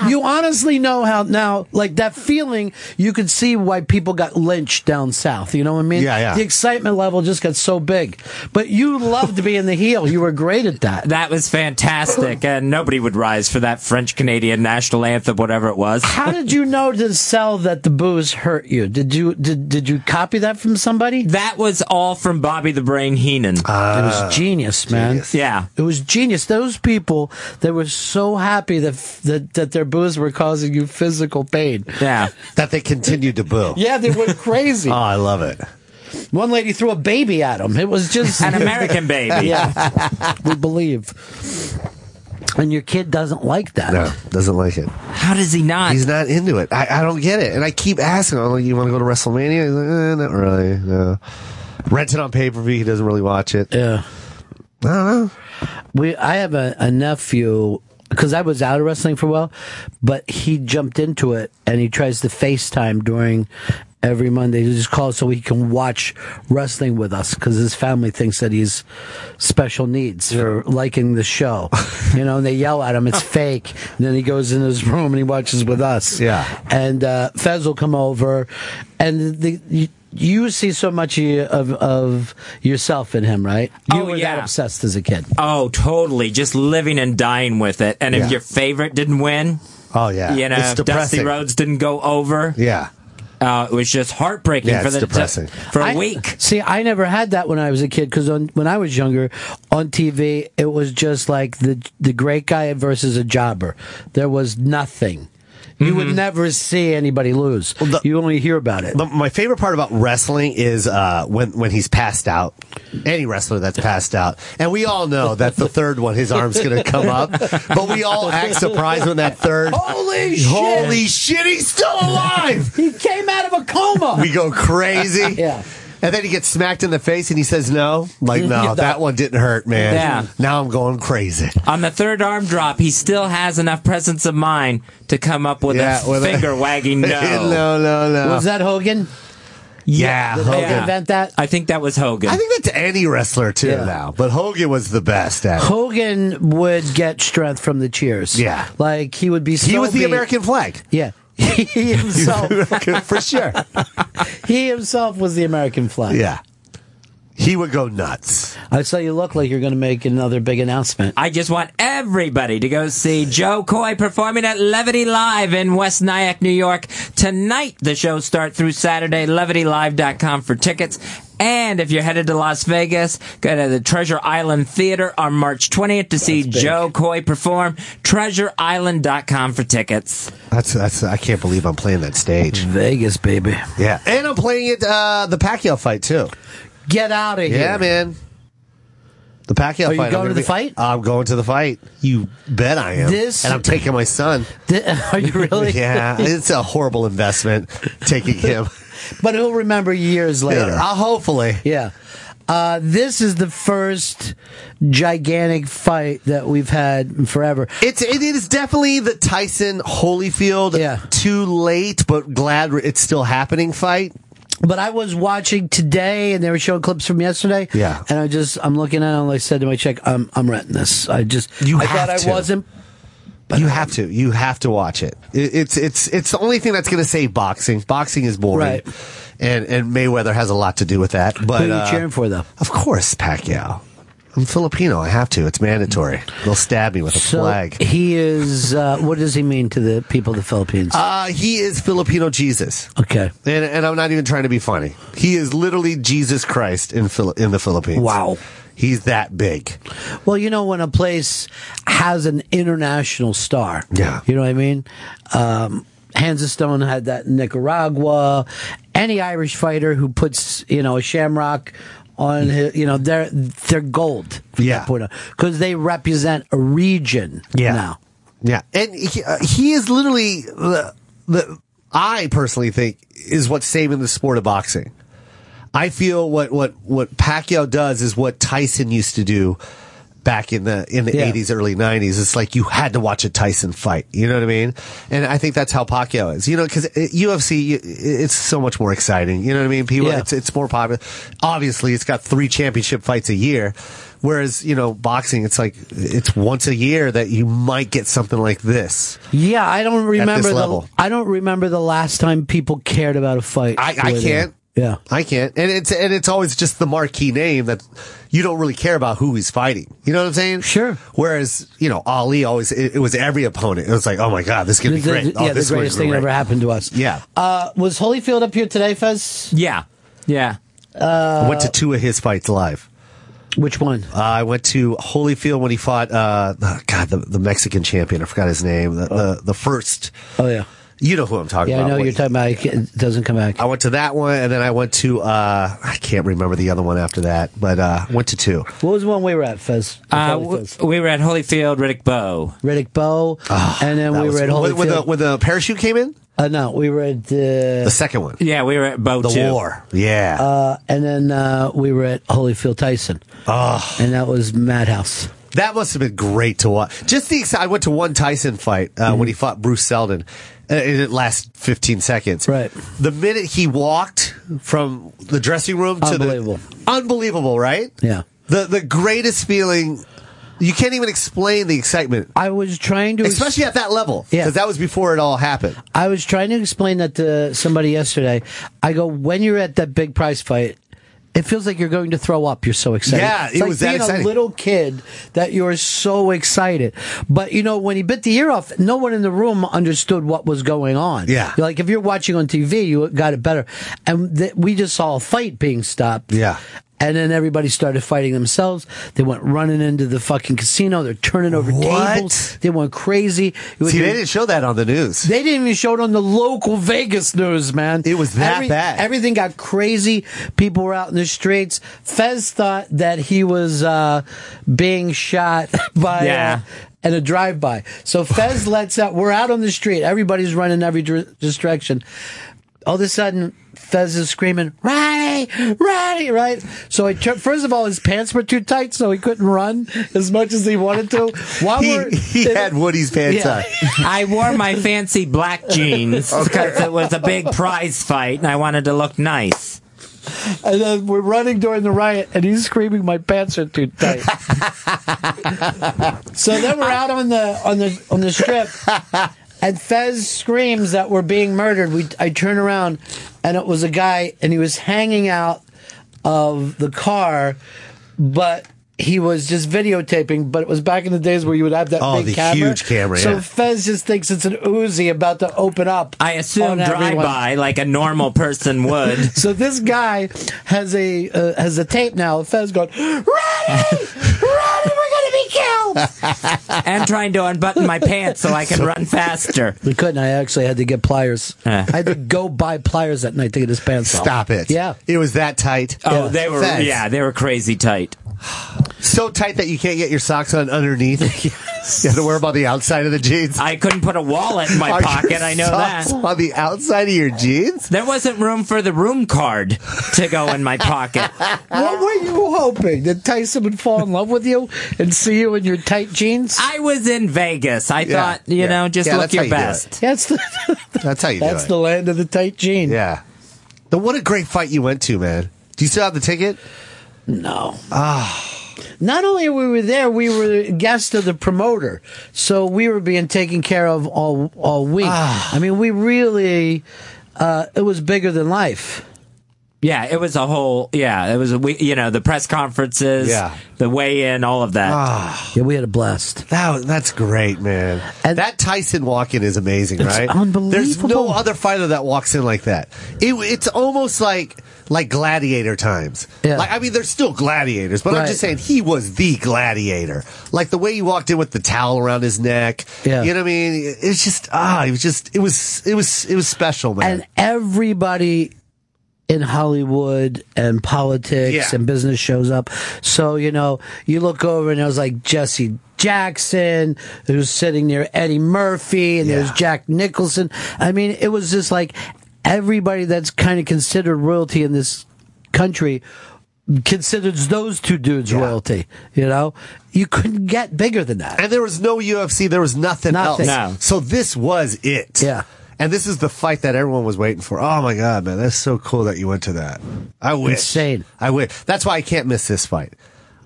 Speaker 6: up. You honestly know how now, like that feeling. You could see why people got lynched down south. You know what I mean?
Speaker 18: Yeah, yeah.
Speaker 6: The excitement level just got so big. But you loved being the heel. You were great at that.
Speaker 7: That
Speaker 6: <laughs>
Speaker 7: was fantastic, and nobody would rise for that French Canadian national anthem, whatever it was.
Speaker 6: How did you know to sell that the booze hurt you? Did you did did you copy that from somebody?
Speaker 7: That was all from Bobby the Brain Heenan.
Speaker 6: it was genius, man.
Speaker 7: Yeah.
Speaker 6: It was genius. Those people that were so happy that that, that their boos were causing you physical pain. <laughs>
Speaker 7: Yeah.
Speaker 18: that they continued to boo.
Speaker 6: Yeah, they went crazy.
Speaker 18: oh, I love it.
Speaker 6: One lady threw a baby at him. It was just
Speaker 7: An American
Speaker 6: <laughs>
Speaker 7: baby.
Speaker 6: yeah, we believe. And your kid doesn't like that.
Speaker 18: No, doesn't like it.
Speaker 7: How does he not?
Speaker 18: He's not into it. I, I don't get it. And I keep asking him, I'm like, you want to go to WrestleMania? He's like, eh, not really. No. Rent it on pay per view. He doesn't really watch it.
Speaker 6: Yeah.
Speaker 18: I don't know.
Speaker 6: We, I have a, a nephew because I was out of wrestling for a while, but he jumped into it and he tries to FaceTime during every Monday to just call so he can watch wrestling with us because his family thinks that he's special needs for liking the
Speaker 7: <laughs>
Speaker 6: show. you know, and they yell at him, it's fake. And then he goes in his room and he watches with us.
Speaker 18: Yeah.
Speaker 6: And uh, Fez will come over and the. You, you see so much of, you- of of yourself in him, right? You
Speaker 7: Oh,
Speaker 6: were
Speaker 7: yeah.
Speaker 6: that obsessed as a kid.
Speaker 7: Oh, totally. Just living and dying with it. And if
Speaker 6: Yeah.
Speaker 7: your favorite didn't win,
Speaker 18: oh yeah,
Speaker 7: you know,
Speaker 18: It's
Speaker 7: if Dusty
Speaker 18: depressing.
Speaker 7: Rhodes didn't go over,
Speaker 18: yeah,
Speaker 7: uh, it was just heartbreaking
Speaker 18: Yeah,
Speaker 7: for
Speaker 18: it's
Speaker 7: the
Speaker 18: depressing.
Speaker 7: for a
Speaker 6: I-
Speaker 7: week.
Speaker 6: See, I never had that when I was a kid because when I was younger, on TV it was just like the the great guy versus a jobber. There was nothing. You would never see anybody lose. you only hear about it.
Speaker 18: Mm-hmm. The- my favorite part about wrestling is uh, when when he's passed out. Any wrestler that's passed out, and we all know that the third one, his arm's going to come up. But we all act surprised when that third.
Speaker 6: <laughs>
Speaker 18: <laughs>
Speaker 6: Holy shit!
Speaker 18: Holy shit! He's still alive.
Speaker 6: he came out of a coma.
Speaker 18: We go crazy.
Speaker 6: yeah.
Speaker 18: And then he gets smacked in the face, and he says, "No, like no, that one didn't hurt, man.
Speaker 7: Yeah.
Speaker 18: Now I'm going crazy."
Speaker 7: On the third arm drop, he still has enough presence of mind to come up with
Speaker 18: Yeah,
Speaker 7: a
Speaker 18: with a- <laughs>
Speaker 7: finger wagging no.
Speaker 18: no, no, no.
Speaker 6: Was that Hogan?
Speaker 18: yeah,
Speaker 6: Did they
Speaker 18: Hogan.
Speaker 6: invent that?
Speaker 7: I think that was Hogan.
Speaker 18: I think that's any wrestler too
Speaker 6: Yeah.
Speaker 18: now, but Hogan was the best at it.
Speaker 6: Hogan would get strength from the cheers.
Speaker 18: Yeah.
Speaker 6: like he would be. So
Speaker 18: He was the
Speaker 6: beat-
Speaker 18: American flag.
Speaker 6: Yeah. <laughs> He himself,
Speaker 18: <laughs> for sure.
Speaker 6: he himself was the American flag.
Speaker 18: Yeah. He would go nuts.
Speaker 6: I saw you look like you're going to make another big announcement.
Speaker 7: I just want everybody to go see Joe Coy performing at Levity Live in West Nyack, New York. Tonight, the shows start through Saturday, levitylive.com for tickets. And if you're headed to Las Vegas, go to the Treasure Island Theater on March 20th to see Joe Coy perform. TreasureIsland.com for tickets.
Speaker 18: That's that's I can't believe I'm playing that
Speaker 6: Mm.
Speaker 18: stage.
Speaker 6: Vegas, baby.
Speaker 18: Yeah. And I'm playing it uh the Pacquiao fight too.
Speaker 6: Get out of here.
Speaker 18: Yeah, man. The Pacquiao
Speaker 6: Are you
Speaker 18: fight. I'm
Speaker 6: going to
Speaker 18: gonna
Speaker 6: the
Speaker 18: be-
Speaker 6: fight?
Speaker 18: I'm going to the fight. You bet I am.
Speaker 6: This-
Speaker 18: and I'm taking my <laughs> son.
Speaker 6: <laughs> Are you really?
Speaker 18: yeah, it's a horrible investment taking <laughs> him.
Speaker 6: But he'll remember years later.
Speaker 18: I'll hopefully.
Speaker 6: Yeah. Uh, this is the first gigantic fight that we've had in forever.
Speaker 18: It's it is definitely the Tyson Holyfield
Speaker 6: Yeah.
Speaker 18: too late but glad it's still happening fight.
Speaker 6: But I was watching today, and they were showing clips from yesterday.
Speaker 18: Yeah.
Speaker 6: and I just I'm looking at it, and I said to my chick, "I'm I'm renting this." I just
Speaker 18: You
Speaker 6: I
Speaker 18: have
Speaker 6: thought
Speaker 18: to.
Speaker 6: I wasn't.
Speaker 18: you have to. You have to watch it. It- It's it's it's the only thing that's going to save boxing. Boxing is boring,
Speaker 6: Right.
Speaker 18: and and Mayweather has a lot to do with that. But
Speaker 6: Who are you
Speaker 18: uh,
Speaker 6: cheering for though?
Speaker 18: Of course, Pacquiao. I'm Filipino. I have to. It's mandatory. They'll stab me with a flag.
Speaker 6: he is. Uh, what does he mean to the people of the Philippines?
Speaker 18: Uh, he is Filipino Jesus,
Speaker 6: okay.
Speaker 18: and and I'm not even trying to be funny. He is literally Jesus Christ in Phil- in the Philippines.
Speaker 6: Wow.
Speaker 18: he's that big.
Speaker 6: Well, you know, when a place has an international star,
Speaker 18: Yeah.
Speaker 6: you know what I mean. Um, Hansa Stone had that in Nicaragua. Any Irish fighter who puts you know a shamrock on his, you know they're they're gold.
Speaker 18: Yeah.
Speaker 6: because they represent a region.
Speaker 18: Yeah.
Speaker 6: now.
Speaker 18: Yeah, and he, uh, he is literally the, the I personally think is what's saving the sport of boxing. I feel what what what Pacquiao does is what Tyson used to do back in the in the
Speaker 6: Yeah.
Speaker 18: 80s early 90s it's like you had to watch a Tyson fight you know what I mean and I think that's how Pacquiao is you know uh, cuz UFC you- it's so much more exciting you know what I mean people it's it's more popular obviously it's got 3 championship fights a year whereas you know boxing it's like it's once a year that you might get something like this
Speaker 6: Yeah, I don't remember the
Speaker 18: level.
Speaker 6: I don't remember the last time people cared about a fight.
Speaker 18: I, I
Speaker 6: with
Speaker 18: can't.
Speaker 6: him. Yeah.
Speaker 18: I can't. And it's and it's always just the marquee name that you don't really care about who he's fighting. You know what I'm saying? Sure. Whereas you know Ali always it, it was every opponent. It was like oh my god this is gonna be
Speaker 6: The- the-
Speaker 18: great. oh,
Speaker 6: yeah, the
Speaker 18: this one's
Speaker 6: greatest thing that
Speaker 18: great.
Speaker 6: ever happened to us.
Speaker 18: Yeah.
Speaker 6: Uh, was Holyfield up here today, Fez?
Speaker 7: Yeah. Yeah.
Speaker 6: Uh,
Speaker 18: went to two of his fights live.
Speaker 6: Which one?
Speaker 18: Uh, I went to Holyfield when he fought uh oh, God the, the Mexican champion. I forgot his name. The the, the first.
Speaker 6: Oh yeah.
Speaker 18: You know who I'm talking
Speaker 6: yeah, I
Speaker 18: about.
Speaker 6: know
Speaker 18: What-
Speaker 6: you're talking about. It it doesn't come back.
Speaker 18: I went to that one, and then I went to uh, I can't remember the other one after that, but uh, went to two.
Speaker 6: What was the one we were at, Fez?
Speaker 7: Uh, w- we were at Holyfield, Riddick Bowe.
Speaker 6: Riddick Bowe, and then
Speaker 7: that
Speaker 6: we
Speaker 7: was-
Speaker 6: were at
Speaker 7: when-
Speaker 6: Holyfield.
Speaker 7: when the- when
Speaker 18: the parachute came in?
Speaker 6: Uh, no, we were at uh, the,
Speaker 18: The second one.
Speaker 7: Yeah, we were at Bowe
Speaker 6: The
Speaker 7: too.
Speaker 6: war.
Speaker 18: Yeah.
Speaker 6: Uh, and then uh, we were at Holyfield Tyson.
Speaker 18: Oh.
Speaker 6: And that was Madhouse.
Speaker 18: That must have been great to watch. Just the exci- I went to one Tyson fight uh,
Speaker 6: Mm-hmm.
Speaker 18: when he fought Bruce Seldon. Uh, It didn't last 15 seconds. Right. The minute he walked from the dressing room to
Speaker 6: Unbelievable.
Speaker 18: the unbelievable, right?
Speaker 6: Yeah.
Speaker 18: The the greatest feeling. You can't even explain the excitement.
Speaker 6: I was trying to,
Speaker 18: especially at that level,
Speaker 6: Yeah.
Speaker 18: because that was before it all happened.
Speaker 6: I was trying to explain that to somebody yesterday. I go, when you're at that big prize fight, it feels like you're going to throw up. You're so excited.
Speaker 18: Yeah,
Speaker 6: It's
Speaker 18: it
Speaker 6: like
Speaker 18: was that
Speaker 6: being
Speaker 18: exciting.
Speaker 6: a little kid that you're so excited. But you know, when he bit the ear off, no one in the room understood what was going on.
Speaker 18: Yeah.
Speaker 6: like if you're watching on TV, you got it better. And th- we just saw a fight being stopped.
Speaker 18: Yeah.
Speaker 6: And then everybody started fighting themselves. They went running into the fucking casino. They're turning over
Speaker 18: What?
Speaker 6: tables. They went crazy. It was-
Speaker 18: See, they didn't show that on the news.
Speaker 6: they didn't even show it on the local Vegas news, man. It was
Speaker 18: that bad.
Speaker 6: Everything got crazy. People were out in the streets. Fez thought that he was uh, being shot <laughs> by.
Speaker 7: Yeah.
Speaker 6: Uh, and a drive-by.
Speaker 18: <laughs>
Speaker 6: So Fez lets out. We're out on the street. Everybody's running every dir- direction. All of a sudden, Fez is screaming, "Ronnie, Ronnie!" Right. So I tur- first of all, his pants were too tight, so he couldn't run as much as he wanted to. While we're,
Speaker 18: He had Woody's pants
Speaker 6: Yeah.
Speaker 18: on.
Speaker 7: <laughs> I wore my fancy black jeans because it was a big prize fight and I wanted to look nice.
Speaker 6: And then we're running during the riot, and he's screaming, "My pants are too tight." so then we're out on the on the on the strip, and Fez screams that we're being murdered. We I turn around, and it was a guy, and he was hanging out of the car, but. He was just videotaping, but it was back in the days where you would have that
Speaker 18: Oh,
Speaker 6: big
Speaker 18: the
Speaker 6: camera.
Speaker 18: huge camera,
Speaker 6: So
Speaker 18: yeah.
Speaker 6: Fez just thinks it's an Uzi about to open up.
Speaker 7: I assume drive by like a normal person would.
Speaker 6: So this guy has a uh, has a tape now. of Fez going, Ronnie, Ronnie,
Speaker 18: <laughs>
Speaker 6: we're gonna be killed.
Speaker 7: and trying to unbutton my pants so I can
Speaker 6: <laughs>
Speaker 7: run faster.
Speaker 6: We couldn't. I actually had to get pliers. I had to go buy pliers that night to get his pants off.
Speaker 18: Stop it.
Speaker 6: Yeah,
Speaker 18: It was that tight.
Speaker 7: Oh, they were
Speaker 18: Fez.
Speaker 7: yeah, they were crazy tight.
Speaker 18: So tight that you can't get your socks on
Speaker 7: <laughs>
Speaker 18: underneath. you have to wear them on the outside of the jeans.
Speaker 7: I couldn't put a wallet in my
Speaker 18: Are your
Speaker 7: pocket. I know
Speaker 18: socks
Speaker 7: that.
Speaker 18: On the outside of your jeans?
Speaker 7: There wasn't room for the room card to go in my
Speaker 6: <laughs>
Speaker 7: pocket.
Speaker 6: What were you hoping that Tyson would fall in love with you and see you in your tight jeans?
Speaker 7: I was in Vegas. I
Speaker 6: Yeah,
Speaker 7: thought, you
Speaker 6: yeah.
Speaker 7: know, just
Speaker 6: Yeah,
Speaker 7: look
Speaker 6: that's
Speaker 7: your
Speaker 6: how you do <laughs>
Speaker 7: best.
Speaker 6: That's the
Speaker 18: That's how you
Speaker 6: that's
Speaker 18: do it.
Speaker 6: the land of the tight jean.
Speaker 18: Yeah. The, what a great fight you went to, man. Do you still have the ticket?
Speaker 6: No. Ah. Not only were we there, we were guests of the promoter, so we were being taken care of all all week. I mean, we really uh, it was bigger than life.
Speaker 7: Yeah, it was a whole. Yeah, it was a we. You know, the press conferences.
Speaker 6: Yeah.
Speaker 7: the weigh-in, all of that.
Speaker 6: yeah, we had a blast.
Speaker 18: That, that's great, man. that Tyson walk in is amazing,
Speaker 6: It's
Speaker 18: right?
Speaker 6: unbelievable.
Speaker 18: There's no other fighter that walks in like that. It, it's almost like like gladiator times.
Speaker 6: Yeah.
Speaker 18: Like I mean, there's still gladiators, but I'm
Speaker 6: Right.
Speaker 18: just saying he was the gladiator. Like the way he walked in with the towel around his neck.
Speaker 6: Yeah.
Speaker 18: You know what I mean? It's just ah, it was just it was it was it was special, Oh, man.
Speaker 6: And everybody in Hollywood and politics
Speaker 18: Yeah.
Speaker 6: and business shows up. So, you know, you look over and it was like Jesse Jackson, who's sitting near Eddie Murphy, and there's Jack Nicholson. I mean, it was just like everybody that's kind of considered royalty in this country considers those two dudes royalty. You know, you couldn't get bigger than that.
Speaker 18: And there was no UFC. There was nothing,
Speaker 6: Nothing.
Speaker 18: else.
Speaker 6: No.
Speaker 18: So this was it. Yeah. And this is the fight that everyone was waiting for. Oh my god, man, that's so cool that you went to that. I wish. Insane. I wish. That's why I can't miss this fight.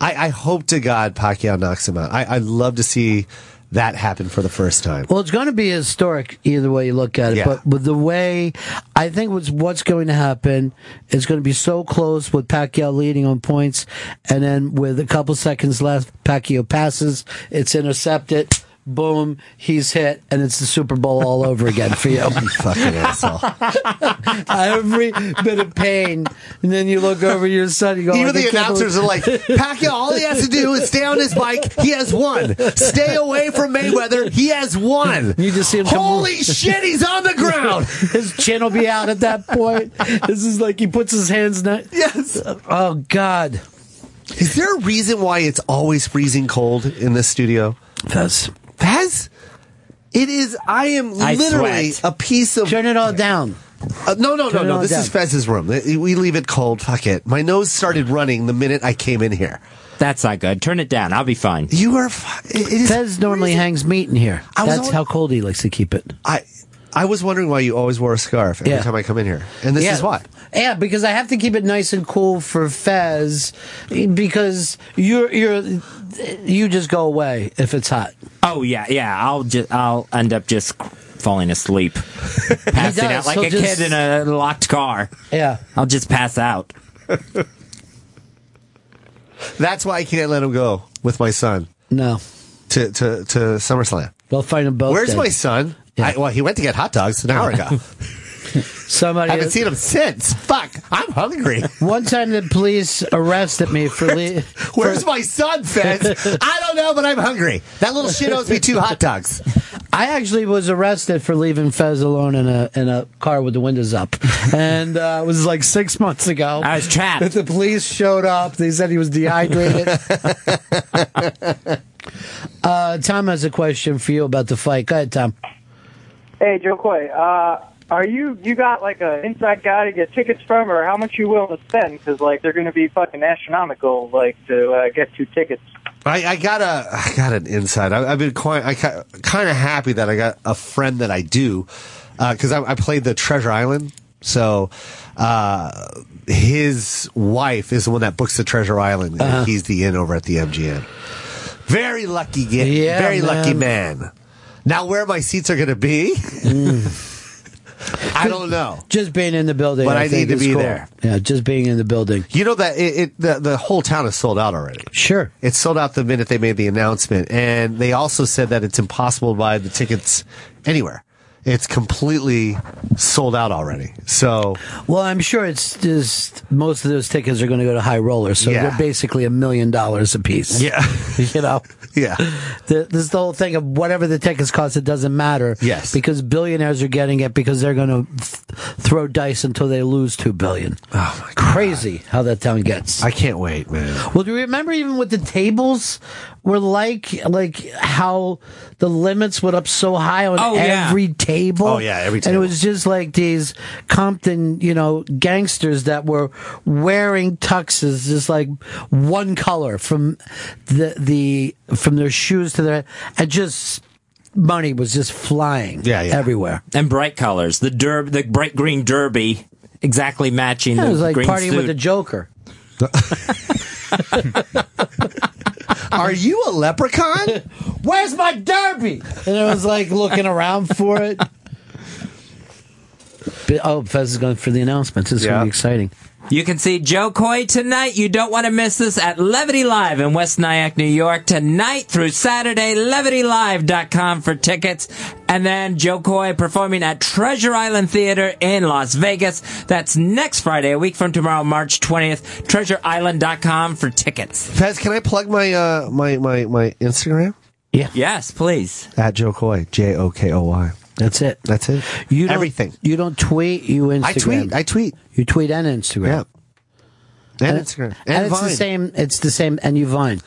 Speaker 18: I, I hope to God Pacquiao knocks him out. I, I'd love to see that happen for the first time.
Speaker 6: Well, it's going to be historic either way you look at it.
Speaker 18: Yeah.
Speaker 6: But, but the way I think what's, what's going to happen is going to be so close with Pacquiao leading on points, and then with a couple seconds left, Pacquiao passes, it's intercepted, boom, he's hit, and it's the Super Bowl all over again
Speaker 18: <laughs>
Speaker 6: for
Speaker 18: Oh,
Speaker 6: you.
Speaker 18: fucking
Speaker 6: <laughs>
Speaker 18: asshole.
Speaker 6: Oh, Every bit of pain, and then you look over your son. You go,
Speaker 18: Even
Speaker 6: "I
Speaker 18: the
Speaker 6: can't
Speaker 18: announcers are like,
Speaker 6: believe-"
Speaker 18: Pacquiao, all he has to do is stay on his bike. He has won. Stay away from Mayweather. He has won.
Speaker 6: You just see him. come-
Speaker 18: Holy shit, he's on the ground. <laughs>
Speaker 6: <laughs> his chin will be out at that point. This is like he puts his hands. Na-
Speaker 18: yes.
Speaker 6: Oh God.
Speaker 18: Is there a reason why it's always freezing cold in this studio?
Speaker 6: Fez.
Speaker 18: Fez? It is. I am
Speaker 6: I
Speaker 18: literally
Speaker 6: sweat.
Speaker 18: a piece of.
Speaker 6: Turn it all down.
Speaker 18: Uh, no, no, no,
Speaker 6: Turn it
Speaker 18: no.
Speaker 6: all
Speaker 18: This
Speaker 6: down.
Speaker 18: is Fez's room. Uh, We we leave it cold. Fuck it. My nose started running the minute I came in here.
Speaker 7: That's not good. Turn it down. I'll be fine.
Speaker 18: You are. fu- It it is
Speaker 6: Fez normally hangs meat in here.
Speaker 18: I was
Speaker 6: That's
Speaker 18: al-
Speaker 6: how cold he likes to keep it.
Speaker 18: I. I was wondering why you always wore a scarf every
Speaker 6: Yeah.
Speaker 18: time I come in here, and this
Speaker 6: Yeah.
Speaker 18: is why.
Speaker 6: Yeah, because I have to keep it nice and cool for Fez, because you're you're you just go away if it's hot.
Speaker 7: Oh yeah, yeah. I'll just I'll end up just falling <laughs> asleep, passing
Speaker 6: does.
Speaker 7: out like
Speaker 6: He'll
Speaker 7: a
Speaker 6: just-
Speaker 7: kid in a locked car.
Speaker 6: Yeah.
Speaker 7: I'll just pass out.
Speaker 18: That's why I can't let him go with my son.
Speaker 6: No.
Speaker 18: To to to SummerSlam.
Speaker 6: They'll find them both.
Speaker 18: Where's
Speaker 6: dead.
Speaker 18: my son? I, well, he went to get hot dogs an hour
Speaker 6: <laughs>
Speaker 18: ago.
Speaker 6: Somebody.
Speaker 18: haven't seen him since. Fuck, I'm hungry.
Speaker 6: One time the police arrested me for le-
Speaker 18: <laughs> Where's my son, Fez? <laughs> I don't know, but I'm hungry. That little shit owes me two hot dogs.
Speaker 6: I actually was arrested for leaving Fez alone in a in a car with the
Speaker 18: <laughs>
Speaker 6: windows up, and uh, it was like six months ago.
Speaker 7: I
Speaker 6: <laughs>
Speaker 7: was trapped.
Speaker 6: The police showed up. They said he
Speaker 18: <laughs>
Speaker 6: was dehydrated. uh, Tom has a question for you about the fight. Go ahead, Tom.
Speaker 20: Hey, Joe Coy, uh, are you you got like an inside guy to get tickets from, or how much you willing to spend? Because like they're going to be fucking astronomical, like to uh, get two tickets.
Speaker 18: I, I got a, I got an insight. I, I've been quite, I kind of happy that I got a friend that I do, because I, I played the Treasure Island. So, uh, his wife is the one that books the Treasure Island. and
Speaker 6: Uh-huh.
Speaker 18: He's the in over at the MGM. Very lucky, ge-
Speaker 6: Yeah,
Speaker 18: very lucky
Speaker 6: man.
Speaker 18: man. Mm. Now, where my seats are going to be, <laughs> I don't know.
Speaker 6: Just being in the building,
Speaker 18: But I need
Speaker 6: think
Speaker 18: to
Speaker 6: is
Speaker 18: be
Speaker 6: cool.
Speaker 18: there.
Speaker 6: Yeah, just being in the building.
Speaker 18: You know that it, it the, the whole town is sold out already.
Speaker 6: Sure,
Speaker 18: it sold out the minute they made the announcement, and they also said that it's impossible to buy the tickets anywhere. It's completely sold out already. So
Speaker 6: Well, I'm sure it's just most of those tickets are going to go to high rollers, so
Speaker 18: Yeah.
Speaker 6: they're basically a million dollars a piece.
Speaker 18: Yeah.
Speaker 6: <laughs> you know.
Speaker 18: Yeah,
Speaker 6: the, this is the whole thing of whatever the tickets cost, it doesn't matter.
Speaker 18: Yes.
Speaker 6: because billionaires are getting it because they're going to th- throw dice until they lose two billion. Oh my, crazy how that town gets.
Speaker 18: I can't wait, man.
Speaker 6: Well, do you remember even what the tables were like? Like how the limits went up so high on
Speaker 7: Oh, yeah.
Speaker 6: every table.
Speaker 18: Oh, yeah, every
Speaker 6: And
Speaker 18: table.
Speaker 6: it was just like these Compton, you know, gangsters that were wearing tuxes, just like one color from the the from their shoes to their and just money was just flying.
Speaker 7: Yeah, yeah.
Speaker 6: Everywhere.
Speaker 7: And bright colors. The derb, the bright green derby, exactly matching.
Speaker 6: Yeah,
Speaker 7: the
Speaker 6: it was like
Speaker 7: green
Speaker 6: partying
Speaker 7: suit.
Speaker 6: with
Speaker 18: <laughs>
Speaker 6: the Joker.
Speaker 18: Are you a leprechaun?
Speaker 6: Where's my derby? And I was like looking around for it. But- oh, Fez is going for the announcements. It's going to be exciting.
Speaker 7: You can see Joe Coy tonight. You don't want to miss this at Levity Live in West Nyack, New York tonight through Saturday. LevityLive.com for tickets. And then Joe Coy performing at Treasure Island Theater in Las Vegas. That's next Friday, a week from tomorrow, March 20th. TreasureIsland.com for tickets.
Speaker 18: Fez, can I plug my uh my my my Instagram?
Speaker 6: Yeah.
Speaker 7: Yes, please.
Speaker 18: At Joe Coy, J O K O Y.
Speaker 6: That's it.
Speaker 18: That's it.
Speaker 6: You don't,
Speaker 18: Everything.
Speaker 6: You don't tweet. You Instagram.
Speaker 18: I tweet. I tweet.
Speaker 6: You tweet and Instagram.
Speaker 18: Yeah. And Instagram. And
Speaker 6: it's the
Speaker 18: Vine.
Speaker 6: same. It's the same. And you Vine.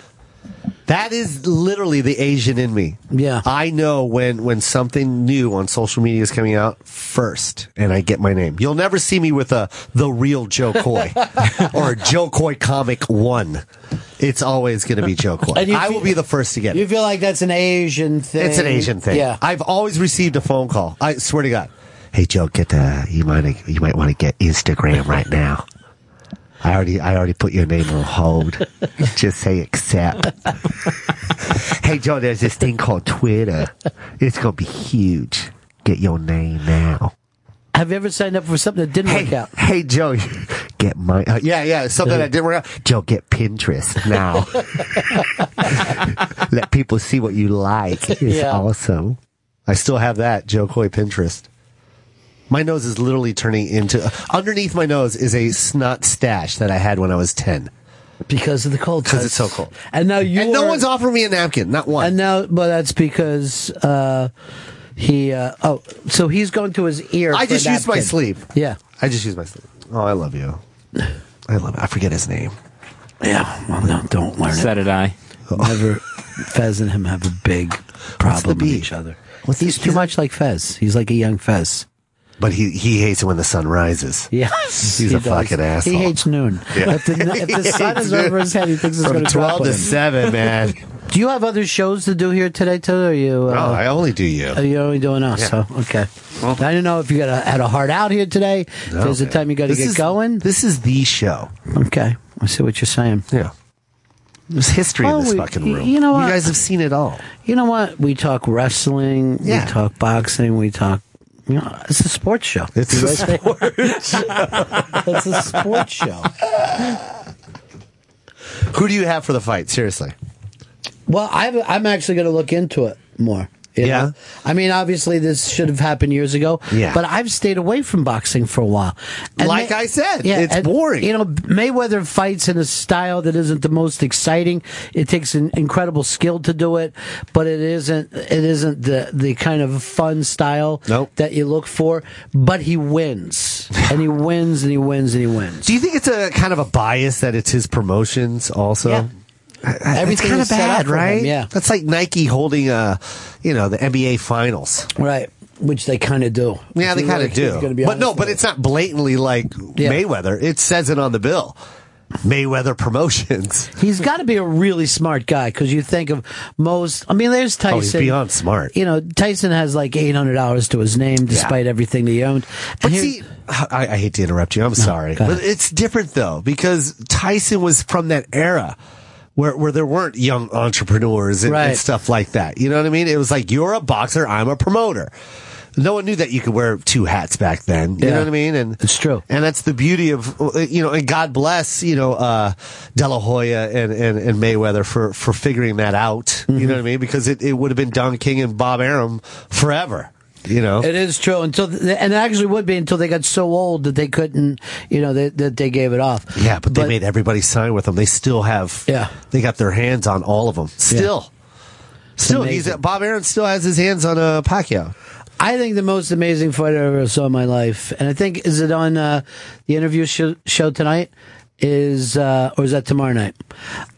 Speaker 18: That is literally the Asian in me. Yeah. I know when, when something new on social media is coming out first and I get my name. You'll never see me with a, the real Joe
Speaker 6: <laughs>
Speaker 18: Coy or a Joe Coy comic one. It's always going to be Joe Coy.
Speaker 6: And you
Speaker 18: I
Speaker 6: feel-
Speaker 18: will be the first to get it.
Speaker 6: You feel like that's an Asian thing.
Speaker 18: It's an Asian thing.
Speaker 6: Yeah.
Speaker 18: I've always received a phone call. I swear to God. Hey Joe, get uh, you might you might want to get Instagram right now. I already I already put your name on
Speaker 6: <laughs>
Speaker 18: hold. Just say accept. hey Joe, there's this thing called Twitter. It's gonna be huge. Get your name now.
Speaker 6: Have you ever signed up for something that didn't work out?
Speaker 18: Hey Joe, get my uh, yeah yeah something that didn't work out. Joe, get Pinterest
Speaker 6: <laughs>
Speaker 18: now. Let people see what you like. It's
Speaker 6: Yeah.
Speaker 18: awesome. I still have that Joe Coy Pinterest. My nose is literally turning into underneath my nose is a snot stash that I had when I was ten.
Speaker 6: Because of the cold.
Speaker 18: Because it's so cold.
Speaker 6: And now you
Speaker 18: And no
Speaker 6: are-
Speaker 18: one's offering me a napkin, not one.
Speaker 6: And now, well, that's because uh, he. Uh, oh, so he's going to his ear.
Speaker 18: I
Speaker 6: for
Speaker 18: just
Speaker 6: a
Speaker 18: used my
Speaker 6: napkin.
Speaker 18: sleep.
Speaker 6: Yeah.
Speaker 18: I just used my sleep. Oh, I love you. I love. I forget his name.
Speaker 6: Yeah. Well, no, don't learn
Speaker 7: Said it I.
Speaker 6: Never. Fez and him have a big problem with each other. he's too much like Fez. He's like a young Fez.
Speaker 18: But he he hates it when the sun rises.
Speaker 6: Yeah,
Speaker 18: <laughs> He's
Speaker 6: he
Speaker 18: a
Speaker 6: does.
Speaker 18: fucking asshole.
Speaker 6: He hates noon.
Speaker 18: Yeah.
Speaker 6: If the, if
Speaker 18: <laughs>
Speaker 6: the
Speaker 18: He
Speaker 6: sun
Speaker 18: hates
Speaker 6: is over
Speaker 18: noon.
Speaker 6: his head, he thinks it's
Speaker 18: From
Speaker 6: going to
Speaker 18: 12 to 7, man.
Speaker 6: Do you have other shows to do here today, too? Or you? Uh,
Speaker 18: <laughs> Oh, I only do you.
Speaker 6: Oh, you're only doing us,
Speaker 18: Yeah.
Speaker 6: so okay. I don't know if you got a, had a heart out here today. If There's a
Speaker 18: Okay.
Speaker 6: time you got to
Speaker 18: Oh, This
Speaker 6: get
Speaker 18: is-
Speaker 6: going.
Speaker 18: This is the show.
Speaker 6: Okay, I see what you're saying.
Speaker 18: Yeah, there's history in this fucking room.
Speaker 6: Oh, You know what?
Speaker 18: You guys have seen it all.
Speaker 6: You know what? We talk wrestling.
Speaker 18: Yeah.
Speaker 6: We talk boxing. We talk. You know, it's a sports show.
Speaker 18: It's <laughs>
Speaker 6: You
Speaker 18: a
Speaker 6: guys think-
Speaker 18: sports show.
Speaker 6: <laughs> it's a sports show.
Speaker 18: Who do you have for the fight? Seriously.
Speaker 6: Well, I've, I'm actually going to look into it more. yeah. I mean, obviously, this should have happened years ago.
Speaker 18: Yeah.
Speaker 6: But I've stayed away from boxing for a while.
Speaker 18: Like I said, it's boring.
Speaker 6: You know, Mayweather fights in a style that isn't the most exciting. It takes an incredible skill to do it, but it isn't. It isn't the the kind of fun style that you look for. But he wins, and he wins, and he wins, and he wins.
Speaker 18: Do you think it's a kind of a bias that it's his promotions also?
Speaker 6: Yeah.
Speaker 18: Everything's
Speaker 6: Everything
Speaker 18: kind
Speaker 6: is
Speaker 18: of
Speaker 6: set up
Speaker 18: bad,
Speaker 6: for him,
Speaker 18: right?
Speaker 6: yeah.
Speaker 18: That's like Nike holding, uh, you know, the NBA finals.
Speaker 6: Right. Which they kind of do.
Speaker 18: Yeah, they kind of do. But no, but it's not blatantly like Mayweather. It says it on the bill. Mayweather Promotions.
Speaker 6: He's got to be a really smart guy because you think of most. I mean, there's Tyson.
Speaker 18: Oh, he's beyond smart.
Speaker 6: You know, Tyson has like eight hundred dollars to his name, despite everything that he owned.
Speaker 18: But see, I, I hate to interrupt you. I'm sorry,
Speaker 6: go ahead.
Speaker 18: but it's different though because Tyson was from that era where where there weren't young entrepreneurs and, and
Speaker 6: Right.
Speaker 18: stuff like that. You know what I mean? It was like you're a boxer, I'm a promoter. No one knew that you could wear two hats back then. You
Speaker 6: Yeah.
Speaker 18: know what I mean? And it's
Speaker 6: true.
Speaker 18: And that's the beauty of uh, you know. And God bless you know uh, De La Hoya and, and, and Mayweather for for figuring that out. You
Speaker 6: Mm-hmm.
Speaker 18: know what I mean? Because it, it would have been Don King and Bob Arum forever. You know,
Speaker 6: It is true until, and it actually would be until they got so old that they couldn't, you know, that that they gave it off.
Speaker 18: Yeah, but, they made everybody sign with them. They still have. Yeah, they got their hands on all of them. Still, still, he's
Speaker 6: amazing.
Speaker 18: Bob Aaron still has his hands on uh, Pacquiao.
Speaker 6: I think the most amazing fight I ever saw in my life, and I think is it on uh, the interview show, show tonight, is uh, or is that tomorrow night?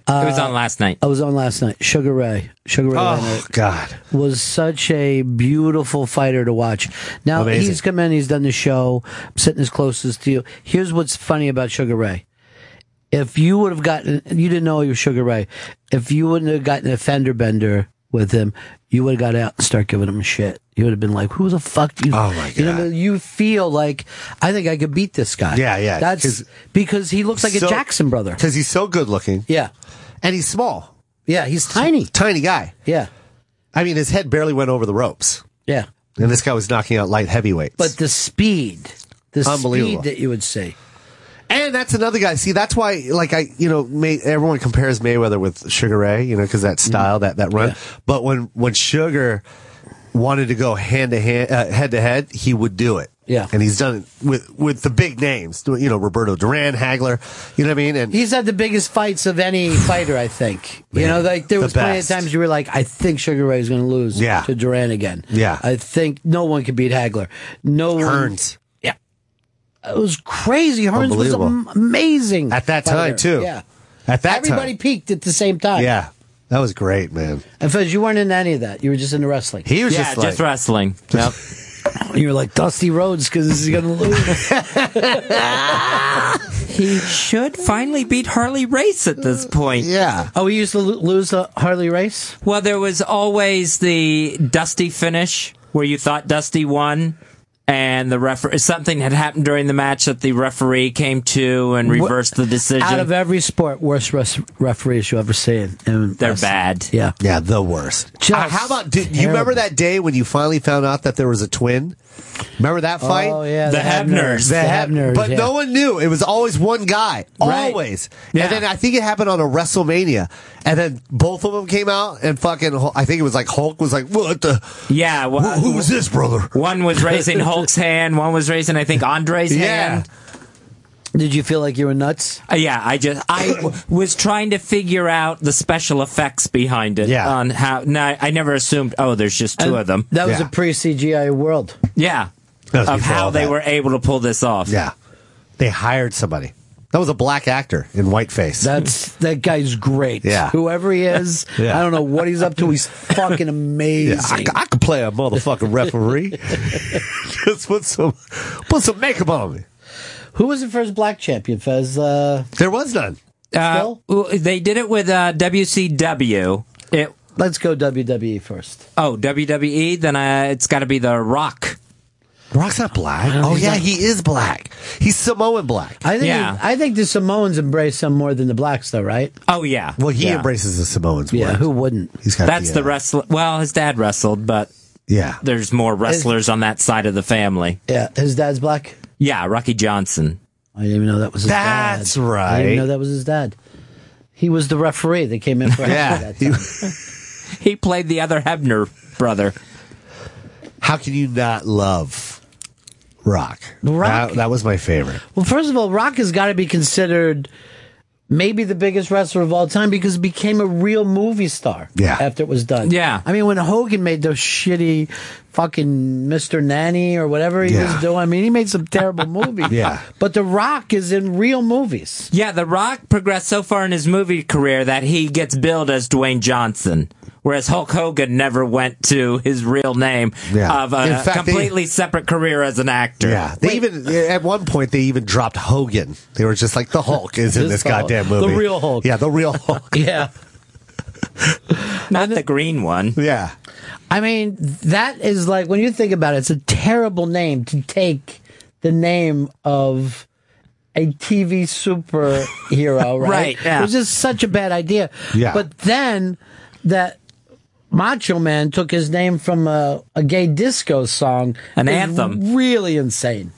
Speaker 6: Uh,
Speaker 7: It was on last night.
Speaker 6: I was on last night. Sugar Ray, Sugar Ray.
Speaker 7: Oh,
Speaker 6: Leonard
Speaker 18: God,
Speaker 6: was such a beautiful fighter to watch. Now
Speaker 18: Amazing.
Speaker 6: he's come in, he's done the show, I'm sitting as closest to you. Here's what's funny about Sugar Ray. If you would have gotten, you didn't know he was Sugar Ray. If you wouldn't have gotten a fender bender with him, you would have got out and start giving him shit. You would have been like, "Who the fuck?" Do you, oh my god! You, know, you feel like I think I could beat this guy.
Speaker 18: Yeah, yeah,
Speaker 6: That's
Speaker 18: 'cause-
Speaker 6: because he looks like a
Speaker 18: So-
Speaker 6: Jackson brother.
Speaker 18: because he's so good looking.
Speaker 6: Yeah,
Speaker 18: and he's small.
Speaker 6: Yeah, he's tiny,
Speaker 18: tiny guy.
Speaker 6: Yeah,
Speaker 18: I mean his head barely went over the ropes.
Speaker 6: Yeah,
Speaker 18: and this guy was knocking out light heavyweight.
Speaker 6: But the speed, the
Speaker 18: Unbelievable.
Speaker 6: speed that you would see.
Speaker 18: And that's another guy. See, that's why, like, I, you know, May, everyone compares Mayweather with Sugar Ray, you know, because
Speaker 6: Mm.
Speaker 18: that style, that that run. But when when Sugar wanted to go hand to hand, uh, head to head, he would do it.
Speaker 6: Yeah.
Speaker 18: and he's done it with with the big names, you know, Roberto Duran, Hagler, you know what I mean? And
Speaker 6: He's had the biggest fights of any fighter, I think. You know, like there
Speaker 18: the
Speaker 6: was plenty of
Speaker 18: best.
Speaker 6: times you were like, I think Sugar Ray is going to lose
Speaker 18: Yeah.
Speaker 6: to Duran again.
Speaker 18: Yeah.
Speaker 6: I think no one could beat Hagler. No
Speaker 18: Hearns.
Speaker 6: one. Yeah. It was crazy. Hearns was
Speaker 18: Unbelievable.
Speaker 6: am- amazing.
Speaker 18: at that time
Speaker 6: fighter.
Speaker 18: too,
Speaker 6: Yeah.
Speaker 18: at that
Speaker 6: Everybody
Speaker 18: time,
Speaker 6: peaked at the same time.
Speaker 18: yeah, That was great, man.
Speaker 6: And Fez, you weren't into any of that. You were just into wrestling.
Speaker 18: He was
Speaker 7: yeah,
Speaker 18: just like,
Speaker 7: wrestling. Yep.
Speaker 6: you were like Dusty Rhodes because he's going to
Speaker 18: <laughs>
Speaker 6: lose.
Speaker 7: he should finally beat Harley Race at this point.
Speaker 18: Yeah.
Speaker 6: Oh, he used to lo- lose a Harley Race?
Speaker 7: Well, there was always the Dusty finish where you thought Dusty won. And the referee, something had happened during the match that the referee came to and
Speaker 6: What-
Speaker 7: reversed the decision.
Speaker 6: Out of every sport, worst res- referees you ever seen. in
Speaker 7: They're
Speaker 6: wrestling.
Speaker 7: bad.
Speaker 6: Yeah.
Speaker 18: Yeah, the worst.
Speaker 6: Just
Speaker 18: Uh, how about? Did you remember
Speaker 6: terrible.
Speaker 18: that day when you finally found out that there was a twin? Remember that fight?
Speaker 6: Oh, yeah, The the Hebners.
Speaker 18: Hebners. The,
Speaker 6: The
Speaker 18: Heb-
Speaker 6: Hebners,
Speaker 18: But
Speaker 6: yeah.
Speaker 18: no one knew. It was always one guy.
Speaker 6: Right.
Speaker 18: Always.
Speaker 6: Yeah.
Speaker 18: And then I think it happened on a WrestleMania, and then both of them came out and fucking. Hul- I think it was like Hulk was like, "What the?
Speaker 7: Yeah. Well,
Speaker 18: who was this, brother?"
Speaker 7: One was
Speaker 18: <laughs>
Speaker 7: raising Hulk's hand. One was raising, I think, Andre's hand.
Speaker 6: Did you feel like you were nuts?
Speaker 7: Uh, Yeah, I just I w- was trying to figure out the special effects behind it. Yeah. On how no, I- I never assumed. Oh, there's just
Speaker 6: And
Speaker 7: two of them.
Speaker 6: That was a pre CGI world.
Speaker 7: yeah.
Speaker 18: Uh, That was
Speaker 7: Of
Speaker 18: before
Speaker 7: how
Speaker 18: all
Speaker 7: they
Speaker 18: that.
Speaker 7: were able to pull this off.
Speaker 18: Yeah, they hired somebody. That was a black actor in whiteface.
Speaker 6: That's that guy's great.
Speaker 18: Yeah.
Speaker 6: Whoever he is,
Speaker 18: Yeah.
Speaker 6: I don't know what he's up to. He's fucking
Speaker 18: Yeah,
Speaker 6: amazing.
Speaker 18: I, c- I could play a motherfucking
Speaker 6: <laughs>
Speaker 18: referee. Just put some put some makeup on me.
Speaker 6: Who was the first black champion, Fez? Uh,
Speaker 18: There was none.
Speaker 7: Uh, well, they did it with uh, WCW. It,
Speaker 6: Let's go WWE first.
Speaker 7: oh, WWE. Then uh, it's got to be the Rock.
Speaker 18: Rock's not black. Oh yeah, he is black. He's Samoan black.
Speaker 6: I think
Speaker 7: Yeah.
Speaker 6: I think the Samoans embrace him more than the blacks, though, right?
Speaker 7: Oh yeah.
Speaker 18: Well, he
Speaker 6: Yeah.
Speaker 18: embraces the Samoans.
Speaker 6: Yeah,
Speaker 18: more.
Speaker 6: who wouldn't?
Speaker 18: He's got
Speaker 7: That's the
Speaker 18: uh,
Speaker 7: wrestler. Well, his dad wrestled, but
Speaker 18: yeah.
Speaker 7: there's more wrestlers on that side of the family.
Speaker 6: Yeah, his dad's black.
Speaker 7: Yeah, Rocky Johnson.
Speaker 6: I didn't even know that was his dad.
Speaker 18: That's
Speaker 6: I didn't
Speaker 18: right.
Speaker 6: even know that was his dad. He was the referee that
Speaker 18: <laughs>
Speaker 6: came in for
Speaker 18: Yeah,
Speaker 6: yeah. that time.
Speaker 7: He played the other Hebner brother.
Speaker 18: How can you not love Rock? Rock. That, that was my favorite.
Speaker 6: Well, first of all, Rock has got to be considered maybe the biggest wrestler of all time because he became a real movie star
Speaker 18: Yeah.
Speaker 6: after it was done.
Speaker 7: Yeah.
Speaker 6: I mean, when Hogan made those shitty fucking Mr. Nanny or whatever he
Speaker 18: Yeah.
Speaker 6: was doing, I mean, he made
Speaker 18: <laughs>
Speaker 6: some terrible movies.
Speaker 18: Yeah.
Speaker 6: But The Rock is in real movies.
Speaker 7: Yeah, The Rock progressed so far in his movie career that he gets billed as Dwayne Johnson, whereas Hulk Hogan never went to his real name
Speaker 18: Yeah.
Speaker 7: of a
Speaker 18: In fact, they-
Speaker 7: completely separate career as an actor.
Speaker 18: Yeah, they even at one point they even dropped Hogan. They were just like the Hulk is in this
Speaker 6: This Hulk.
Speaker 18: goddamn
Speaker 6: The
Speaker 18: movie.
Speaker 6: real Hulk.
Speaker 18: Yeah, the real
Speaker 6: <laughs>
Speaker 18: Hulk.
Speaker 6: Yeah.
Speaker 7: Not the green one.
Speaker 18: yeah.
Speaker 6: I mean, that is like when you think about it, it's a terrible name to take the name of a TV superhero, right?
Speaker 7: <laughs> Right, yeah.
Speaker 6: It was just such a bad idea.
Speaker 18: Yeah.
Speaker 6: But then that Macho Man took his name from a, a gay disco song.
Speaker 7: An
Speaker 6: is
Speaker 7: anthem.
Speaker 6: Really insane.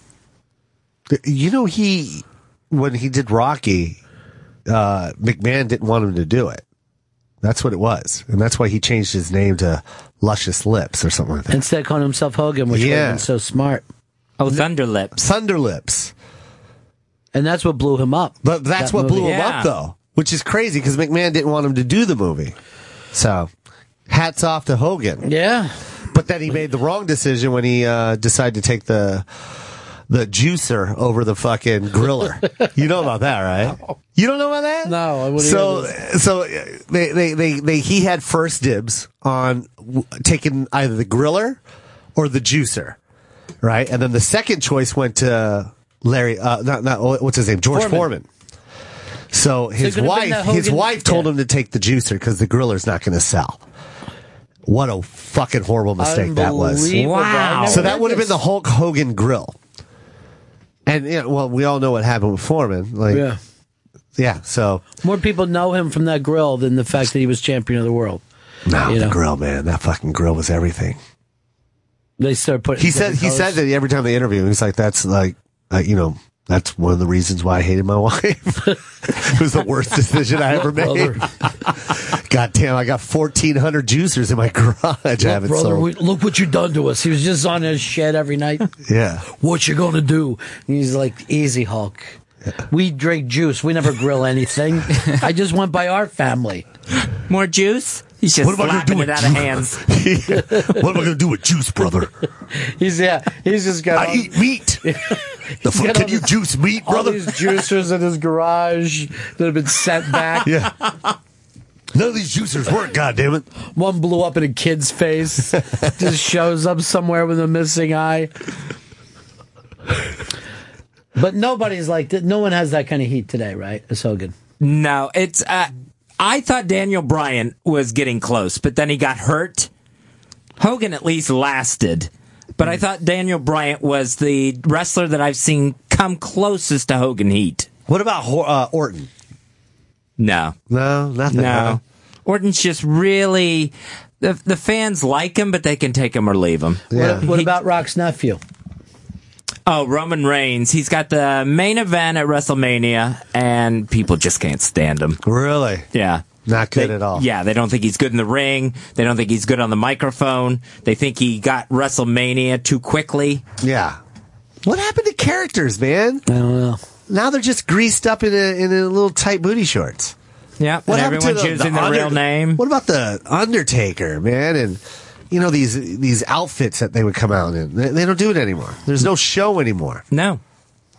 Speaker 18: You know, he when he did Rocky, uh, McMahon didn't want him to do it. That's what it was, and that's why he changed his name to Luscious Lips or something like that.
Speaker 6: Instead of calling himself Hogan, which would
Speaker 18: Yeah.
Speaker 6: have been so smart.
Speaker 7: Oh, Thunderlips.
Speaker 18: Thunder Lips,
Speaker 6: And that's what blew him up.
Speaker 18: but that's
Speaker 6: That
Speaker 18: what
Speaker 6: movie.
Speaker 18: blew him
Speaker 7: Yeah.
Speaker 18: up though, which is crazy because McMahon didn't want him to do the movie. So, hats off to Hogan.
Speaker 6: Yeah.
Speaker 18: But then he made the wrong decision when he uh, decided to take the the juicer over the fucking
Speaker 6: <laughs>
Speaker 18: griller. you know about that, right? You don't know about that?
Speaker 6: No, I wouldn't
Speaker 18: So so uh, they, they they they he had first dibs on w- taking either the griller or the juicer, right? And then the second choice went to Larry. Uh, not not what's his name? George
Speaker 6: Foreman.
Speaker 18: Foreman. So his
Speaker 6: could've been
Speaker 18: wife,
Speaker 6: the
Speaker 18: his
Speaker 6: Hogan-
Speaker 18: wife told
Speaker 6: yeah.
Speaker 18: him to take the juicer because the griller's not going to sell. What a fucking horrible mistake that was!
Speaker 6: Unbelievable. I never
Speaker 18: So that
Speaker 6: heard
Speaker 18: would have
Speaker 6: this.
Speaker 18: been the Hulk Hogan grill. And yeah, well, we all know what happened with Foreman. Like, yeah,
Speaker 6: Yeah.
Speaker 18: so
Speaker 6: More people know him from that grill than the fact that he was champion of the world.
Speaker 18: no,
Speaker 6: You
Speaker 18: the
Speaker 6: know.
Speaker 18: grill, man, that fucking grill was everything.
Speaker 6: They start putting.
Speaker 18: He said he said that every time they interview him. He's like, that's like, uh, you know, that's one of the reasons why I hated my <laughs> wife. it was the worst decision I ever made. God damn, I got fourteen hundred juicers in my garage. I haven't
Speaker 6: brother,
Speaker 18: sold.
Speaker 6: we, look what you done to us. He was just on his shed every <laughs> night.
Speaker 18: yeah,
Speaker 6: what you gonna do? And he's like, easy, Hulk. We drink juice. We never grill anything. <laughs> I just went by our family.
Speaker 7: More juice? He's just
Speaker 18: What am I gonna
Speaker 7: slapping
Speaker 18: do
Speaker 7: it
Speaker 18: with
Speaker 7: out of
Speaker 18: you?
Speaker 7: hands.
Speaker 18: <laughs> what am I gonna do with juice, brother?
Speaker 6: He's yeah. He's just
Speaker 18: I
Speaker 6: got. all,
Speaker 18: eat
Speaker 7: <laughs>
Speaker 18: meat. The fuck
Speaker 6: got
Speaker 18: can
Speaker 6: all
Speaker 18: you
Speaker 6: this-
Speaker 18: juice meat,
Speaker 6: all
Speaker 18: brother?
Speaker 6: these juicers in his garage that have been set back.
Speaker 18: Yeah. None of these juicers work, goddammit.
Speaker 6: One blew up in a kid's face. just shows up somewhere with a missing eye. But nobody's like that. No one has that kind of heat today, right? It's so good.
Speaker 7: <laughs> No, it's. Uh, I thought Daniel Bryan was getting close, but then he got hurt. Hogan at least lasted, but
Speaker 18: Hmm.
Speaker 7: I thought Daniel Bryant was the wrestler that I've seen come closest to Hogan Heat.
Speaker 18: What about Hor- uh, Orton?
Speaker 7: No,
Speaker 18: no, nothing.
Speaker 7: No,
Speaker 18: huh?
Speaker 7: Orton's just really the the fans like him, but they can take him or leave him.
Speaker 6: What, what about Rock's nephew?
Speaker 7: Oh, Roman Reigns. He's got the main event at WrestleMania, and people just can't stand him.
Speaker 18: Really?
Speaker 7: Yeah.
Speaker 18: Not good
Speaker 7: They-
Speaker 18: at all.
Speaker 7: Yeah, they don't think he's good in the ring. They don't think he's good on the microphone. They think he got WrestleMania too quickly.
Speaker 18: Yeah. What happened to characters, man? I
Speaker 6: don't know.
Speaker 18: Now they're just greased up in a in a little tight booty shorts.
Speaker 7: Yeah,
Speaker 18: What
Speaker 7: and
Speaker 18: happened
Speaker 7: everyone's
Speaker 18: to the,
Speaker 7: using
Speaker 18: the
Speaker 7: the,
Speaker 18: Under-
Speaker 7: real name.
Speaker 18: What about the Undertaker, man? And you know these these outfits that they would come out in. They, they don't do it anymore. There's no show anymore.
Speaker 7: No.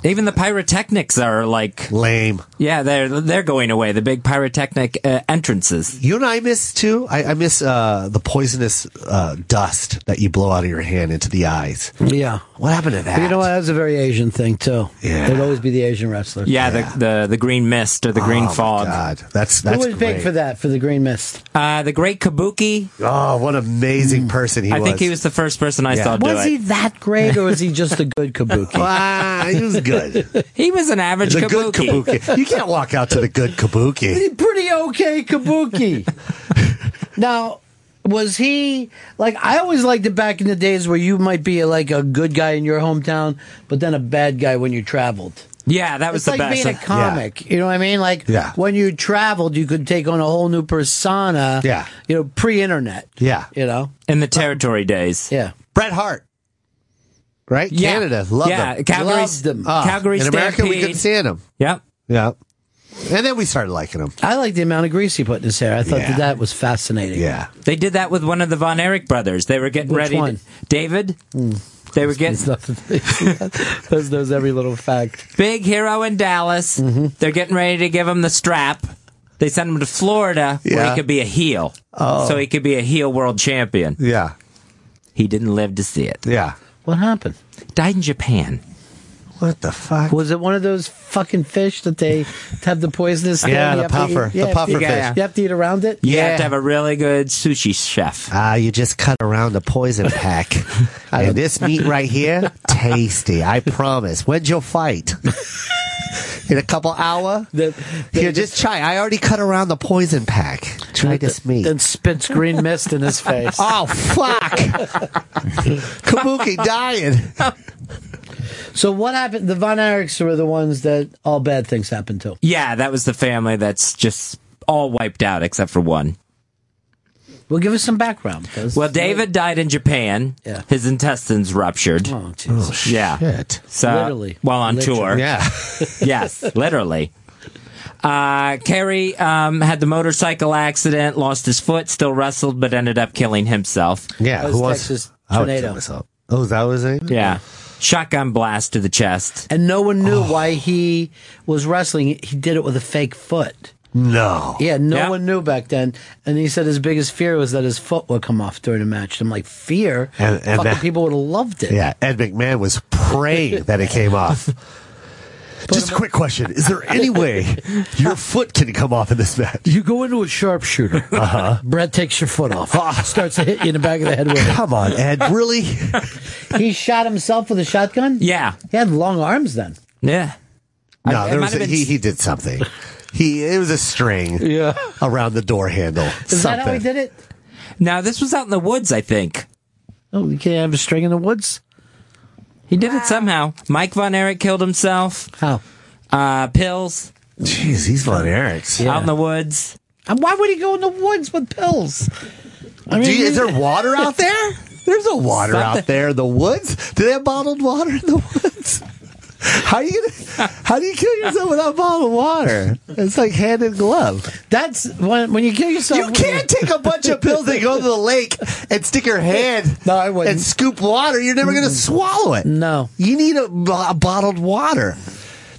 Speaker 7: Even the pyrotechnics are like
Speaker 18: lame.
Speaker 7: Yeah, they're they're going away. The big pyrotechnic uh, entrances.
Speaker 18: You know, what I miss too. I, I miss uh, the poisonous uh, dust that you blow out of your hand into the eyes.
Speaker 6: Yeah.
Speaker 18: What happened to that?
Speaker 6: You know what? That's a very Asian thing too.
Speaker 18: Yeah.
Speaker 6: It'd always be the Asian wrestlers.
Speaker 7: Yeah, The, the the green mist or the green
Speaker 6: Oh, my
Speaker 7: fog.
Speaker 18: God, that's
Speaker 6: Who was big for that for the green mist?
Speaker 7: Uh, the great Kabuki.
Speaker 18: Oh, what amazing person he
Speaker 7: Mm. I
Speaker 18: was.
Speaker 7: think he was the first person I
Speaker 18: Yeah.
Speaker 7: saw do
Speaker 6: was
Speaker 7: it.
Speaker 6: he that great, or was he just a good kabuki?
Speaker 18: <laughs> Ah, he was good.
Speaker 7: He was an average
Speaker 18: the
Speaker 7: Kabuki.
Speaker 18: good kabuki. You can't walk out to the good kabuki.
Speaker 7: <laughs>
Speaker 6: He pretty okay kabuki. now, was he like I always liked it back in the days where you might be like a good guy in your hometown, but then a bad guy when you traveled.
Speaker 7: Yeah, that was
Speaker 6: it's
Speaker 7: the
Speaker 6: like
Speaker 7: best.
Speaker 6: being a comic. You know what I mean? Like
Speaker 7: Yeah.
Speaker 6: when you traveled, you could take on a whole new persona.
Speaker 7: Yeah.
Speaker 6: you know, pre-internet.
Speaker 18: Yeah,
Speaker 6: you know,
Speaker 7: in the territory days.
Speaker 6: Yeah,
Speaker 18: Bret Hart. Right?
Speaker 7: Yeah.
Speaker 18: Canada. Loved
Speaker 7: Yeah,
Speaker 18: him. Ah,
Speaker 7: Calgary- Loved him. Calgary
Speaker 18: In America, we
Speaker 7: Stampede.
Speaker 18: couldn't stand him.
Speaker 7: Yep.
Speaker 18: Yeah. And then we started liking him.
Speaker 6: I like the amount of grease he put in his hair. I thought
Speaker 7: Yeah.
Speaker 6: that that was fascinating.
Speaker 18: Yeah.
Speaker 7: They did that with one of the Von Erich brothers. They were getting
Speaker 6: Which
Speaker 7: ready. to-
Speaker 6: one? Hmm.
Speaker 7: David. They were getting
Speaker 6: Those knows every little fact.
Speaker 7: Big hero in Dallas.
Speaker 6: Mm-hmm.
Speaker 7: They're getting ready to give him the strap. They sent him to Florida where
Speaker 18: Yeah.
Speaker 7: he could be a heel.
Speaker 18: Oh.
Speaker 7: So he could be a heel world champion.
Speaker 18: Yeah.
Speaker 7: He didn't live to see it.
Speaker 18: Yeah.
Speaker 6: What happened?
Speaker 7: Died in Japan.
Speaker 18: What the fuck?
Speaker 6: Was it one of those fucking fish that they have the poisonous? thing
Speaker 18: Yeah,
Speaker 6: you
Speaker 18: the
Speaker 6: have to
Speaker 18: puffer.
Speaker 6: eat?
Speaker 18: The
Speaker 6: Yeah,
Speaker 18: puffer
Speaker 6: you-
Speaker 18: fish.
Speaker 6: You have to eat around it.
Speaker 7: You have to have a really good sushi chef.
Speaker 18: Ah, you just cut around the
Speaker 6: <laughs>
Speaker 18: poison pack. and this meat right here, tasty. I promise. When's your fight? In a couple hour? Here, just try. I already cut around the poison pack. Try this meat.
Speaker 6: Then spits green mist in <laughs> his face.
Speaker 18: Oh
Speaker 6: <laughs>
Speaker 18: fuck! Kabuki dying.
Speaker 6: So what happened? The Von Erichs were the ones that all bad things happened to.
Speaker 7: Yeah, that was the family that's just all wiped out except for one.
Speaker 6: Well, give us some background. because-
Speaker 7: Well, David died in Japan.
Speaker 6: Yeah.
Speaker 7: His intestines ruptured.
Speaker 6: Oh, Jesus.
Speaker 7: yeah.
Speaker 6: shit.
Speaker 7: So,
Speaker 6: Literally.
Speaker 7: While on
Speaker 6: Literally.
Speaker 7: tour.
Speaker 6: Yeah.
Speaker 7: yes, literally. Uh, Kerry um, had the motorcycle accident, lost his foot, still wrestled, but ended up killing himself.
Speaker 18: Yeah,
Speaker 6: That was
Speaker 18: who wants
Speaker 6: Texas
Speaker 18: I would kill
Speaker 6: tornado.
Speaker 18: myself. Oh, is that was it?
Speaker 7: Yeah. Shotgun blast to the chest.
Speaker 6: And no one
Speaker 18: Oh.
Speaker 6: knew why he was wrestling. He did it with a fake foot.
Speaker 18: No.
Speaker 6: Yeah, no one knew back then. And he said his biggest fear was that his foot would come off during a match. I'm like, fear?
Speaker 18: And- and
Speaker 6: Fucking
Speaker 18: that-
Speaker 6: people would have loved it.
Speaker 18: Yeah, Ed McMahon was
Speaker 6: <laughs>
Speaker 18: praying that it came off. Just a quick question: Is there any way your foot can come off in this match?
Speaker 6: You go into a sharpshooter. <laughs> Uh-huh. Ah. Brett takes your foot off. starts to hit you in the back of the head with it.
Speaker 18: Come on, Ed,
Speaker 6: <laughs>
Speaker 18: really?
Speaker 6: he shot himself with a shotgun?
Speaker 7: Yeah.
Speaker 6: He had long arms then.
Speaker 7: Yeah.
Speaker 18: No,
Speaker 7: I- it
Speaker 18: there
Speaker 7: might
Speaker 18: was
Speaker 7: have
Speaker 18: a,
Speaker 7: been-
Speaker 18: he, he did something. He it was a string
Speaker 6: yeah.
Speaker 18: around the door handle.
Speaker 6: Is
Speaker 18: something.
Speaker 6: that how he did it?
Speaker 7: Now, this was out in the woods, I think.
Speaker 6: Oh, you can't have a string in the woods?
Speaker 7: He did it somehow. Mike Von Erich killed himself.
Speaker 6: How?
Speaker 7: Uh, pills.
Speaker 18: Jeez, he's Von Erichs.
Speaker 7: Out in the woods.
Speaker 6: And why would he go in the woods with pills? I
Speaker 18: Do you- is there water
Speaker 6: <laughs>
Speaker 18: out there? There's no water out there in the woods. Do they have bottled water in the woods? How you gonna, how do you kill yourself without bottled water? It's like hand in glove.
Speaker 6: That's when, when you kill yourself.
Speaker 18: You can't take a bunch <laughs> of pills and go to the lake and stick your hand
Speaker 6: <laughs> No, I wouldn't.
Speaker 18: and scoop water. You're never going to swallow it.
Speaker 6: No.
Speaker 18: You need a, bo- a bottled water.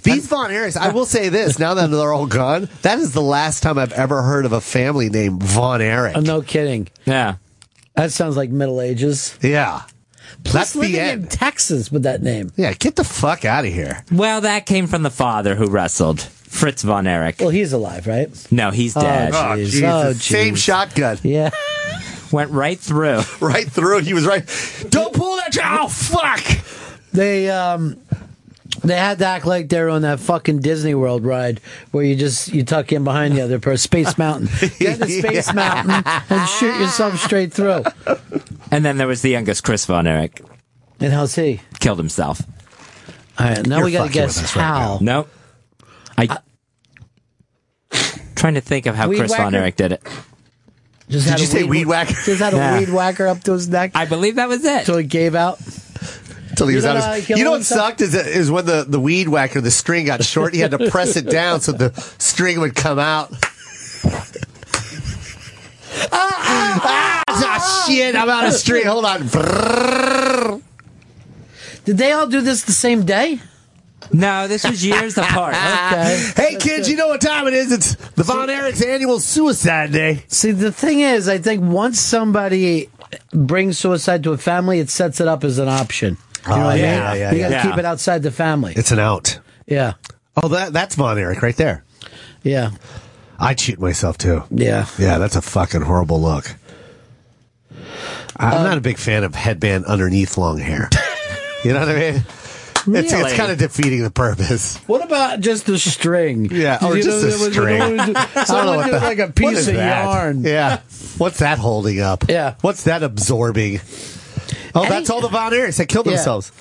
Speaker 18: These Von Erichs, I will say this, now that they're all gone, that is the last time I've ever heard of a family named Von Erich.
Speaker 6: Uh, no kidding.
Speaker 7: Yeah.
Speaker 6: That sounds like Middle Ages.
Speaker 18: Yeah.
Speaker 6: Plus That's living in Texas with that name.
Speaker 18: Yeah, get the fuck out of here.
Speaker 7: Well, that came from the father who wrestled, Fritz von Erich.
Speaker 6: Well, he's alive, right?
Speaker 7: No, he's
Speaker 6: Oh,
Speaker 7: dead.
Speaker 6: jeez. Oh, Jesus. Oh, jeez. Same <laughs>
Speaker 18: shotgun.
Speaker 6: Yeah.
Speaker 7: Went right through.
Speaker 18: right through. He was right. Don't pull that. Oh fuck!
Speaker 6: They um, they had to act like they were on that fucking Disney World ride where you just you tuck in behind the other person, Space Mountain. You had the Space
Speaker 7: Yeah.
Speaker 6: Mountain and shoot yourself straight through.
Speaker 7: And then there was the youngest, Chris von Erich.
Speaker 6: And how's he?
Speaker 7: Killed himself.
Speaker 6: All right, now we You're gotta fucking guess with us right how.
Speaker 7: nope. I. trying to think of how
Speaker 6: Uh, Weed
Speaker 7: Chris von
Speaker 6: whacker?
Speaker 7: Erich did it.
Speaker 6: Just
Speaker 7: Did
Speaker 6: had
Speaker 7: you
Speaker 6: a
Speaker 7: say weed whacker?
Speaker 6: Just had a
Speaker 7: Yeah.
Speaker 6: weed whacker up to his neck. I
Speaker 7: believe that was it.
Speaker 6: Till he gave out.
Speaker 18: Till he
Speaker 6: You
Speaker 18: was
Speaker 6: know
Speaker 18: out
Speaker 6: how I
Speaker 18: of,
Speaker 6: kill
Speaker 18: you know what
Speaker 6: himself?
Speaker 18: sucked is, is when the, the weed whacker, the string got short, he had to press it down so the string would come out. <laughs> ah, ah, shit, I'm out of string. Hold on.
Speaker 6: Did they all do this the same day?
Speaker 7: No, this was
Speaker 6: <laughs>
Speaker 7: years apart.
Speaker 6: okay.
Speaker 18: Hey, kids, you know what time it is? It's the Von Erichs annual suicide day.
Speaker 6: See, the thing is, I think once somebody brings suicide to a family, it sets it up as an option. You know
Speaker 18: Oh,
Speaker 6: what I
Speaker 18: yeah,
Speaker 6: mean?
Speaker 18: yeah,
Speaker 6: you
Speaker 18: yeah.
Speaker 6: gotta
Speaker 18: Yeah.
Speaker 6: keep it outside the family.
Speaker 18: It's an out.
Speaker 6: Yeah.
Speaker 18: Oh, that that's Von Erich right there.
Speaker 6: Yeah.
Speaker 18: I'd shoot myself too.
Speaker 6: Yeah.
Speaker 18: Yeah, that's a fucking horrible look. I- I'm not a big fan of headband underneath long
Speaker 6: <laughs>
Speaker 18: hair. you know what I mean? It's, it's
Speaker 6: Really?
Speaker 18: kind of defeating the
Speaker 6: <laughs>
Speaker 18: purpose.
Speaker 6: What about just the string?
Speaker 18: <laughs> Yeah, or
Speaker 6: You
Speaker 18: just
Speaker 6: know,
Speaker 18: a
Speaker 6: there was-
Speaker 18: string.
Speaker 6: there
Speaker 18: <laughs>
Speaker 6: was-
Speaker 18: I don't know
Speaker 6: someone
Speaker 18: what
Speaker 6: did
Speaker 18: the-
Speaker 6: like
Speaker 18: <laughs>
Speaker 6: a
Speaker 18: what
Speaker 6: piece
Speaker 18: is
Speaker 6: of
Speaker 18: that?
Speaker 6: yarn.
Speaker 18: Yeah. What's that holding up? Yeah. What's that absorbing? Oh, that's all the Von Erichs that killed
Speaker 6: Yeah.
Speaker 18: themselves.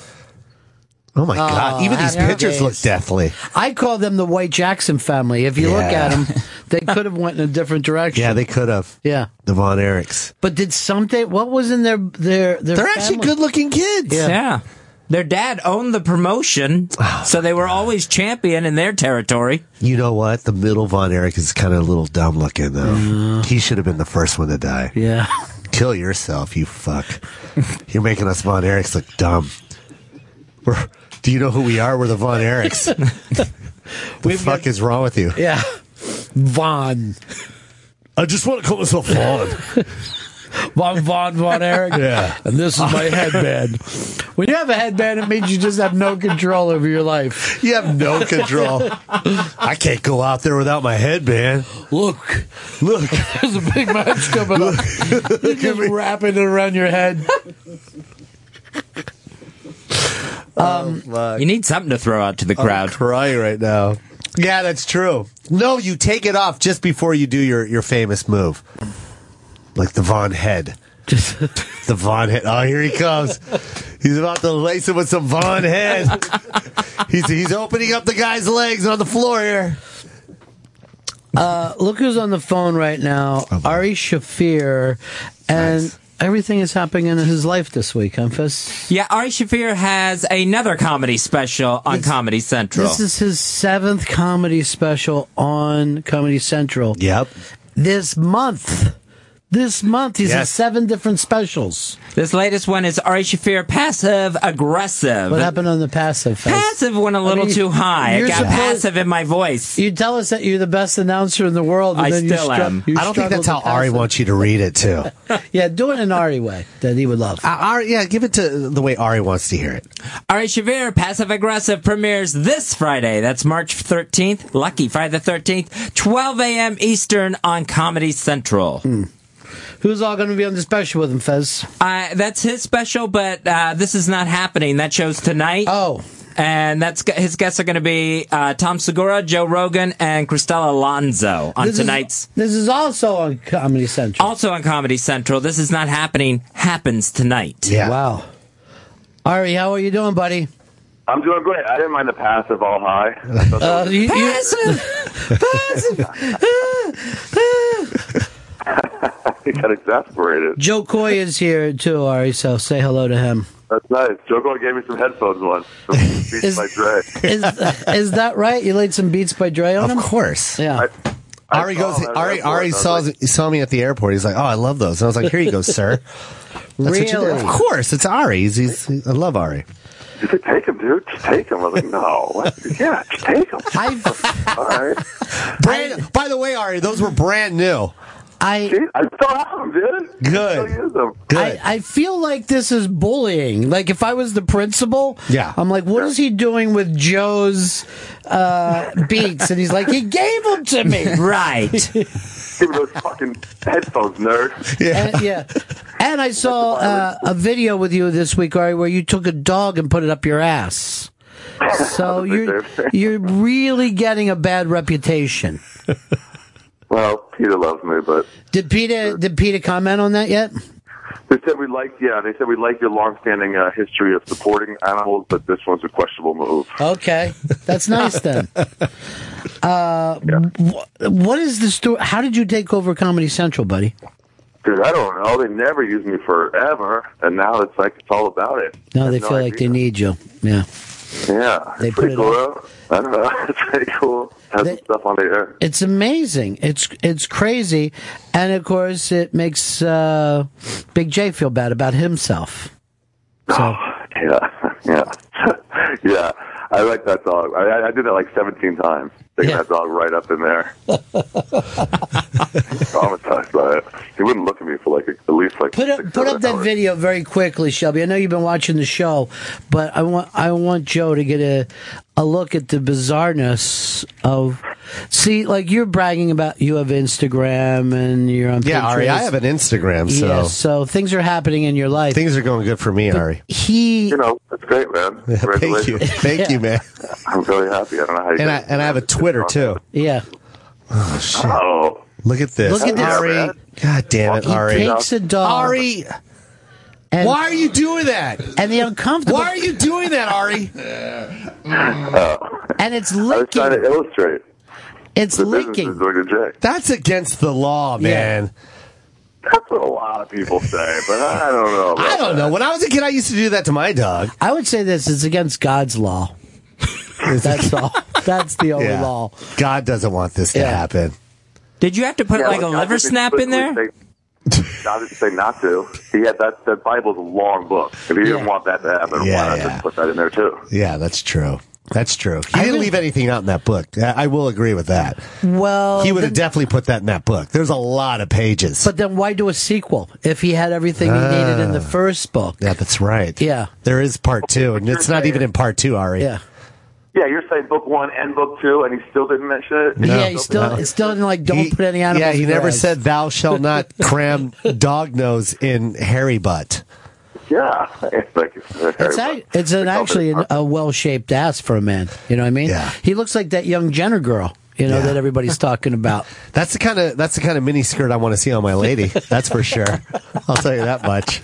Speaker 18: Oh my God. Even these
Speaker 6: happy
Speaker 18: pictures
Speaker 6: days.
Speaker 18: look deathly.
Speaker 6: I call them the White Jackson family. If you look
Speaker 18: Yeah. <laughs>
Speaker 6: at them, they could have went in a different direction.
Speaker 18: Yeah, they could have.
Speaker 6: Yeah.
Speaker 18: The Von Erichs.
Speaker 6: But did something? What was in their their their?
Speaker 18: They're actually good-looking kids.
Speaker 7: Yeah. Their dad owned the promotion, so they were always champion in their territory.
Speaker 18: You know what? The middle Von Erich is kind of a little dumb looking, though. He should have been the first one to die.
Speaker 6: Yeah. <laughs>
Speaker 18: Kill yourself, you fuck. You're making us Von Erichs look dumb. We're, do you know who we are? We're the Von <laughs> Erichs. the fuck is wrong with you?
Speaker 6: Yeah. Von.
Speaker 18: I just want to call myself Vaughn.
Speaker 6: Von Von Von
Speaker 18: <laughs>
Speaker 6: Eric.
Speaker 18: Yeah.
Speaker 6: And this is my headband. When you have a headband, it means you just have no control over your life.
Speaker 18: You have no <laughs> control. I can't go out there without my headband.
Speaker 6: Look.
Speaker 18: Look.
Speaker 6: There's a big match coming up. You're just wrapping it around your head.
Speaker 18: Um,
Speaker 7: You need something to throw out to
Speaker 6: Oh,
Speaker 7: the crowd.
Speaker 18: I'm crying right now. Yeah, that's true. No, you take it off just before you do your, your famous move. Like the Von Head. <laughs> the Von Head. Oh, here he comes. He's about to lace him with some Von Head. He's, he's opening up the guy's legs on the floor here.
Speaker 6: Uh, look who's on the phone right now.
Speaker 18: Oh,
Speaker 6: Ari Shafir. And everything is happening in his life this week, Humphus.
Speaker 7: Yeah, Ari Shafir has another comedy special on Comedy Central.
Speaker 6: This is his seventh comedy special on Comedy Central.
Speaker 18: Yep.
Speaker 6: This month. This month he's had
Speaker 7: Yes.
Speaker 6: seven different specials.
Speaker 7: this latest one is Ari Shafir passive aggressive.
Speaker 6: What happened on the passive? Fest?
Speaker 7: Passive went a little
Speaker 6: mean,
Speaker 7: too high.
Speaker 6: you're
Speaker 7: It got
Speaker 6: supposed-
Speaker 7: passive in my voice.
Speaker 6: You tell us that you're the best announcer in the world. And
Speaker 7: I
Speaker 6: then you
Speaker 7: still
Speaker 6: stru-
Speaker 7: am.
Speaker 6: you
Speaker 18: I don't think that's how
Speaker 6: struggled to
Speaker 18: Ari wants you to read it, too. <laughs>
Speaker 6: pass it. yeah, do it in Ari way that he would love.
Speaker 18: Uh, Ari, yeah, give it to the way Ari wants to hear it.
Speaker 7: Ari Shaver, Passive Aggressive, premieres this Friday. That's March 13th. Lucky Friday the 13th, 12 a.m. Eastern on Comedy Central.
Speaker 6: Hmm. Who's all going to be on the special with him, Fez?
Speaker 7: Uh, that's his special, but uh, this is not happening. That show's tonight.
Speaker 6: Oh.
Speaker 7: And that's his guests are going to be uh, Tom Segura, Joe Rogan, and Cristela Alonso on
Speaker 6: This is-
Speaker 7: tonight's.
Speaker 6: This is also on Comedy Central.
Speaker 18: Oh,
Speaker 7: also on Comedy Central. This is not happening. Happens tonight.
Speaker 18: Yeah.
Speaker 6: Wow. Ari, how are you doing, buddy?
Speaker 14: I'm doing good. I didn't mind the passive all high. <laughs>
Speaker 6: Uh, you- you-
Speaker 14: he got exasperated.
Speaker 6: Joe Coy is here too, Ari. So say hello to him.
Speaker 14: That's nice. Jogo gave me some
Speaker 18: <laughs>
Speaker 14: headphones once. Some Beats by Dre.
Speaker 6: Is is that right? You laid some beats by Dre on him. Of
Speaker 18: course.
Speaker 6: Yeah.
Speaker 14: I
Speaker 18: Ari
Speaker 14: saw
Speaker 18: goes.
Speaker 14: him at an
Speaker 18: Ari
Speaker 14: airport,
Speaker 18: Ari
Speaker 14: and I was
Speaker 18: saw
Speaker 14: like-
Speaker 18: he saw me at the airport. He's like, "Oh, I love those." <laughs> And I was like, "Here you go, sir." That's what you did.
Speaker 6: Really?
Speaker 18: Of course, it's Ari. He's, he's, I love Ari.
Speaker 14: He said, take him, dude. Just take him. I was like, no. I said, yeah, just take him. All right.
Speaker 18: Brand, by the way, Ari, those were brand new.
Speaker 6: I
Speaker 14: I still have them, dude.
Speaker 18: Good.
Speaker 6: I, I feel like this is bullying. Like if I was the principal,
Speaker 18: Yeah.
Speaker 6: I'm like, what is he doing with Joe's uh, beats? And he's like, he gave them to me.
Speaker 18: <laughs>
Speaker 7: <laughs>
Speaker 6: <laughs>
Speaker 7: right.
Speaker 14: Give me those fucking headphones, nerd.
Speaker 6: And, yeah. And I saw uh, a video with you this week, Ari, where you took a dog and put it up your ass. So you're you're really getting a bad reputation.
Speaker 14: Well, Peter loves me, but
Speaker 6: Did Peter did Peter comment on that yet?
Speaker 14: they said we like. Yeah, they said we like your longstanding uh, history of supporting animals, but this one's a questionable move.
Speaker 6: Okay, that's nice <laughs> then. Uh, wh- what is the story? How did you take over Comedy Central, buddy?
Speaker 14: Dude, I don't know. They never used me forever, and now it's like it's all about it.
Speaker 6: No, they feel like they need you. Yeah,
Speaker 14: Yeah,
Speaker 6: They put
Speaker 14: it's pretty
Speaker 6: it
Speaker 14: cool. though. I don't know. <laughs> It's pretty cool. Has some stuff on the air.
Speaker 6: it's amazing. It's it's crazy, and of course, it makes uh, Big J feel bad about himself.
Speaker 18: Oh.
Speaker 6: So
Speaker 14: Yeah, <laughs> yeah, yeah. I like that dog. I- I, I did that like 17 times. Taking that dog right up in
Speaker 18: <laughs>
Speaker 14: there. <laughs> Traumatized by it. He wouldn't look at me for like at least like
Speaker 6: put up put up that video very quickly, Shelby. I know you've been watching the show, but I want I want Joe to get a a look at the bizarreness of. See, like you're bragging about you have Instagram and you're on.
Speaker 18: Yeah,
Speaker 6: Pinterest.
Speaker 18: Ari, I have an Instagram, so
Speaker 6: Yeah, so things are happening in your life.
Speaker 18: things are going good for me, <laughs> Ari.
Speaker 6: He,
Speaker 14: you know, that's
Speaker 18: <laughs>
Speaker 14: great, man.
Speaker 18: Thank you,
Speaker 14: Congratulations.
Speaker 18: thank you, man.
Speaker 14: <laughs> I'm really happy. I don't know how you.
Speaker 18: And I
Speaker 14: guys-
Speaker 18: and I have a Twitter too.
Speaker 6: Yeah.
Speaker 18: Oh shit!
Speaker 14: Oh,
Speaker 18: Look at this,
Speaker 6: Look at this.
Speaker 18: Ari.
Speaker 6: Yeah, man.
Speaker 18: God damn it,
Speaker 6: He
Speaker 18: Ari.
Speaker 6: takes a dog.
Speaker 18: Ari,
Speaker 6: and,
Speaker 18: why are you doing that?
Speaker 6: and the uncomfortable?
Speaker 18: Why are you doing that, Ari?
Speaker 6: And it's
Speaker 14: I was
Speaker 6: licking.
Speaker 14: trying to illustrate.
Speaker 6: It's
Speaker 14: the
Speaker 6: licking.
Speaker 14: Business is doing a J.
Speaker 18: That's against the law, man.
Speaker 14: That's what a lot of people say, but I don't know. about
Speaker 18: I don't know. When I was a kid, I used to do that to my dog.
Speaker 6: I would say this: it's against
Speaker 18: <laughs>
Speaker 6: God's law. That's all. That's the only
Speaker 18: Yeah.
Speaker 6: law.
Speaker 18: God doesn't want this to happen.
Speaker 7: Did you have to put
Speaker 14: Yeah,
Speaker 7: like a
Speaker 14: I
Speaker 7: liver
Speaker 14: didn't
Speaker 7: snap in there?
Speaker 14: explicitly say- I didn't say not to. He had that. That Bible's a long book. If he didn't want that to happen,
Speaker 18: Yeah,
Speaker 14: why not
Speaker 18: yeah.
Speaker 14: just put that in there too?
Speaker 18: Yeah, that's true. That's true. He didn't leave anything out in that book. I I will agree with that.
Speaker 6: Well,
Speaker 18: he would have definitely put that in that book. There's a lot of pages.
Speaker 6: But then why do a sequel if he had everything he needed in the
Speaker 18: Ah.
Speaker 6: first book?
Speaker 18: yeah, that's right.
Speaker 6: Yeah.
Speaker 18: There is part two, and it's not even in part two, Ari.
Speaker 6: Yeah.
Speaker 14: Yeah, you're saying book one and book two, and he still didn't mention it.
Speaker 6: yeah, he still it's still in like don't
Speaker 18: He-
Speaker 6: put any animals.
Speaker 18: Yeah, he
Speaker 6: in
Speaker 18: never
Speaker 6: grass.
Speaker 18: said thou
Speaker 6: <laughs>
Speaker 18: shalt not cram dog nose in hairy butt.
Speaker 14: Yeah, it's like
Speaker 6: It's, a, it's an actually an, oh. a well shaped ass for a man. You know what I mean?
Speaker 18: Yeah.
Speaker 6: He looks like that young Jenner girl. You know
Speaker 18: Yeah.
Speaker 6: that
Speaker 18: <laughs>
Speaker 6: everybody's talking about.
Speaker 18: That's the kind of that's the kind of mini skirt I want to see on my lady. That's for sure. I'll tell you that
Speaker 6: <laughs>
Speaker 18: much.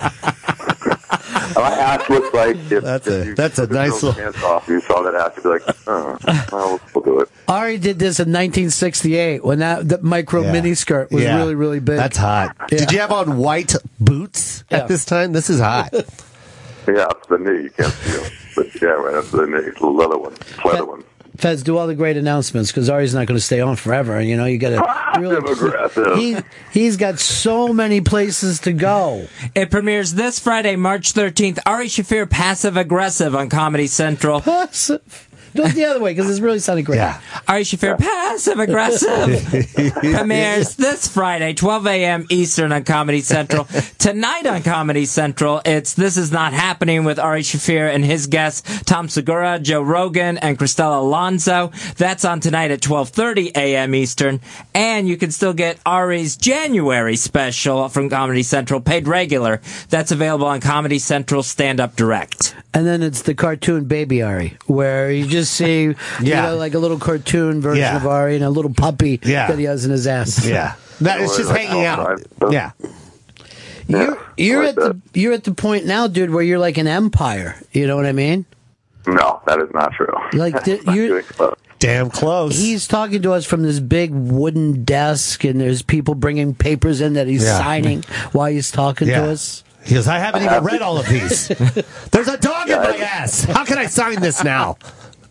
Speaker 14: My ass looks like if, that's
Speaker 18: a- that's a nice little-
Speaker 14: hands off. You saw that ass, you'd be like, oh, well, we'll do it.
Speaker 6: Ari did this in 1968 when that the micro
Speaker 18: Yeah.
Speaker 6: mini skirt was
Speaker 18: Yeah.
Speaker 6: really really big.
Speaker 18: That's hot.
Speaker 6: Yeah.
Speaker 18: Did you have on white boots
Speaker 6: Yeah.
Speaker 18: at this time? This is hot.
Speaker 14: Yeah, up to the knee, you can't see him, but yeah, right up to the knee, the leather one, leather one.
Speaker 6: Fez, do all the great announcements because Ari's not going to stay on forever. and You know, you <laughs> got to really.
Speaker 14: Aggressive.
Speaker 6: He he's got so many places to go.
Speaker 7: It premieres this Friday, March 13th. Ari Shafir, Passive Aggressive on Comedy Central.
Speaker 6: Passive. Do it the other way because it's really sounding great.
Speaker 18: Yeah.
Speaker 7: Ari Shafir, Passive Aggressive. premieres this Friday, 12 a.m. Eastern on Comedy Central. Tonight on Comedy Central, it's This Is Not Happening with Ari Shafir and his guests, Tom Segura, Joe Rogan, and Cristela Alonso. That's on tonight at 12.30 a.m. Eastern. And you can still get Ari's January special from Comedy Central, paid regular. That's available on Comedy Central Stand Up Direct.
Speaker 6: And then it's the cartoon Baby Ari, where you just see,
Speaker 18: Yeah.
Speaker 6: you know, like a little cartoon version
Speaker 18: Yeah.
Speaker 6: of Ari and a little puppy
Speaker 18: Yeah.
Speaker 6: that he has in his ass. <laughs>
Speaker 18: Yeah. That it's
Speaker 14: Or
Speaker 18: just
Speaker 14: like
Speaker 18: hanging out.
Speaker 14: outside stuff.
Speaker 18: Yeah.
Speaker 6: You're, you're at the you're at the point now, dude, where you're like an empire. You know what I mean?
Speaker 14: No, that is not true. <laughs>
Speaker 6: Like the,
Speaker 14: Not
Speaker 6: you're.
Speaker 14: doing close.
Speaker 18: Damn close.
Speaker 6: He's talking to us from this big wooden desk, and there's people bringing papers in that he's
Speaker 18: Yeah.
Speaker 6: signing while he's talking
Speaker 18: Yeah.
Speaker 6: to us.
Speaker 18: He goes, I haven't even read all of these. There's a dog in my ass. How can I sign this now?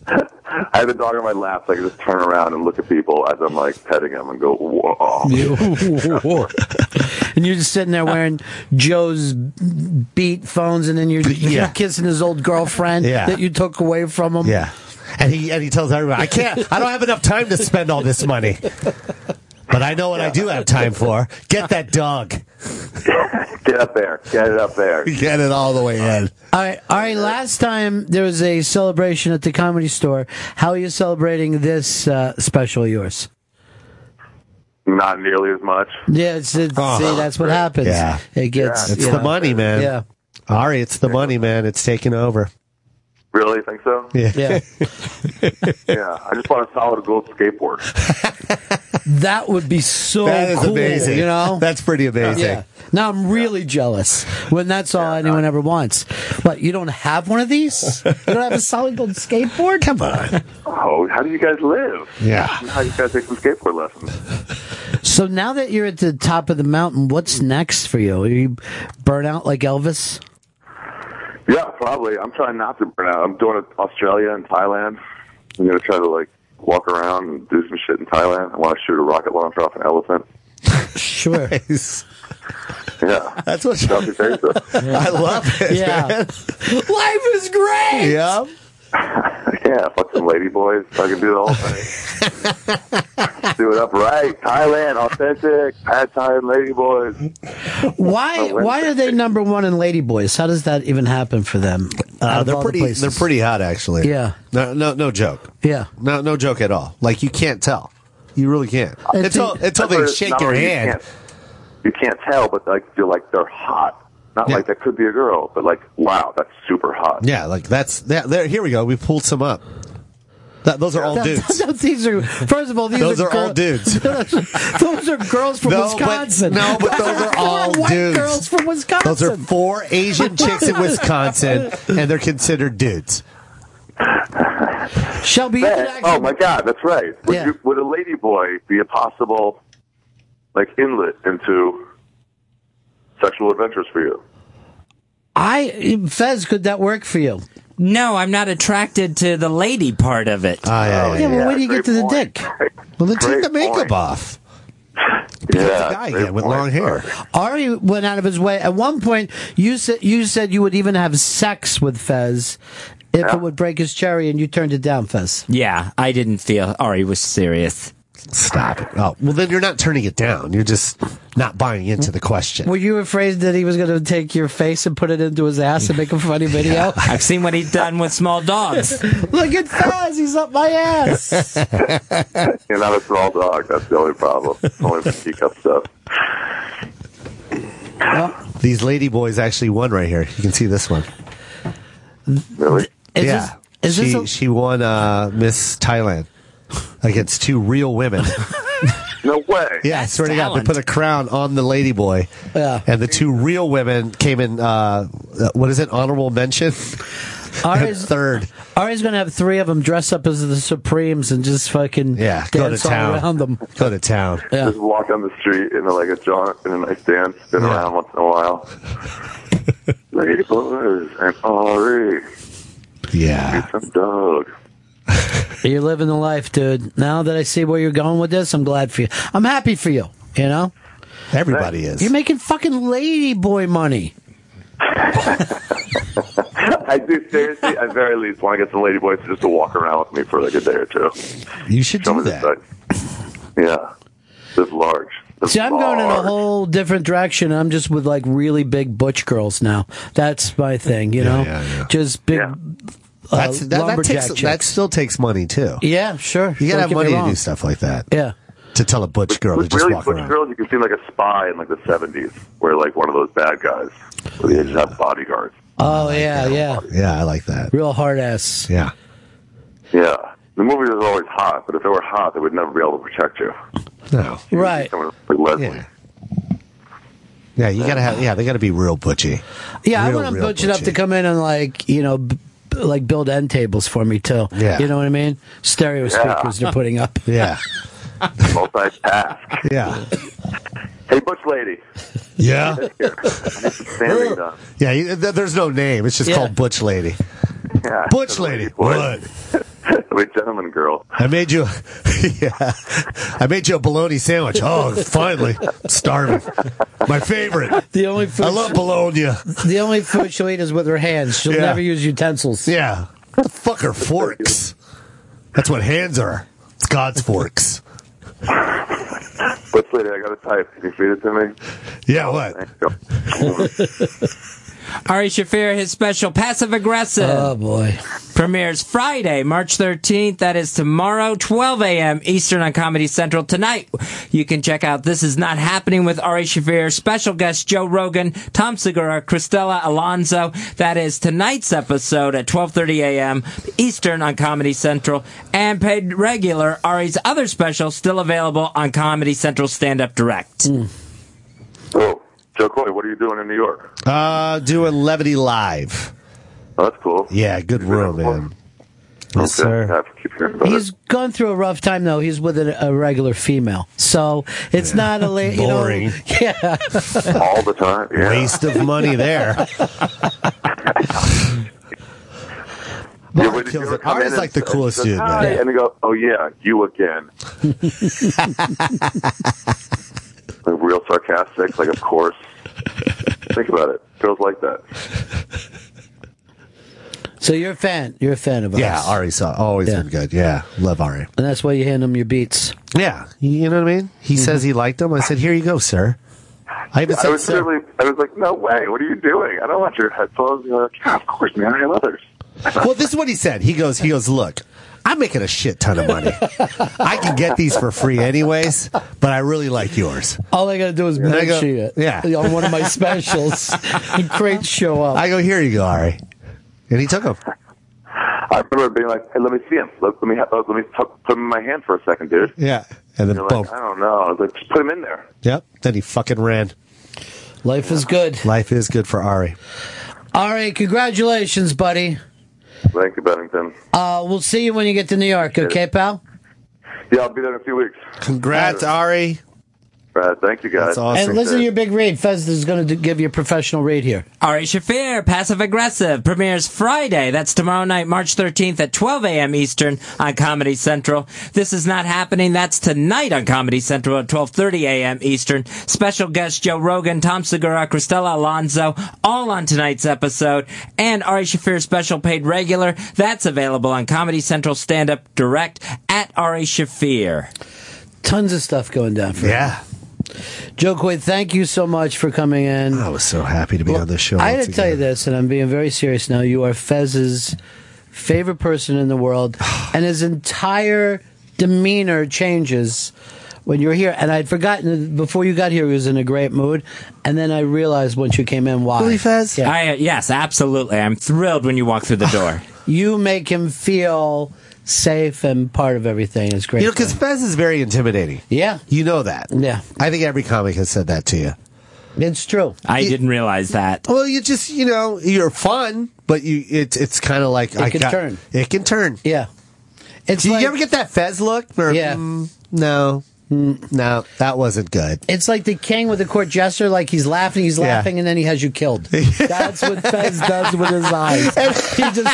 Speaker 14: I have a dog on my lap, so I can just turn around and look at people as I'm like petting them and go, whoa.
Speaker 6: <laughs> and you're just sitting there wearing Joe's beat phones, and then you're, you're kissing his old girlfriend
Speaker 18: Yeah.
Speaker 6: that you took away from him.
Speaker 18: Yeah. And he and he tells everyone, I can't. I don't have enough time to spend all this money. But I know what I do have time for. Get that dog.
Speaker 14: <laughs> Get up there. Get it up there.
Speaker 18: Get it all the way in.
Speaker 6: All right, all right. Last time there was a celebration at the comedy store. How are you celebrating this uh, special of yours?
Speaker 14: Not nearly as much.
Speaker 6: Yeah, it's, it's,
Speaker 14: Oh,
Speaker 6: see, that's what
Speaker 14: great.
Speaker 6: happens.
Speaker 18: Yeah.
Speaker 6: It gets
Speaker 18: It's
Speaker 6: you
Speaker 18: the
Speaker 6: know,
Speaker 18: money, man.
Speaker 6: Yeah.
Speaker 18: Ari, it's the money, man. It's taking over.
Speaker 14: Really? You think so?
Speaker 18: Yeah. <laughs>
Speaker 14: yeah. I just want a solid gold skateboard.
Speaker 6: That would be so
Speaker 18: that is
Speaker 6: cool,
Speaker 18: amazing.
Speaker 6: You know?
Speaker 18: That's pretty amazing.
Speaker 6: Yeah. Now I'm really jealous when that's all anyone ever wants. But you don't have one of these? You don't have a solid gold skateboard? Come on.
Speaker 14: Oh, how do you guys live?
Speaker 18: Yeah.
Speaker 14: How do you guys take some skateboard lessons?
Speaker 6: So now that you're at the top of the mountain, what's next for you? Are you burn out like Elvis?
Speaker 14: Yeah, probably. I'm trying not to burn out. I'm doing it Australia and Thailand. I'm gonna try to like walk around and do some shit in Thailand. I want to shoot a rocket launcher off an elephant.
Speaker 6: Sure.
Speaker 14: Yeah, that's what Southeast Asia.
Speaker 18: I love it.
Speaker 6: <laughs> Yeah.
Speaker 18: <laughs>
Speaker 6: Life is great.
Speaker 18: Yeah.
Speaker 14: yeah, fuck some lady boys. I can do the whole thing.
Speaker 18: <laughs>
Speaker 14: do it up right. Thailand, authentic. Pad Thai and lady boys.
Speaker 6: Why why are they number one in Lady Boys? How does that even happen for them? Out
Speaker 18: Uh,
Speaker 6: of
Speaker 18: they're
Speaker 6: all the
Speaker 18: pretty.
Speaker 6: places.
Speaker 18: they're pretty hot, actually.
Speaker 6: Yeah.
Speaker 18: No, no, no joke.
Speaker 6: Yeah.
Speaker 18: No, no joke at all. Like you can't tell. You really can't.
Speaker 14: I
Speaker 18: Until
Speaker 14: think-
Speaker 18: until
Speaker 14: I've heard
Speaker 18: they
Speaker 14: it's
Speaker 18: shake
Speaker 14: not
Speaker 18: your
Speaker 14: only you
Speaker 18: hand.
Speaker 14: can't- You can't tell, but like you're like they're hot. Not like that could be a girl, but like wow, that's super hot.
Speaker 18: Yeah, like that's that. There, here we go. We pulled some up. That, those are all
Speaker 6: <laughs>
Speaker 18: dudes.
Speaker 6: these are first of all these
Speaker 18: Those are all
Speaker 6: girl-
Speaker 18: dudes.
Speaker 6: <laughs> those are girls from
Speaker 18: No, but-
Speaker 6: Wisconsin.
Speaker 18: no, but
Speaker 6: Those
Speaker 18: those are
Speaker 6: four
Speaker 18: all
Speaker 6: white
Speaker 18: dudes.
Speaker 6: Girls from Wisconsin.
Speaker 18: Those are four Asian chicks in Wisconsin, and they're considered dudes.
Speaker 6: Shelby.
Speaker 14: That- oh my God, that's right. Would, you, would a lady boy be a possible like inlet into sexual adventures for you?
Speaker 6: I Fez, could that work for you?
Speaker 7: No, I'm not attracted to the lady part of it.
Speaker 14: Oh,
Speaker 18: yeah,
Speaker 6: yeah, well, yeah, where do you get to the great dick?
Speaker 18: Well, then
Speaker 6: Great
Speaker 18: take uh, the makeup
Speaker 6: point.
Speaker 18: off. Be like the guy again with long hair.
Speaker 6: Ari went out of his way. At one point, you said you said you would even have sex with Fez if it would break his cherry, and you turned it down, Fez.
Speaker 7: Yeah, I didn't feel Ari was serious.
Speaker 18: Stop it. Oh, well, then you're not turning it down. You're just not buying into the question.
Speaker 6: Were you afraid that he was going to take your face and put it into his ass and make
Speaker 18: <laughs>
Speaker 6: a funny video?
Speaker 7: I've seen what he's done with small dogs.
Speaker 6: Look at Fez; he's up
Speaker 18: <laughs>
Speaker 6: my ass.
Speaker 14: You're not a small dog. That's the only problem. only for teacup stuff.
Speaker 18: These lady boys actually won right here. You can see this one.
Speaker 14: Really?
Speaker 6: Is
Speaker 18: yeah.
Speaker 6: this- is
Speaker 18: she,
Speaker 6: this a-
Speaker 18: she won uh, Miss Thailand against two real
Speaker 6: <laughs>
Speaker 18: women.
Speaker 14: No way.
Speaker 18: Yeah, I swear to God, they put a crown on the lady boy. Yeah. And the two real women came in, uh, uh, what is it, honorable mention? <laughs> And
Speaker 6: Ari's
Speaker 18: third.
Speaker 6: Ari's going to have three of them dress up as the Supremes and just fucking
Speaker 18: Yeah, go to
Speaker 6: dance all
Speaker 18: town.
Speaker 6: around them.
Speaker 18: Go to town.
Speaker 14: Just walk on the street in a, like a jaunt in a nice dance, spin around once in a while. Lady boys and Ari.
Speaker 18: Yeah.
Speaker 14: Get some dog.
Speaker 6: You're living the life, dude. Now that I see where you're going with this, I'm glad for you. I'm happy for you. You know,
Speaker 18: everybody is.
Speaker 6: You're making fucking lady boy money.
Speaker 14: I do seriously. I very least want to get some lady boys just to walk around with me for like a day or two.
Speaker 18: You should
Speaker 14: do that. Yeah, this large. This
Speaker 6: See, I'm going in a
Speaker 14: large.
Speaker 6: whole different direction. I'm just with like really big butch girls now. That's my thing, you know. Just big. Uh,
Speaker 18: That's, that, that,
Speaker 6: lumberjack
Speaker 18: takes, that
Speaker 6: chicks.
Speaker 18: still takes money, too.
Speaker 6: Yeah, sure.
Speaker 18: You
Speaker 6: Don't
Speaker 18: gotta have
Speaker 6: get me
Speaker 18: money to
Speaker 6: wrong.
Speaker 18: do stuff like that.
Speaker 6: Yeah.
Speaker 18: To tell a butch girl to
Speaker 14: With
Speaker 18: just
Speaker 14: really
Speaker 18: walk
Speaker 14: butch
Speaker 18: around.
Speaker 14: girls, you can seem like a spy in like the '70s, where like one of those bad guys, where they just have bodyguards.
Speaker 6: Oh yeah, yeah.
Speaker 18: Yeah, I like that.
Speaker 6: Real hard ass.
Speaker 18: Yeah.
Speaker 14: Yeah, the movies are always hot, but if they were hot, they would never be able to protect you.
Speaker 18: No.
Speaker 6: Right.
Speaker 14: Someone like Leslie.
Speaker 18: Yeah, you gotta have, yeah, they gotta be real butchy. Real,
Speaker 6: Yeah, I want
Speaker 18: real
Speaker 6: them butch up to come in and like you know, b- b- like build end tables for me too.
Speaker 18: Yeah.
Speaker 6: You know what I mean? Stereo
Speaker 14: Yeah.
Speaker 6: speakers they're putting up.
Speaker 18: <laughs> Yeah.
Speaker 14: Multitask.
Speaker 18: Yeah.
Speaker 14: Hey, butch lady.
Speaker 18: Yeah.
Speaker 14: Here. I need some sanding done. <laughs>
Speaker 18: Yeah, you, th- there's no name. It's just
Speaker 14: Yeah.
Speaker 18: called Butch Lady.
Speaker 14: Yeah.
Speaker 18: Butch Lady. What?
Speaker 21: I'm a gentleman girl.
Speaker 18: I made you, <laughs> yeah, I made you a bologna sandwich. Oh, finally, starving. My favorite.
Speaker 6: The only food
Speaker 18: I love bologna.
Speaker 6: The only food she'll eat is with her hands. She'll
Speaker 18: Yeah.
Speaker 6: never use utensils.
Speaker 18: Yeah. What the fuck are forks? That's what hands are. It's God's forks.
Speaker 21: But later, I got a type. Can you feed it to me?
Speaker 18: Yeah, what?
Speaker 7: Ari Shafir, his special Passive Aggressive. Oh,
Speaker 6: boy.
Speaker 7: Premieres Friday, March 13th. That is tomorrow, 12 a.m. Eastern on Comedy Central. Tonight, you can check out This Is Not Happening with Ari Shafir, special guest Joe Rogan, Tom Segura, Christella Alonso. That is tonight's episode at 12.30 a.m. Eastern on Comedy Central. And paid regular, Ari's other special, still available on Comedy Central Stand Up Direct.
Speaker 21: Oh, Joe Coy, what are you doing in New York?
Speaker 18: Uh, do a levity live.
Speaker 21: Oh, that's cool.
Speaker 18: Yeah, good room, man. Yes,
Speaker 21: Okay,
Speaker 18: sir.
Speaker 21: I have to keep hearing about
Speaker 6: He's
Speaker 21: it.
Speaker 6: gone through a rough time though. He's with a, a regular female, so it's not a la- you know-
Speaker 18: Boring.
Speaker 6: <laughs> yeah,
Speaker 21: All the
Speaker 18: <laughs>
Speaker 21: time. Yeah.
Speaker 18: Waste of money <laughs> there.
Speaker 21: Yeah, but did you ever come
Speaker 18: Ari's
Speaker 21: in
Speaker 18: like
Speaker 21: and
Speaker 18: the
Speaker 21: say-
Speaker 18: coolest
Speaker 21: said,
Speaker 18: dude,
Speaker 21: "Hi,"
Speaker 18: man.
Speaker 21: And they go, oh, yeah, you again.
Speaker 18: <laughs>
Speaker 21: Like, real sarcastic, like, of course. Think about it. Girls like that.
Speaker 6: So you're a fan. You're a fan of us.
Speaker 18: Yeah, Ari's always been good. Yeah, love Ari.
Speaker 6: and that's why you hand him your beats.
Speaker 18: Yeah, you know what I mean. He says he liked them. I said, "Here you go, sir." I even
Speaker 21: I
Speaker 18: said,
Speaker 21: was
Speaker 18: sir.
Speaker 21: literally, I was like, no way. What are you doing? I don't want your headphones. You're like, yeah, of course, man. I have others.
Speaker 18: "Well, this is what he said." He goes, "He goes, look, I'm making a shit ton of <laughs> money. I can get these for free anyways, but I really like yours."
Speaker 6: All I gotta do is
Speaker 18: Yeah. I go-
Speaker 6: mention it.
Speaker 18: yeah.
Speaker 6: on one
Speaker 18: <laughs>
Speaker 6: of my specials, <laughs> and crates show up.
Speaker 18: I go, "Here you go, Ari," and he took them.
Speaker 21: I remember being like, hey, let me see him. Let, let me, ha- uh, let me tuck, put him in my hand for a second, dude.
Speaker 18: Yeah, and then
Speaker 21: You're
Speaker 18: boom.
Speaker 21: like, I don't know. I was like, just put him in there.
Speaker 18: Yep. Then he fucking ran.
Speaker 6: Life is good.
Speaker 18: Life is good for Ari.
Speaker 6: Ari, congratulations, buddy.
Speaker 21: Thank you, Bennington.
Speaker 6: Uh, we'll see you when you get to New York, okay, pal?
Speaker 21: Yeah, I'll be there in a few weeks.
Speaker 18: Congrats, Ari.
Speaker 21: Brad, thank you guys.
Speaker 18: That's awesome.
Speaker 6: And listen to your big read. Fez is going to give you a professional read here.
Speaker 7: Ari Shafir, Passive Aggressive, premieres Friday. That's tomorrow night, March 13th at 12 a.m. Eastern on Comedy Central. This is not happening. That's tonight on Comedy Central at 12.30 a.m. Eastern. Special guest Joe Rogan, Tom Segura, Cristela Alonso, all on tonight's episode. And Ari Shafir's special paid regular. That's available on Comedy Central Stand Up Direct at Ari Shafir.
Speaker 6: Tons of stuff going down for
Speaker 18: Yeah.
Speaker 6: Joe Quinn, thank you so much for coming in.
Speaker 18: I was so happy to be on this show.
Speaker 6: I
Speaker 18: once
Speaker 6: had to tell you this, and I'm being very serious now. You are Fez's favorite person in the world, and his entire demeanor changes when you're here. And I'd forgotten before you got here, he was in a great mood, and then I realized once you came in why.
Speaker 7: Really,
Speaker 6: Fez? Yeah.
Speaker 7: I, yes, absolutely. I'm thrilled when you walk through the door.
Speaker 6: You make him feel safe and part of everything. It's great.
Speaker 18: You know, because Fez is very intimidating.
Speaker 6: Yeah.
Speaker 18: You know that.
Speaker 6: Yeah.
Speaker 18: I think every comic has said that to you.
Speaker 6: It's true.
Speaker 7: I didn't realize that.
Speaker 18: Well, you just, you know, you're fun, but you it's it's kind of like
Speaker 6: It
Speaker 18: I
Speaker 6: can
Speaker 18: got-
Speaker 6: turn.
Speaker 18: It can turn.
Speaker 6: Yeah. It's
Speaker 18: Do you
Speaker 6: like-
Speaker 18: ever get that Fez look? Or,
Speaker 6: Yeah.
Speaker 18: "Mm,
Speaker 6: Mm.
Speaker 18: no. No, that wasn't good.
Speaker 6: It's like the king with the court jester, like he's laughing, he's
Speaker 18: Yeah.
Speaker 6: laughing, and then he has
Speaker 18: <laughs>
Speaker 6: you killed. That's what Fez does with his eyes. He just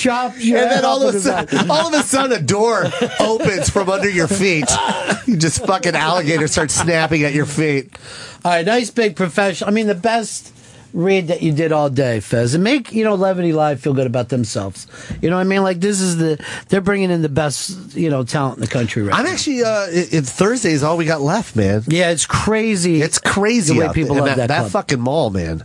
Speaker 6: chops
Speaker 18: <laughs>
Speaker 6: you.
Speaker 18: and then all of a
Speaker 6: sudden,
Speaker 18: sudden, all of a sudden, a
Speaker 6: <laughs>
Speaker 18: door opens from under your feet. You just fucking alligator starts snapping at your feet.
Speaker 6: All right, nice big professional. I mean, the best read that you did all day, Fez, and make you know Levity Live feel good about themselves. You know what I mean? Like this is the they're bringing in the best you know talent in the country right
Speaker 18: I'm
Speaker 6: now.
Speaker 18: actually. Uh, it, it, Thursday is all we got left, man.
Speaker 6: Yeah, it's crazy.
Speaker 18: It's crazy.
Speaker 6: the way
Speaker 18: out
Speaker 6: people
Speaker 18: there. And
Speaker 6: love that
Speaker 18: that
Speaker 6: club.
Speaker 18: fucking mall, man.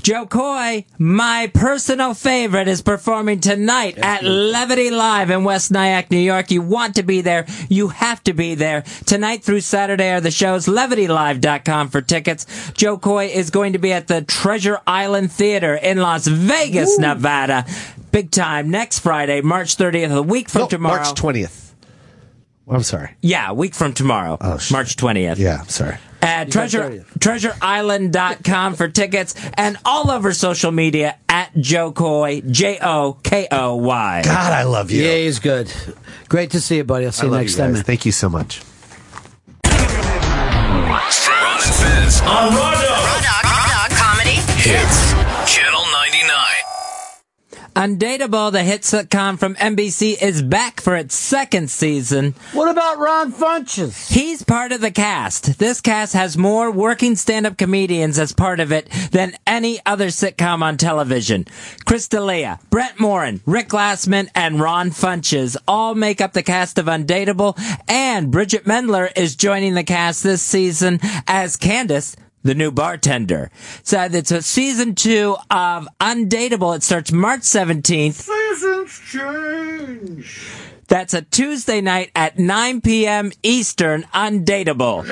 Speaker 7: Joe Coy, my personal favorite, is performing tonight at Levity Live in West Nyack, New York. You want to be there. You have to be there. Tonight through Saturday are the shows. LevityLive.com for tickets. Joe Coy is going to be at the Treasure Island Theater in Las Vegas, Nevada. Big time. Next Friday, March 30th, a week from
Speaker 18: No,
Speaker 7: tomorrow.
Speaker 18: Oh, March 20th. I'm sorry.
Speaker 7: Yeah, a week from tomorrow. March 20th.
Speaker 18: Oh, Yeah, I'm sorry.
Speaker 7: at treasure, treasureisland.com for tickets and all over social media at Joe Coy, J O K O Y.
Speaker 18: God, I love you.
Speaker 6: Yeah, he's good. Great to see you, buddy. I'll see
Speaker 18: I
Speaker 6: you
Speaker 18: love
Speaker 6: next
Speaker 18: you
Speaker 6: time.
Speaker 18: guys.
Speaker 6: man.
Speaker 18: Thank you so much.
Speaker 2: Ron and Fez on Raw Dog.
Speaker 22: Raw Dog Comedy.
Speaker 2: Hits. Channel 99.
Speaker 7: Undateable, the hit sitcom from NBC, is back for its second season.
Speaker 6: What about Ron Funches?
Speaker 7: He's part of the cast. This cast has more working stand-up comedians as part of it than any other sitcom on television. Chris D'Elia, Brent Morin, Rick Glassman, and Ron Funches all make up the cast of Undateable, and Bridget Mendler is joining the cast this season as Candace, the new bartender. So it's a season two of Undateable. It starts March 17th.
Speaker 19: Seasons change.
Speaker 7: That's a Tuesday night at 9 p.m. Eastern, Undateable.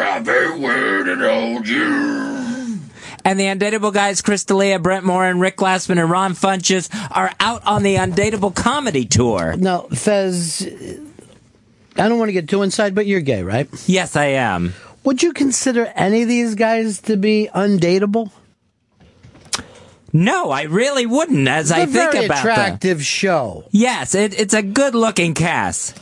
Speaker 7: And the Undateable guys, Chris D'Elia, Brent Morin, Rick Glassman, and Ron Funches are out on the Undateable comedy tour.
Speaker 6: Now, Fez, uh, I don't want to get too inside, but you're gay, right?
Speaker 7: Yes, I am.
Speaker 6: Would you consider any of these guys to be undateable?
Speaker 7: No, I really wouldn't as
Speaker 6: It's a
Speaker 7: I think
Speaker 6: very
Speaker 7: about them.
Speaker 6: attractive show.
Speaker 7: Yes, it, it's a good looking cast.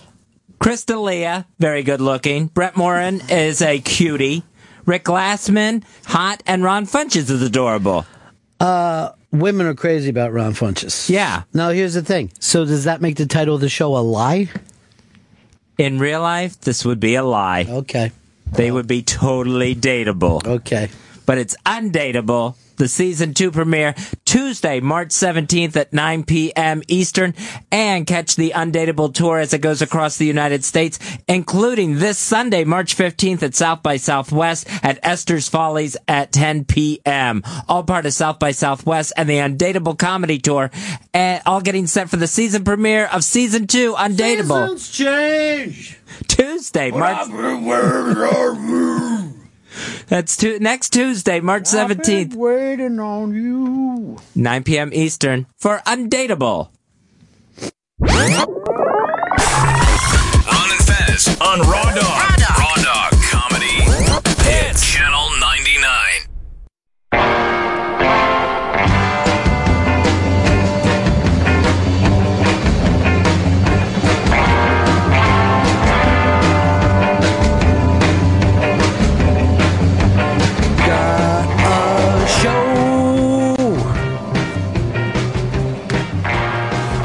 Speaker 7: Chris D'Elia, very good looking. Brett Morin is a cutie. Rick Glassman, hot, and Ron Funches is adorable.
Speaker 6: Uh, women are crazy about Ron Funches.
Speaker 7: Yeah.
Speaker 6: Now, here's the thing. So, does that make the title of the show a lie?
Speaker 7: In real life, this would be a lie.
Speaker 6: Okay.
Speaker 7: They would be totally dateable.
Speaker 6: Okay.
Speaker 7: But it's undateable. The season two premiere Tuesday, March 17th at 9 p.m. Eastern, and catch the Undateable tour as it goes across the United States, including this Sunday, March 15th at South by Southwest at Esther's Follies at 10 p.m. All part of South by Southwest and the Undateable Comedy Tour, and all getting set for the season premiere of season two, Undateable.
Speaker 6: change.
Speaker 7: Tuesday, March. That's tu- next Tuesday, March seventeenth,
Speaker 6: waiting on you.
Speaker 7: nine p.m. Eastern for Undateable.
Speaker 2: Ron and Fez on Raw Dog. Raw Dog Comedy. Hits. Channel 99.
Speaker 6: Got a show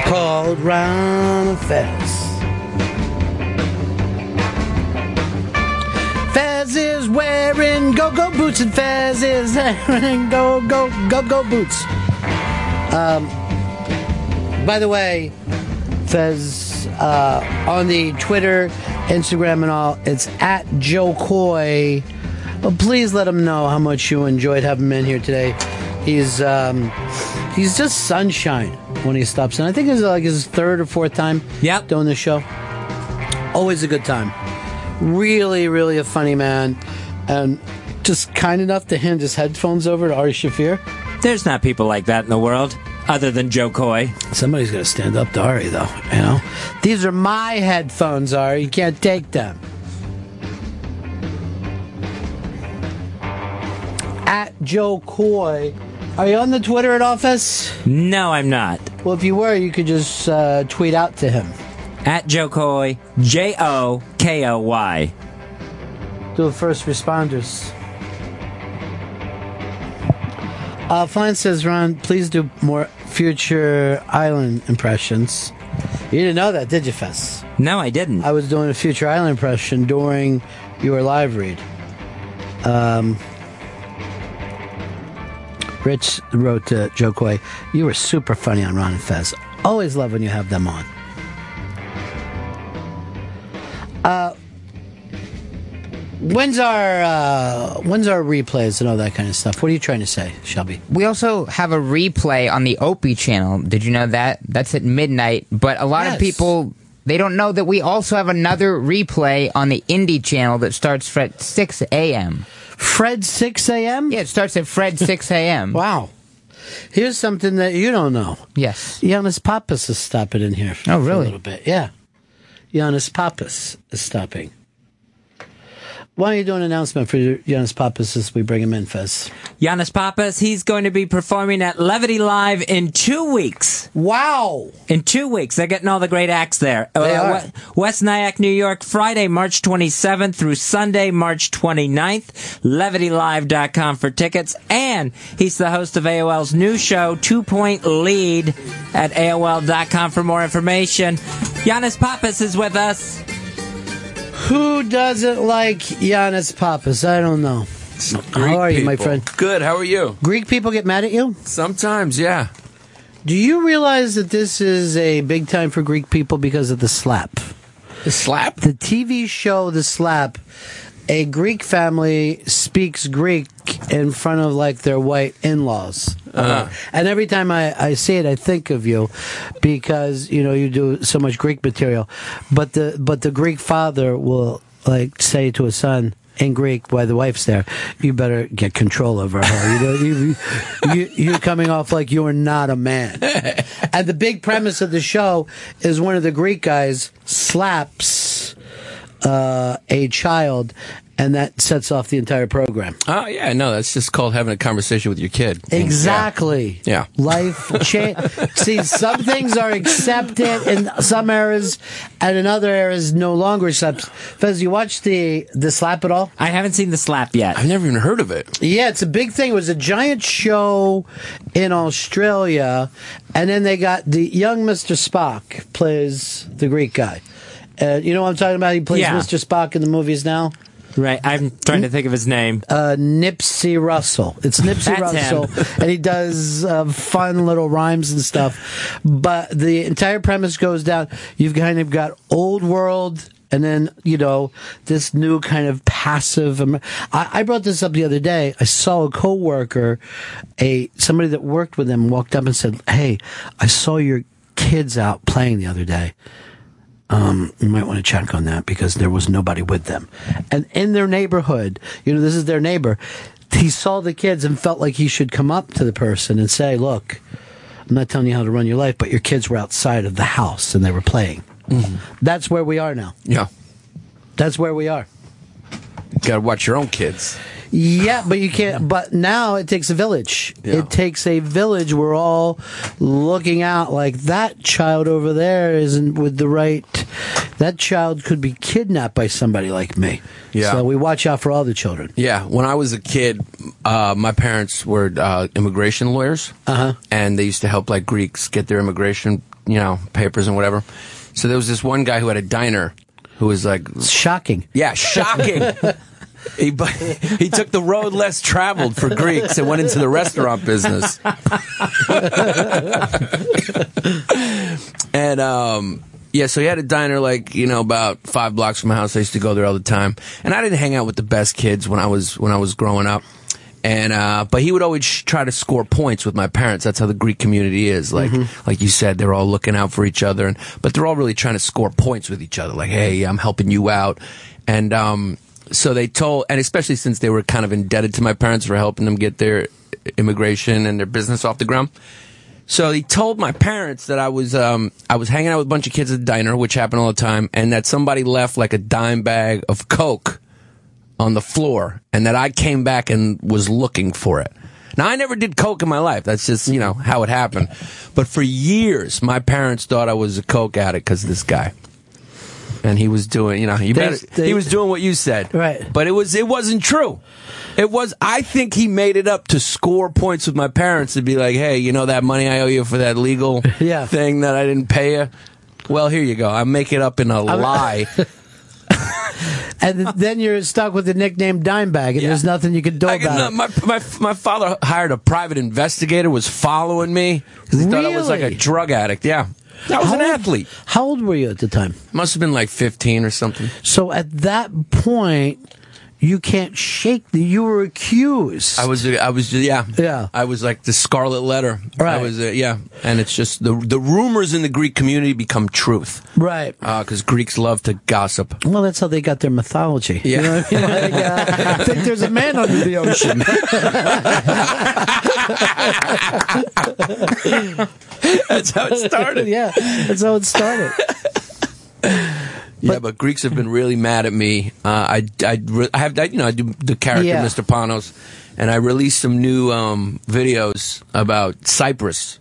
Speaker 6: called Ron and Fez. Fez is wearing go-go boots, and Fez is <laughs> wearing go-go go-go boots. Um, by the way, Fez uh, on the Twitter, Instagram, and all. It's at Joe Coy. But please let him know how much you enjoyed having him in here today. He's um, he's just sunshine when he stops, and I think it's like his third or fourth time yep. doing this show. Always a good time. Really, really a funny man, and just kind enough to hand his headphones over to Ari Shafir.
Speaker 7: There's not people like that in the world, other than Joe Coy.
Speaker 6: Somebody's gonna stand up to Ari, though. You know, these are my headphones, Ari. You can't take them. At Joe Coy, are you on the Twitter at office?
Speaker 7: No, I'm not.
Speaker 6: Well, if you were, you could just uh, tweet out to him.
Speaker 7: At Joe Coy, J O K O Y.
Speaker 6: Do the first responders. Uh, Flynn says, Ron, please do more future island impressions. You didn't know that, did you, Fess?
Speaker 7: No, I didn't.
Speaker 3: Uh,
Speaker 6: I was doing a future island impression during your live read. Um, Rich wrote to Joe Coy, You were super funny on Ron and Fez. Always love when you have them on. Uh, when's our uh, when's our replays and all that kind of stuff? What are you trying to say, Shelby?
Speaker 3: We also have a replay on the Opie channel. Did you know that? That's at midnight. But a lot
Speaker 6: Yes.
Speaker 3: of people they don't know that we also have another replay on the Indie channel that starts at six a.m.
Speaker 6: Fred six a.m.
Speaker 3: Yeah, it starts at Fred six a.m.
Speaker 6: wow. Here's something that you don't know.
Speaker 3: Yes.
Speaker 6: Giannis Pappas is stopping in here.
Speaker 3: Oh,
Speaker 6: for
Speaker 3: really?
Speaker 6: a little bit, yeah. Giannis Pappas is stopping. Why don't you do an announcement for Giannis Pappas as we bring him in, Fez?
Speaker 7: Giannis Pappas, he's going to be performing at Levity Live in two weeks.
Speaker 6: Wow.
Speaker 7: In two weeks. They're getting all the great acts there. They
Speaker 6: are.
Speaker 7: West Nyack, New York, Friday, March 27th through Sunday, March 29th. LevityLive.com for tickets. And he's the host of AOL's new show, Two Point Lead, at AOL.com for more information. Giannis Pappas is with us.
Speaker 6: Who doesn't like Giannis Pappas? I don't know. How are you, my friend?
Speaker 1: Good. How are you?
Speaker 6: Greek people get mad at you?
Speaker 1: Sometimes, yeah.
Speaker 6: Do you realize that this is a big time for Greek people because of the slap?
Speaker 1: The slap?
Speaker 6: The TV show The Slap. A Greek family speaks Greek in front of like their white in laws.
Speaker 1: Uh-huh.
Speaker 6: And every time I, I see it, I think of you because, you know, you do so much Greek material. But the, but the Greek father will like say to his son, in Greek, while the wife's there, you better get control over her. You know, you, you, you're coming off like you're not a man. And the big premise of the show is one of the Greek guys slaps uh, a child, and that sets off the entire program.
Speaker 1: Oh, yeah. No, that's just called having a conversation with your kid.
Speaker 6: Exactly.
Speaker 1: Yeah.
Speaker 6: Life change. See, some things are accepted in some eras, and in other eras, no longer accepted. Fez, you watch the the slap at all?
Speaker 7: I haven't seen the slap yet.
Speaker 1: I've never even heard of it.
Speaker 6: Yeah, it's a big thing. It was a giant show in Australia, and then they got the young Mr. Spock plays the Greek guy. Uh, you know what I'm talking about? He plays
Speaker 7: Yeah.
Speaker 6: Mr. Spock in the movies now.
Speaker 7: Right. I'm trying to think of his name.
Speaker 6: Uh, Nipsey Russell.
Speaker 7: <laughs>
Speaker 6: It's Nipsey
Speaker 7: That's him.
Speaker 6: Russell, and he does uh, fun little rhymes and stuff. But the entire premise goes down. You've kind of got old world. And then, you know, this new kind of passive. Amer- I, I brought this up the other day. I saw a coworker, a, somebody that worked with him walked up and said, Hey, I saw your kids out playing the other day. Um, you might want to check on that because there was nobody with them. And in their neighborhood, you know, this is their neighbor. He saw the kids and felt like he should come up to the person and say, look, I'm not telling you how to run your life, but your kids were outside of the house and they were playing. That's where we are now.
Speaker 1: Yeah.
Speaker 6: That's where we are.
Speaker 1: Got to watch your own kids.
Speaker 6: Yeah, but you can't. But now it takes a village. It takes a village. We're all looking out like that child over there isn't with the right. That child could be kidnapped by somebody like me.
Speaker 1: Yeah.
Speaker 6: So we watch out for all the children.
Speaker 1: Yeah, when I was a kid, uh, my parents were uh, immigration lawyers, uh-huh. and they used to help like Greeks get their immigration, you know, papers and whatever. So there was this one guy who had a diner who was like
Speaker 6: shocking.
Speaker 1: Yeah, shocking. <laughs> he bu- he took the road less traveled for Greeks and went into the restaurant business. <laughs> and um yeah, so he had a diner like, you know, about five blocks from my house. I used to go there all the time. And I didn't hang out with the best kids when I was when I was growing up. And uh but he would always sh- try to score points with my parents. That's how the Greek community is. Like like you said, they're all looking out for each other and but they're all really trying to score points with each other. Like, hey, I'm helping you out. And um so they told and especially since they were kind of indebted to my parents for helping them get their immigration and their business off the ground. So he told my parents that I was um, I was hanging out with a bunch of kids at the diner, which happened all the time, and that somebody left like a dime bag of coke on the floor, and that I came back and was looking for it. Now I never did coke in my life. That's just you know how it happened. But for years, my parents thought I was a coke addict because of this guy, and he was doing you know you
Speaker 6: They-
Speaker 1: better,
Speaker 6: they-
Speaker 1: he was doing what you said
Speaker 6: Right.
Speaker 1: but it was it wasn't true. It was I think he made it up to score points with my parents to be like, hey, you know that money I owe you for that
Speaker 6: <laughs>
Speaker 1: legal thing that I didn't pay you. Well, here you go. I make it up in
Speaker 6: <laughs>
Speaker 1: a lie.
Speaker 6: And then you're stuck with the nickname Dimebag, and there's nothing you can do
Speaker 1: I
Speaker 6: about
Speaker 1: could- no,
Speaker 6: it.
Speaker 1: my, my my father hired a private investigator was following me because he thought I was like a
Speaker 6: Really?
Speaker 1: drug addict. Yeah, I was an athlete.
Speaker 6: How old were you at the time?
Speaker 1: Must have been like fifteen or something.
Speaker 6: So at that point, you can't shake the. You were accused.
Speaker 1: I was, I was, yeah,
Speaker 6: yeah.
Speaker 1: I was like the Scarlet Letter. I
Speaker 6: Right.
Speaker 1: was, uh, yeah, and it's just the the rumors in the Greek community become truth,
Speaker 6: Right.
Speaker 1: Because Greeks love to gossip.
Speaker 6: Well, that's how they got their mythology. You
Speaker 1: Yeah.
Speaker 6: know what I mean? Like, uh, I <laughs> think there's a man under the ocean.
Speaker 1: That's how it started.
Speaker 6: yeah, that's how it started.
Speaker 1: Yeah, but Greeks have been really mad at me. Uh, I, I, re- I have, I, you know, I do the character
Speaker 6: Yeah.
Speaker 1: Mr. Panos, and I released some new um, videos about Cyprus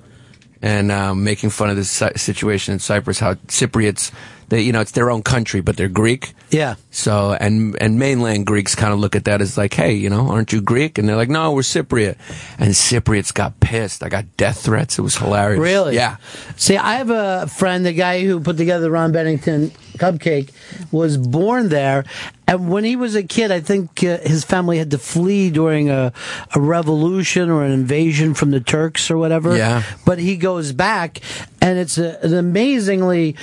Speaker 1: and um, making fun of this si- situation in Cyprus. How Cypriots, they, you know, it's their own country, but they're Greek.
Speaker 6: Yeah.
Speaker 1: So and and mainland Greeks kind of look at that as like, hey, you know, aren't you Greek? And they're like, no, we're Cypriot. And Cypriots got pissed. I got death threats. It was hilarious.
Speaker 6: Really?
Speaker 1: Yeah.
Speaker 6: See, I have a friend, the guy who put together the Ron Bennington cupcake, was born there. And when he was a kid, I think uh, his family had to flee during a, a revolution or an invasion from the Turks or whatever.
Speaker 1: Yeah.
Speaker 6: But he goes back, and it's a, an amazingly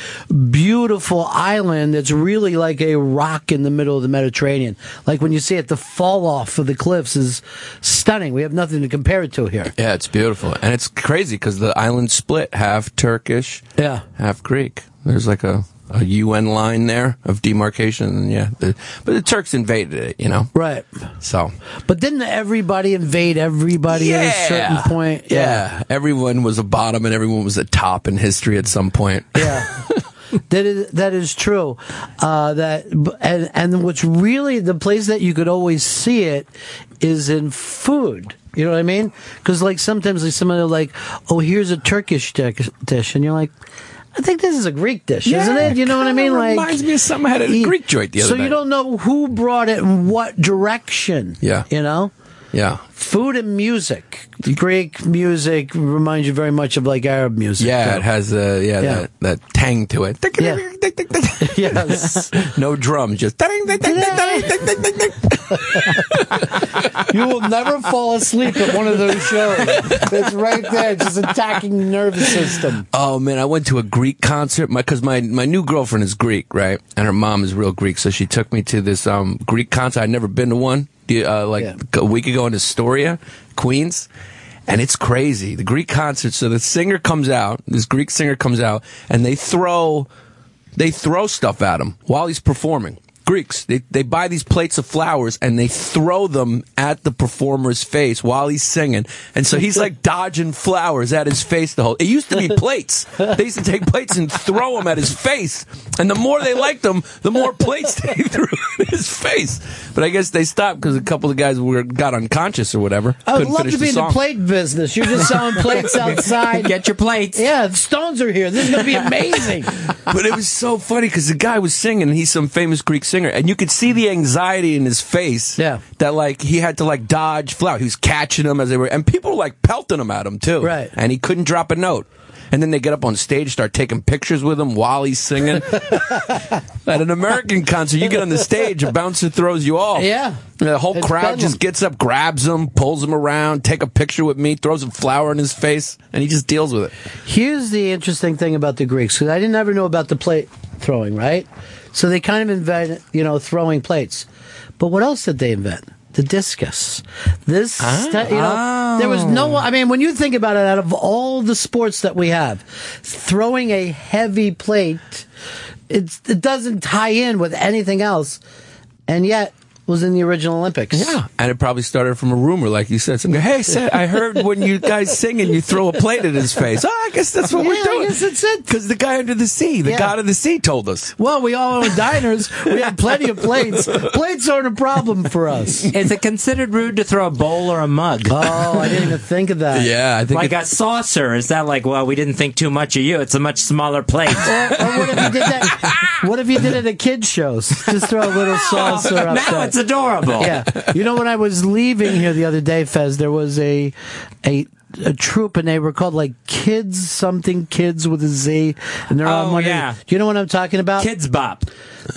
Speaker 6: beautiful island that's really like a rock in the middle of the Mediterranean. Like when you see it, the fall off of the cliffs is stunning. We have nothing to compare it to here.
Speaker 1: Yeah, it's beautiful, and it's crazy because the island split half Turkish,
Speaker 6: yeah,
Speaker 1: half Greek. There's like a, a UN line there of demarcation, and yeah, the, but the Turks invaded it, you know,
Speaker 6: right?
Speaker 1: So
Speaker 6: But didn't everybody invade everybody at a certain
Speaker 1: Yeah.
Speaker 6: point?
Speaker 1: yeah, everyone was a bottom and everyone was a top in history at some point.
Speaker 6: Yeah.
Speaker 1: <laughs>
Speaker 6: that is that is true. Uh, that b- and and what's really the place that you could always see it is in food. You know what I mean? Because like sometimes like somebody will like, oh, here's a Turkish di- dish, and you're like. I think this is a Greek dish,
Speaker 1: Yeah,
Speaker 6: isn't it? You know what I
Speaker 1: kinda
Speaker 6: mean? Like
Speaker 1: reminds me of something I had at a
Speaker 6: Yeah.
Speaker 1: Greek joint the other
Speaker 6: So you
Speaker 1: night.
Speaker 6: don't know who brought it and what direction.
Speaker 1: Yeah.
Speaker 6: you know.
Speaker 1: Yeah.
Speaker 6: Food and music. Greek music reminds you very much of like Arab music.
Speaker 1: Yeah, it has uh, yeah,
Speaker 6: Yeah.
Speaker 1: That, that tang to it.
Speaker 6: yes.
Speaker 1: <laughs> no drums, just
Speaker 6: You will never fall asleep at one of those shows. It's right there, just attacking the nervous system.
Speaker 1: Oh man, I went to a Greek concert because my, my new girlfriend is Greek, right? And her mom is real Greek, so she took me to this um, Greek concert. I'd never been to one the, uh, like a week ago in Astoria, Queens, and it's crazy. The Greek concert. So the singer comes out, this Greek singer comes out, and they throw they throw stuff at him while he's performing. Greeks, they, they buy these plates of flowers and they throw them at the performer's face while he's singing. And so he's
Speaker 6: <laughs>
Speaker 1: like dodging flowers at his face the whole It used to be plates. They used to take plates and throw them at his face. And the more they liked them, the more plates they <laughs> threw at his face. But I guess they stopped because a couple of guys were got unconscious or whatever.
Speaker 6: I would
Speaker 1: Couldn't
Speaker 6: love
Speaker 1: finish
Speaker 6: to be in the
Speaker 1: song.
Speaker 6: plate business. You're just selling plates
Speaker 1: <laughs>
Speaker 6: outside.
Speaker 1: Get
Speaker 7: your plates.
Speaker 6: Yeah, the stones are here. This is going to be amazing.
Speaker 1: but it was so funny because the guy was singing. and He's some famous Greek singer, and you could see the anxiety in his face. Yeah, that like he had to like dodge flout. He was catching them as they were, and people were like pelting him at him too. Right, and he couldn't drop a note. And then they get up on stage, start taking pictures with him while he's
Speaker 6: <laughs>
Speaker 1: singing. At an American concert, you get on the stage, a bouncer throws you off.
Speaker 6: Yeah.
Speaker 1: The whole
Speaker 6: It's
Speaker 1: crowd
Speaker 6: bedlam.
Speaker 1: just gets up, grabs him, pulls him around, take a picture with me, throws a flower in his face, and he just deals with it.
Speaker 6: Here's the interesting thing about the Greeks, because I didn't ever know about the plate throwing, right? So they kind of invented, you know, throwing plates. But what else did they invent? The discus. This, sta- you know, there was no. I mean, when you think about it, out of all the sports that we have, throwing a heavy plate, it's, it doesn't tie in with anything else, and yet was in the original Olympics. Yeah,
Speaker 1: And it probably started from a rumor, like you said. Some guy, hey, Seth, I heard when you guys sing and you throw a plate at his face. Oh, I guess that's what
Speaker 6: Yeah,
Speaker 1: we're
Speaker 6: I
Speaker 1: doing.
Speaker 6: guess that's it.
Speaker 1: Because the guy under the sea, the
Speaker 6: Yeah.
Speaker 1: god of the sea, told us.
Speaker 6: Well, we all own diners. We have plenty of plates. Plates aren't a problem for us.
Speaker 7: Is it considered rude to throw a bowl or a mug?
Speaker 6: Oh, I didn't even think of that.
Speaker 1: Yeah, I think
Speaker 7: like a saucer. Is that like, well, we didn't think too much of you. It's a much smaller <laughs> plate.
Speaker 6: Oh,
Speaker 7: <laughs>
Speaker 6: What if you did it at kids shows? Just throw a little saucer up
Speaker 7: Now
Speaker 6: there.
Speaker 7: it's adorable.
Speaker 6: Yeah. You know, when I was leaving here the other day, Fez, there was a a a troop, and they were called like kids something kids with a Z, and they're on
Speaker 7: Oh,
Speaker 6: one. of-
Speaker 7: yeah.
Speaker 6: Do you know what I'm talking about?
Speaker 7: Kids Bop.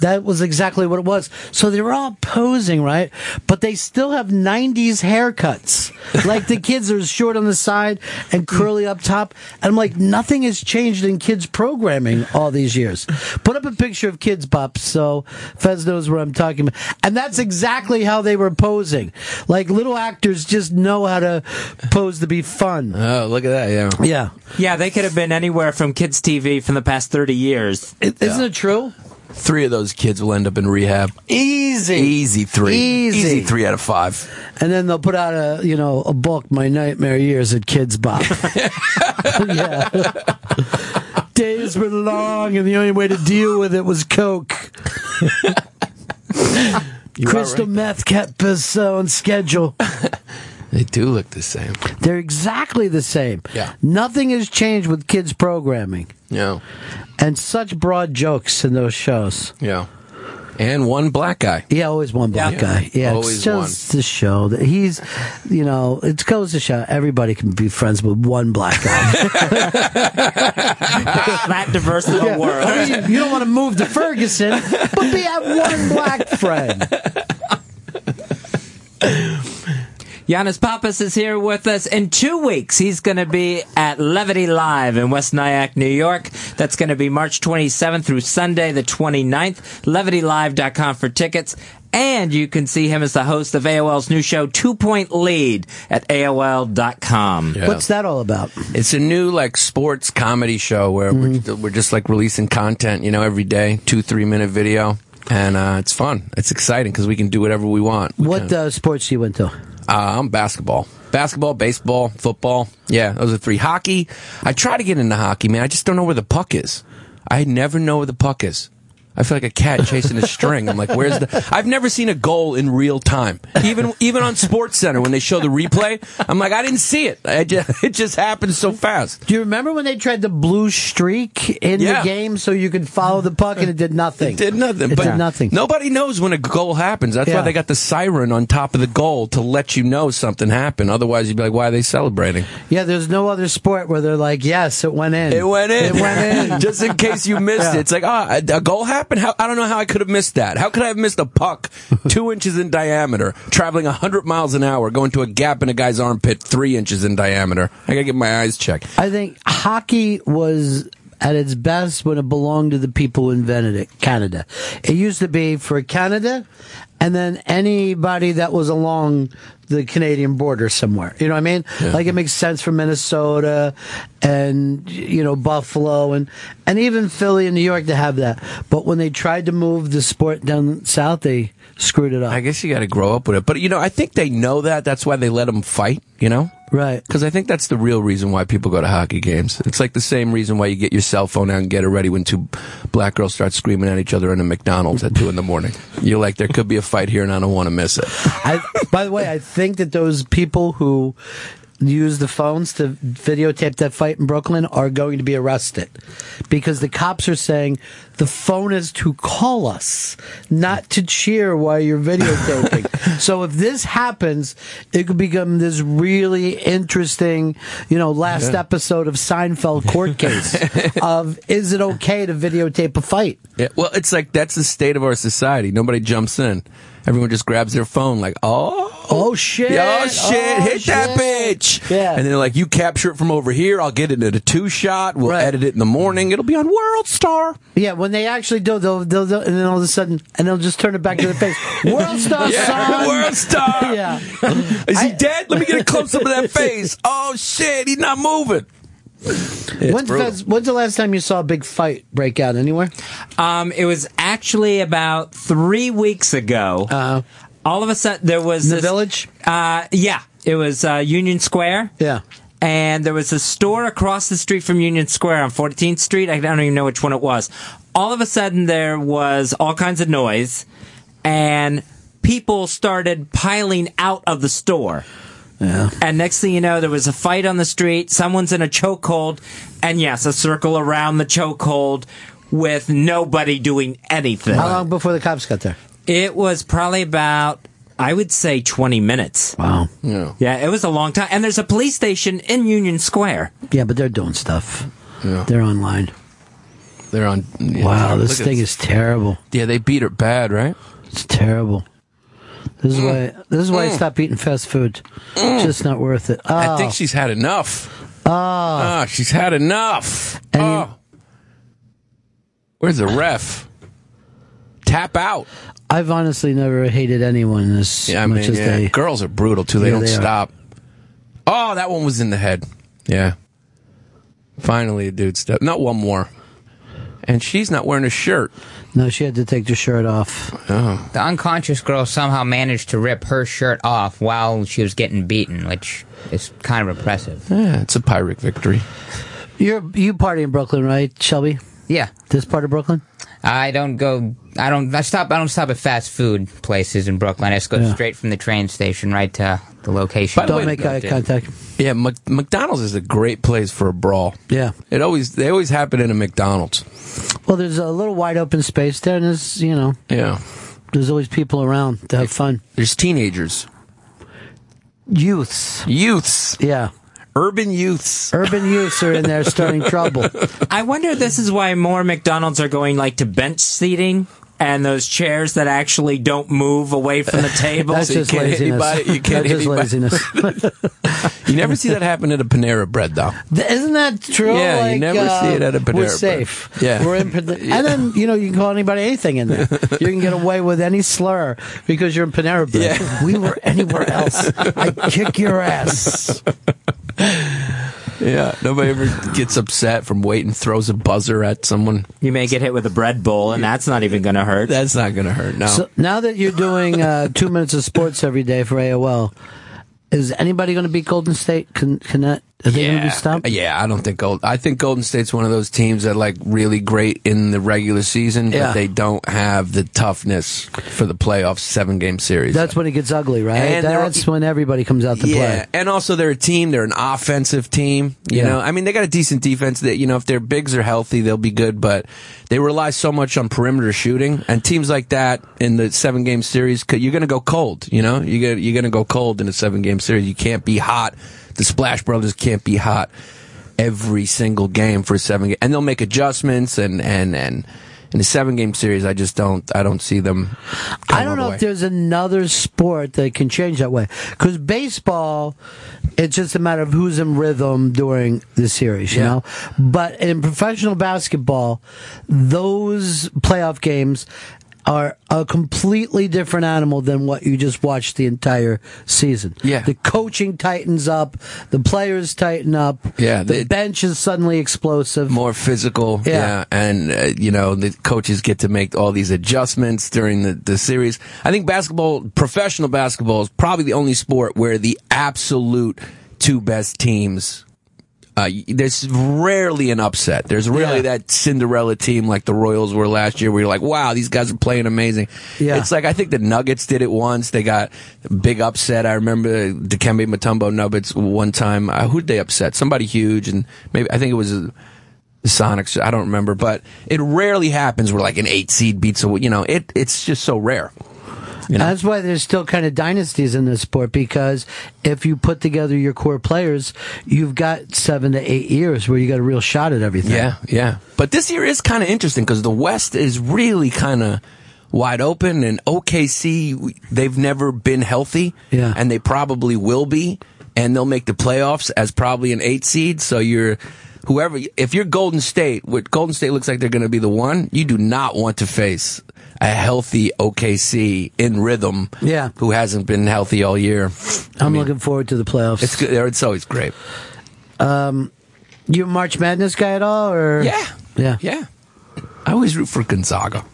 Speaker 6: That was exactly what it was. So they were all posing, right? But they still have 90s haircuts. Like the kids are short on the side and curly up top. And I'm like, nothing has changed in kids programming all these years. Put up a picture of kids pop so Fez knows what I'm talking about. And that's exactly how they were posing. Like little actors just know how to pose to be fun.
Speaker 1: Oh, look at that. Yeah.
Speaker 6: Yeah.
Speaker 7: Yeah, they could have been anywhere from kids' TV from the past 30 years.
Speaker 6: Isn't it true?
Speaker 1: Three of those kids will end up in rehab.
Speaker 6: Easy.
Speaker 1: Easy three.
Speaker 6: Easy.
Speaker 1: Easy three out of five.
Speaker 6: And then they'll put out a, you know,
Speaker 1: <laughs>
Speaker 6: a book, My Nightmare Years at Kids Bop. yeah. days were long, and the only way to deal with it was coke.
Speaker 1: You are
Speaker 6: Crystal
Speaker 1: right.
Speaker 6: meth kept us uh, on schedule.
Speaker 1: They do look the same.
Speaker 6: They're exactly the same.
Speaker 1: Yeah.
Speaker 6: Nothing has changed with kids programming.
Speaker 1: Yeah.
Speaker 6: And such broad jokes in those shows.
Speaker 1: Yeah. And one black guy.
Speaker 6: Yeah, always one black
Speaker 1: Yeah.
Speaker 6: guy. Yeah,
Speaker 1: Always
Speaker 6: it's just to show that he's, you know, it goes to show everybody can be friends with one black guy.
Speaker 7: that diverse little world.
Speaker 6: I mean, you don't want to move to Ferguson, but be have
Speaker 1: <laughs>
Speaker 6: one black friend.
Speaker 7: Giannis Pappas is here with us in two weeks. He's going to be at Levity Live in West Nyack, New York. That's going to be March 27th through Sunday, the 29th. LevityLive.com for tickets. And you can see him as the host of AOL's new show, Two Point Lead, at AOL.com.
Speaker 6: What's that all about?
Speaker 1: It's a new like sports comedy show where we're, we're just like releasing content, you know, every day, two three minute video, and uh, it's fun. It's exciting because we can do whatever we want. We
Speaker 6: What
Speaker 1: can-
Speaker 6: uh, sports do you into?
Speaker 1: Uh, I'm basketball. Basketball, baseball, football. Yeah, those are three. Hockey. I try to get into hockey, man. I just don't know where the puck is. I never know where the puck is. I feel like a cat chasing a string. I'm like, where's the? I've never seen a goal in real time. Even even on Sports Center when they show the replay, I'm like, I didn't see it. I just, <laughs> it just happened so fast.
Speaker 6: Do you remember when they tried the blue streak in
Speaker 1: Yeah.
Speaker 6: the game so you could follow the puck and it did nothing?
Speaker 1: It did nothing.
Speaker 6: It
Speaker 1: but
Speaker 6: did nothing.
Speaker 1: Nobody knows when a goal happens. That's
Speaker 6: Yeah.
Speaker 1: why they got the siren on top of the goal to let you know something happened. Otherwise, you'd be like, why are they celebrating?
Speaker 6: Yeah, there's no other sport where they're like, yes, it went in.
Speaker 1: It went in.
Speaker 6: It went
Speaker 1: <laughs>
Speaker 6: in.
Speaker 1: Just in case you missed it. It's like, ah, a a goal happened? How, I don't know how I could have missed that. How could I have missed a puck two inches in diameter, traveling 100 miles an hour, going to a gap in a guy's armpit three inches in diameter? I gotta get my eyes checked.
Speaker 6: I think hockey was at its best when it belonged to the people who invented it, Canada. It used to be for Canada and then anybody that was along the Canadian border somewhere. You know what I mean? Like it makes sense for Minnesota and you know Buffalo and and even Philly and New York to have that. But when they tried to move the sport down south, they screwed it up.
Speaker 1: I guess you got to grow up with it. But you know, I think they know that. That's why they let them fight. You know,
Speaker 6: right?
Speaker 1: Because I think that's the real reason why people go to hockey games. It's like the same reason why you get your cell phone out and get it ready when two black girls start screaming at each other in a McDonald's at two in the morning. You're like, there could be a fight here, and I don't want to miss it.
Speaker 6: I, by the way, I think that those people who use the phones to videotape that fight in Brooklyn are going to be arrested because the cops are saying the phone is to call us, not to cheer while you're videotaping. so if this happens, it could become this really interesting, you know, last
Speaker 1: Yeah.
Speaker 6: episode of Seinfeld court case of is it okay to videotape a fight?
Speaker 1: Yeah, well, it's like that's the state of our society. Nobody jumps in. Everyone just grabs their phone, like, oh,
Speaker 6: oh shit,
Speaker 1: oh shit,
Speaker 6: Oh,
Speaker 1: hit that bitch. Yeah, and they're like, you capture it from over here. I'll get it at a two shot. We'll edit it in the morning. It'll be on World Star.
Speaker 6: Yeah, when they actually do, they'll, they'll, they'll- and then all of a sudden, and they'll just turn it back to their face. World
Speaker 1: <laughs>
Speaker 6: star,
Speaker 1: Yeah,
Speaker 6: son.
Speaker 1: <laughs> World star.
Speaker 6: <laughs> yeah.
Speaker 1: Is he dead? Let me get a close up of
Speaker 6: <laughs>
Speaker 1: that face. Oh shit, he's not moving.
Speaker 6: When's,
Speaker 1: brutal.
Speaker 6: the- when's the last time you saw a big fight break out anywhere?
Speaker 7: Um, it was actually about three weeks ago.
Speaker 6: Uh,
Speaker 7: all of a sudden, there was
Speaker 6: the
Speaker 7: this,
Speaker 6: village.
Speaker 7: Uh, yeah, it was uh, Union Square.
Speaker 6: Yeah.
Speaker 7: And there was a store across the street from Union Square on 14th Street. I don't even know which one it was. All of a sudden, there was all kinds of noise, and people started piling out of the store.
Speaker 6: Yeah.
Speaker 7: And next thing you know, there was a fight on the street. Someone's in a chokehold, and yes, a circle around the chokehold with nobody doing anything.
Speaker 6: How long before the cops got there?
Speaker 7: It was probably about, I would say, 20 minutes.
Speaker 6: Wow.
Speaker 1: Yeah.
Speaker 7: Yeah, it was a long time. And there's a police station in Union Square.
Speaker 6: Yeah, but they're doing stuff.
Speaker 1: Yeah.
Speaker 6: They're online.
Speaker 1: They're on.
Speaker 6: Wow, this
Speaker 1: Look at
Speaker 6: thing is terrible.
Speaker 1: Yeah, they beat her bad, right?
Speaker 6: It's terrible. This is
Speaker 1: Mm.
Speaker 6: why. This is why I
Speaker 1: Mm.
Speaker 6: stopped eating fast food.
Speaker 1: Mm.
Speaker 6: Just not worth it. Oh.
Speaker 1: I think she's had enough.
Speaker 6: Oh.
Speaker 1: Ah, she's had enough. oh. Where's the ref? Tap out.
Speaker 6: I've honestly never hated anyone as
Speaker 1: Yeah, I
Speaker 6: much
Speaker 1: mean,
Speaker 6: as
Speaker 1: yeah.
Speaker 6: they.
Speaker 1: girls are brutal too. They
Speaker 6: Yeah,
Speaker 1: don't
Speaker 6: they are.
Speaker 1: stop. Oh, that one was in the head. Yeah. Finally, a dude step. Not one more. And she's not wearing a shirt.
Speaker 6: No, she had to take the shirt off.
Speaker 1: Oh.
Speaker 3: The unconscious girl somehow managed to rip her shirt off while she was getting beaten, which is kind of impressive.
Speaker 1: Yeah, it's a pyrrhic victory.
Speaker 6: You're you party in Brooklyn, right, Shelby?
Speaker 3: Yeah.
Speaker 6: This part of Brooklyn?
Speaker 3: I don't go. I don't. I stop. I don't stop at fast food places in Brooklyn. I just go
Speaker 6: Yeah.
Speaker 3: straight from the train station right to the location.
Speaker 1: By the way- Yeah, Mc- McDonald's is a great place for a brawl.
Speaker 6: Yeah.
Speaker 1: It always they always happen in a McDonald's.
Speaker 6: Well, there's a little wide open space there, and there's you know,
Speaker 1: Yeah.
Speaker 6: there's always people around to have fun.
Speaker 1: There's teenagers,
Speaker 6: youths,
Speaker 1: youths.
Speaker 6: Yeah,
Speaker 1: urban youths.
Speaker 6: Urban youths are in
Speaker 1: <laughs>
Speaker 6: there starting trouble.
Speaker 7: I wonder if this is why more McDonald's are going like to bench seating and those chairs that actually don't move away
Speaker 3: <laughs>
Speaker 7: from the table.
Speaker 6: That's
Speaker 7: So you
Speaker 6: just
Speaker 7: can't hit
Speaker 6: laziness.
Speaker 7: anybody- you can't
Speaker 6: That's
Speaker 7: hit
Speaker 6: just
Speaker 7: anybody.
Speaker 6: laziness.
Speaker 1: <laughs> You never see that happen at a Panera Bread though.
Speaker 6: Th- Isn't that true?
Speaker 1: Yeah, you
Speaker 6: Like,
Speaker 1: never
Speaker 6: uh,
Speaker 1: see it at a Panera
Speaker 6: We're
Speaker 1: Bread.
Speaker 6: safe.
Speaker 1: <laughs> Yeah.
Speaker 6: we're in. Pan- And then you know you can call anybody anything
Speaker 1: <laughs>
Speaker 6: in there. You can get away with any slur because you're in Panera Bread. We were
Speaker 1: <laughs>
Speaker 6: anywhere else. I kick your ass.
Speaker 1: Yeah, nobody ever gets upset from waiting, throws a buzzer at someone.
Speaker 7: You may get hit with a bread bowl, and that's not even going to hurt.
Speaker 1: That's not going to hurt. No.
Speaker 6: So now that you're
Speaker 1: <laughs>
Speaker 6: doing uh, two minutes of sports every day for AOL, is anybody going to beat Golden State? Can, can that, are they going to be stopped?
Speaker 1: Yeah, Uh, I don't think Gold. I think Golden State's one of those teams that like really great in the regular season,
Speaker 6: Yeah.
Speaker 1: but they don't have the toughness for the playoffs seven game series.
Speaker 6: That's when it gets ugly, right?
Speaker 1: And they're-
Speaker 6: That's when everybody comes out to
Speaker 1: yeah, and also they're a team. They're an offensive team. You
Speaker 6: Yeah.
Speaker 1: know, I mean, they got a decent defense. That you know, if their bigs are healthy, they'll be good. But they rely so much on perimeter shooting, and teams like that in the seven game series, 'cause you're going to go cold. You know, you get you're going to go cold in a seven game series. You can't be hot. The Splash Brothers can't be hot every single game for seven, ga- and they'll make adjustments and and and. In a seven-game series, I just don't. I don't see them.
Speaker 6: play. I don't know if there's another sport that can change that way. Because baseball, it's just a matter of who's in rhythm during the series, you
Speaker 1: Yeah.
Speaker 6: know? But in professional basketball, those playoff games are a completely different animal than what you just watched the entire season. Yeah. The coaching tightens up, the players tighten up,
Speaker 1: Yeah,
Speaker 6: the
Speaker 1: they-
Speaker 6: bench is suddenly explosive.
Speaker 1: more physical.
Speaker 6: Yeah.
Speaker 1: and uh, you know the coaches get to make all these adjustments during the, the series. I think basketball, professional basketball, is probably the only sport where the absolute two best teams. Uh, y- there's rarely an upset. There's rarely that Cinderella team like the Royals were last year, where you're like, "Wow, these guys are playing amazing."
Speaker 6: Yeah.
Speaker 1: It's like I think the Nuggets did it once. They got a big upset. I remember Dikembe Mutombo Nuggets one time. Uh, who'd they upset? Somebody huge, and maybe I think it was uh, the Sonics. I don't remember, but it rarely happens where like an eight seed beats a you know it. It's just so rare.
Speaker 6: That's why there's still kind of dynasties in this sport because if you put together your core players, you've got seven to eight years where you got a real shot at everything.
Speaker 1: Yeah, yeah. But this year is kind of interesting because the West is really kind of wide open, and OKC we- they've never been healthy,
Speaker 6: Yeah.
Speaker 1: and they probably will be, and they'll make the playoffs as probably an eight seed. So you're whoever if you're Golden State, what Golden State looks like they're going to be the one. You do not want to face a healthy OKC in rhythm,
Speaker 6: Yeah.
Speaker 1: who hasn't been healthy all year.
Speaker 6: I'm looking forward to the playoffs.
Speaker 1: It's good. It's always great.
Speaker 6: Um, you a March Madness guy at all? Or
Speaker 1: Yeah.
Speaker 6: yeah,
Speaker 1: yeah. I always root for Gonzaga.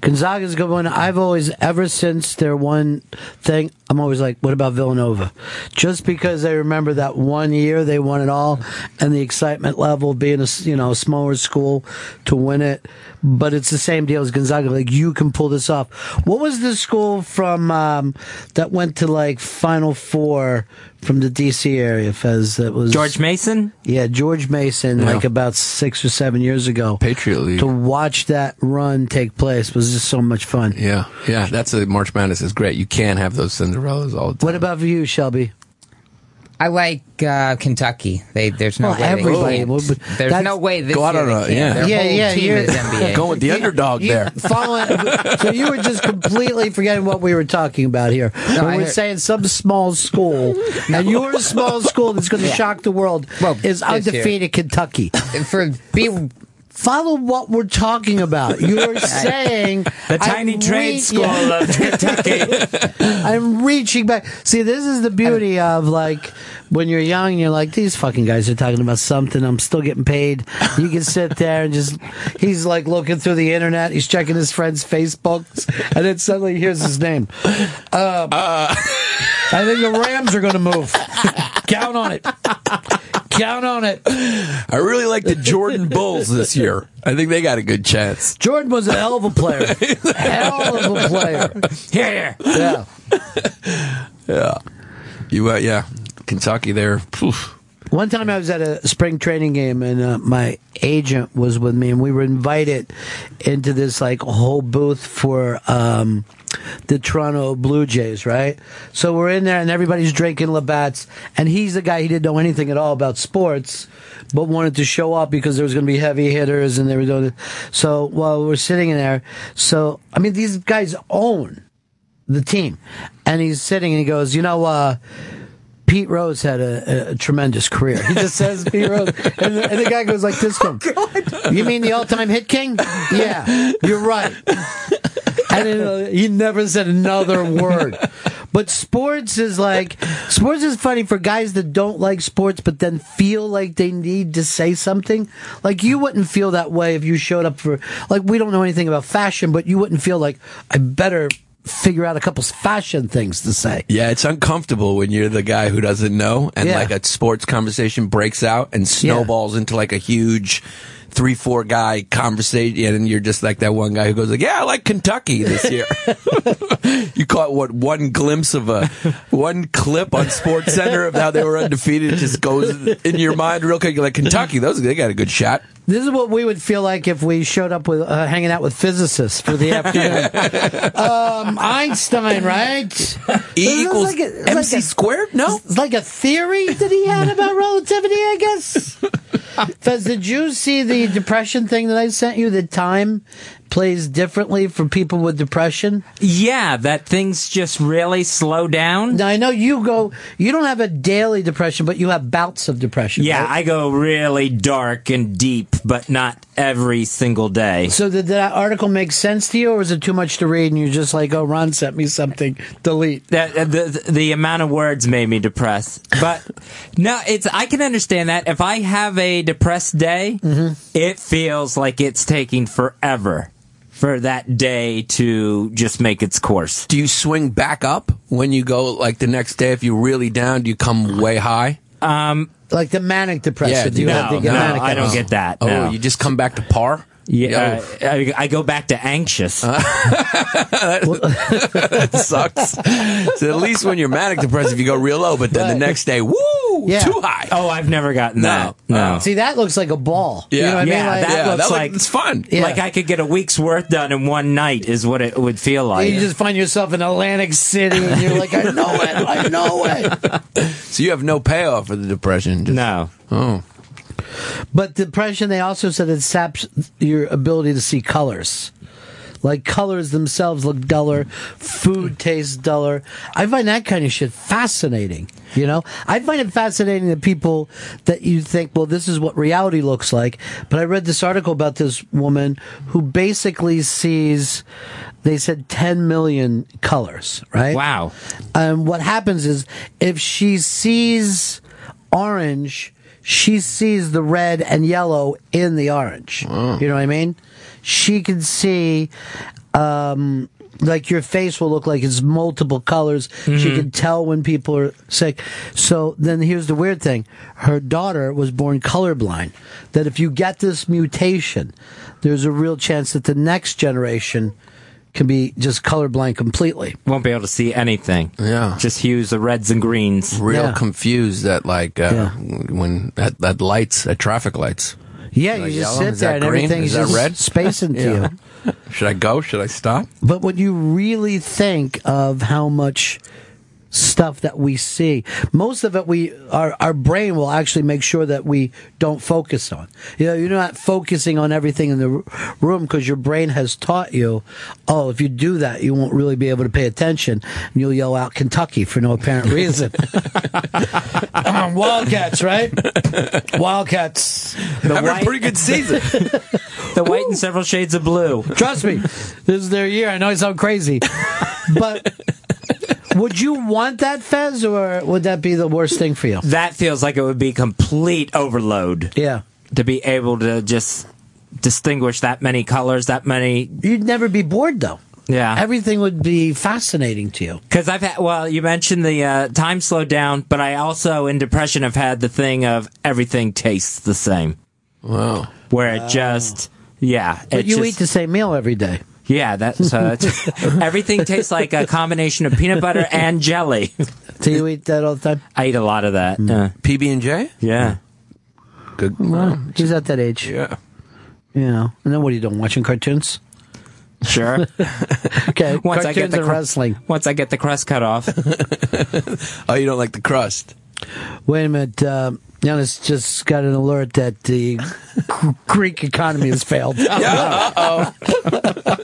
Speaker 6: Gonzaga's a good one. I've always, ever since their one thing, I'm always like, what about Villanova? Just because I remember that one year they won it all, and the excitement level being a s- you know smaller school to win it, but it's the same deal as Gonzaga. Like you can pull this off. What was the school from um, that went to like Final Four from the DC area? Fez that was
Speaker 7: George Mason?
Speaker 6: Yeah, George Mason,
Speaker 7: Yeah.
Speaker 6: like about six or seven years ago.
Speaker 1: Patriot League.
Speaker 6: To watch that run take place was just so much fun.
Speaker 1: Yeah, yeah, that's a March Madness is great. You can't have those Cinderellas all the time.
Speaker 6: What about for you, Shelby?
Speaker 3: I like uh, Kentucky. They there's no
Speaker 6: Well,
Speaker 3: way
Speaker 6: Oh, everybody
Speaker 3: they can't.
Speaker 6: would, but
Speaker 3: there's
Speaker 6: that's-
Speaker 3: no way this
Speaker 6: Go out
Speaker 3: year
Speaker 6: on
Speaker 3: they
Speaker 6: a-
Speaker 3: can't.
Speaker 6: yeah.
Speaker 3: Their
Speaker 6: Yeah,
Speaker 3: whole
Speaker 6: yeah,
Speaker 3: team
Speaker 6: you're- <laughs>
Speaker 3: is NBA.
Speaker 1: Going with the underdog there.
Speaker 6: Following, so you were just completely forgetting what we were talking about here.
Speaker 3: No,
Speaker 6: when
Speaker 3: I
Speaker 6: we're
Speaker 3: heard-
Speaker 6: saying some small school, and your small school that's going to
Speaker 3: Yeah.
Speaker 6: shock the world is
Speaker 3: this year.
Speaker 6: undefeated Kentucky.
Speaker 3: For be
Speaker 6: Follow what we're talking about.
Speaker 7: <laughs>
Speaker 6: You're saying
Speaker 7: The tiny trade school of Kentucky.
Speaker 6: <laughs> I'm reaching back. See, this is the beauty of like when you're young and you're like, these fucking guys are talking about something. I'm still getting paid. You can sit there and just, he's like looking through the internet. He's checking his friend's Facebooks. And then suddenly he hears his name. Um, I think the Rams are going to move. Count on it. Count on it.
Speaker 1: I really like the Jordan Bulls this year. I think they got a good chance.
Speaker 6: Jordan was a hell of a
Speaker 7: <laughs>
Speaker 6: player. hell of a player.
Speaker 1: Here,
Speaker 6: Yeah.
Speaker 1: Yeah. You, uh, yeah. Kentucky there. Poof.
Speaker 6: One time I was at a spring training game and uh, my agent was with me and we were invited into this like whole booth for um, the Toronto Blue Jays, right? So we're in there and everybody's drinking Labatt's and he's the guy he didn't know anything at all about sports but wanted to show up because there was going to be heavy hitters and they were doing it. So while we're sitting in there, so I mean these guys own the team and he's sitting and he goes, you know, uh, Pete Rose had a, a tremendous career. He just says Pete Rose, and the, and the guy goes like this to him. You mean the all-time hit king? Yeah, you're right. And you know, he never said another word. But sports is like sports is funny for guys that don't like sports, but then feel like they need to say something. Like you wouldn't feel that way if you showed up for like we don't know anything about fashion, but you wouldn't feel like I better figure out a couple fashion things to say.
Speaker 1: Yeah, it's uncomfortable when you're the guy who doesn't know and
Speaker 6: Yeah.
Speaker 1: like a sports conversation breaks out and snowballs into like a huge three, four guy conversation and you're just like that one guy who goes like, Yeah, I like Kentucky this year. <laughs> you caught what one glimpse of a one clip on Sports Center of how they were undefeated It just goes in your mind real quick. You're like, Kentucky, those they got a good shot.
Speaker 6: This is what we would feel like if we showed up with uh, hanging out with physicists for
Speaker 7: <laughs>
Speaker 6: the afternoon. um, Einstein, right?
Speaker 1: E
Speaker 6: This is
Speaker 1: equals MC squared? No,
Speaker 6: it's like a theory that he had about relativity. I guess. Fez, did you see the depression thing that I sent you? That time plays differently for people with depression.
Speaker 7: Yeah, that things just really slow down.
Speaker 6: Now I know you go. You don't have a daily depression, but you have bouts of depression.
Speaker 7: Yeah, I go really dark and deep, but not every single day.
Speaker 6: So did that article make sense to you, or was it too much to read? And you're just like, "Oh, Ron sent me something. Delete."
Speaker 7: That- uh, the, the the amount of words made me depressed. But no, it's I can understand that. If I have a depressed day, it feels like it's taking forever for that day to just make its course.
Speaker 1: Do you swing back up when you go like the next day if you're really down, do you come way high?
Speaker 7: Um
Speaker 6: Like the manic depression.
Speaker 1: do
Speaker 6: you have to get manic
Speaker 7: I don't
Speaker 6: depressed?
Speaker 7: get that.
Speaker 1: Oh,
Speaker 7: no.
Speaker 1: you just come back to par?
Speaker 7: Yeah, uh, I, I go back to anxious.
Speaker 1: <laughs> that
Speaker 6: <laughs>
Speaker 1: sucks. So at least when you're manic depressive, you go real low, but then the next day, woo, too high.
Speaker 7: Oh, I've never gotten that.
Speaker 1: Uh,
Speaker 7: No.
Speaker 6: See, that looks like a ball. You know what
Speaker 7: yeah,
Speaker 6: I mean? Like,
Speaker 7: that looks like
Speaker 1: it's fun.
Speaker 6: Yeah.
Speaker 7: Like I could get a week's worth done in one night is what it would feel like.
Speaker 6: you just find yourself in Atlantic City and you're like, I know it, I know it.
Speaker 1: So you have no payoff for the depression. Just,
Speaker 7: no.
Speaker 1: Oh.
Speaker 6: But depression, they also said it saps your ability to see colors. Like colors themselves look duller, food tastes duller. I find that kind of shit fascinating. You know, I find it fascinating that people that you think, well, this is what reality looks like. But I read this article about this woman who basically sees, they said 10 million colors, right?
Speaker 7: Wow.
Speaker 6: And Um, what happens is if she sees orange, she sees the red and yellow in the orange. You know what I mean? She can see, um, like your face will look like it's multiple colors. She can tell when people are sick. So then here's the weird thing. Her daughter was born colorblind. That if you get this mutation, there's a real chance that the next generation can be just colorblind completely.
Speaker 7: Won't be able to see anything.
Speaker 1: Yeah.
Speaker 7: Just hues the reds and greens.
Speaker 1: Real confused that like uh, when at, at lights at traffic lights.
Speaker 6: Yeah,
Speaker 1: Like
Speaker 6: you just
Speaker 1: yellow?
Speaker 6: sit
Speaker 1: Is
Speaker 6: there
Speaker 1: that
Speaker 6: and
Speaker 1: green?
Speaker 6: everything's
Speaker 1: Is that
Speaker 6: just
Speaker 1: red?
Speaker 6: spacing
Speaker 1: <laughs>
Speaker 6: to
Speaker 1: Yeah.
Speaker 6: you.
Speaker 1: Should I go? Should I stop?
Speaker 6: But when you really think of how much stuff that we see, most of it we our our brain will actually make sure that we don't focus on. You know, you're not focusing on everything in the r- room because your brain has taught you, oh, if you do that, you won't really be able to pay attention, and you'll yell out Kentucky for no apparent
Speaker 1: <laughs>
Speaker 6: reason. <laughs> Um, Wildcats, right? Wildcats.
Speaker 7: The Having a white- pretty good season. the white and several shades of blue.
Speaker 6: Trust me, this is their year. I know I sound crazy, but would you want that Fez, or would that be the worst thing for you?
Speaker 7: That feels like it would be complete overload.
Speaker 6: Yeah.
Speaker 7: To be able to just distinguish that many colors, that many
Speaker 6: You'd never be bored though.
Speaker 7: Yeah.
Speaker 6: Everything would be fascinating to you.
Speaker 7: Because I've had, well, you mentioned the uh, time slowed down, but I also in depression have had the thing of everything tastes the same.
Speaker 1: <laughs> Wow.
Speaker 7: Where it just, yeah.
Speaker 6: Oh. But
Speaker 7: it
Speaker 6: you
Speaker 7: just-
Speaker 6: eat the same meal every day.
Speaker 7: Yeah, that,
Speaker 6: <laughs>
Speaker 7: so that's, everything tastes like a combination of peanut butter and jelly.
Speaker 6: Do you eat that all the time?
Speaker 7: I eat a lot of that.
Speaker 6: Mm.
Speaker 7: Uh,
Speaker 1: PB and J.
Speaker 7: Yeah.
Speaker 1: Good.
Speaker 6: Well, he's at that age.
Speaker 1: Yeah.
Speaker 6: You know. And then what are you doing? Watching cartoons? <laughs>
Speaker 7: Sure.
Speaker 6: okay.
Speaker 7: <laughs> Once
Speaker 6: cartoons
Speaker 7: I get the
Speaker 6: and
Speaker 7: cr-
Speaker 6: wrestling.
Speaker 7: Once I get the crust cut off.
Speaker 1: oh, you don't like the crust?
Speaker 6: Wait a minute. Uh, Giannis just got an alert that the <laughs> Gr- Greek economy has
Speaker 7: <laughs>
Speaker 6: failed.
Speaker 1: yeah. Uh oh.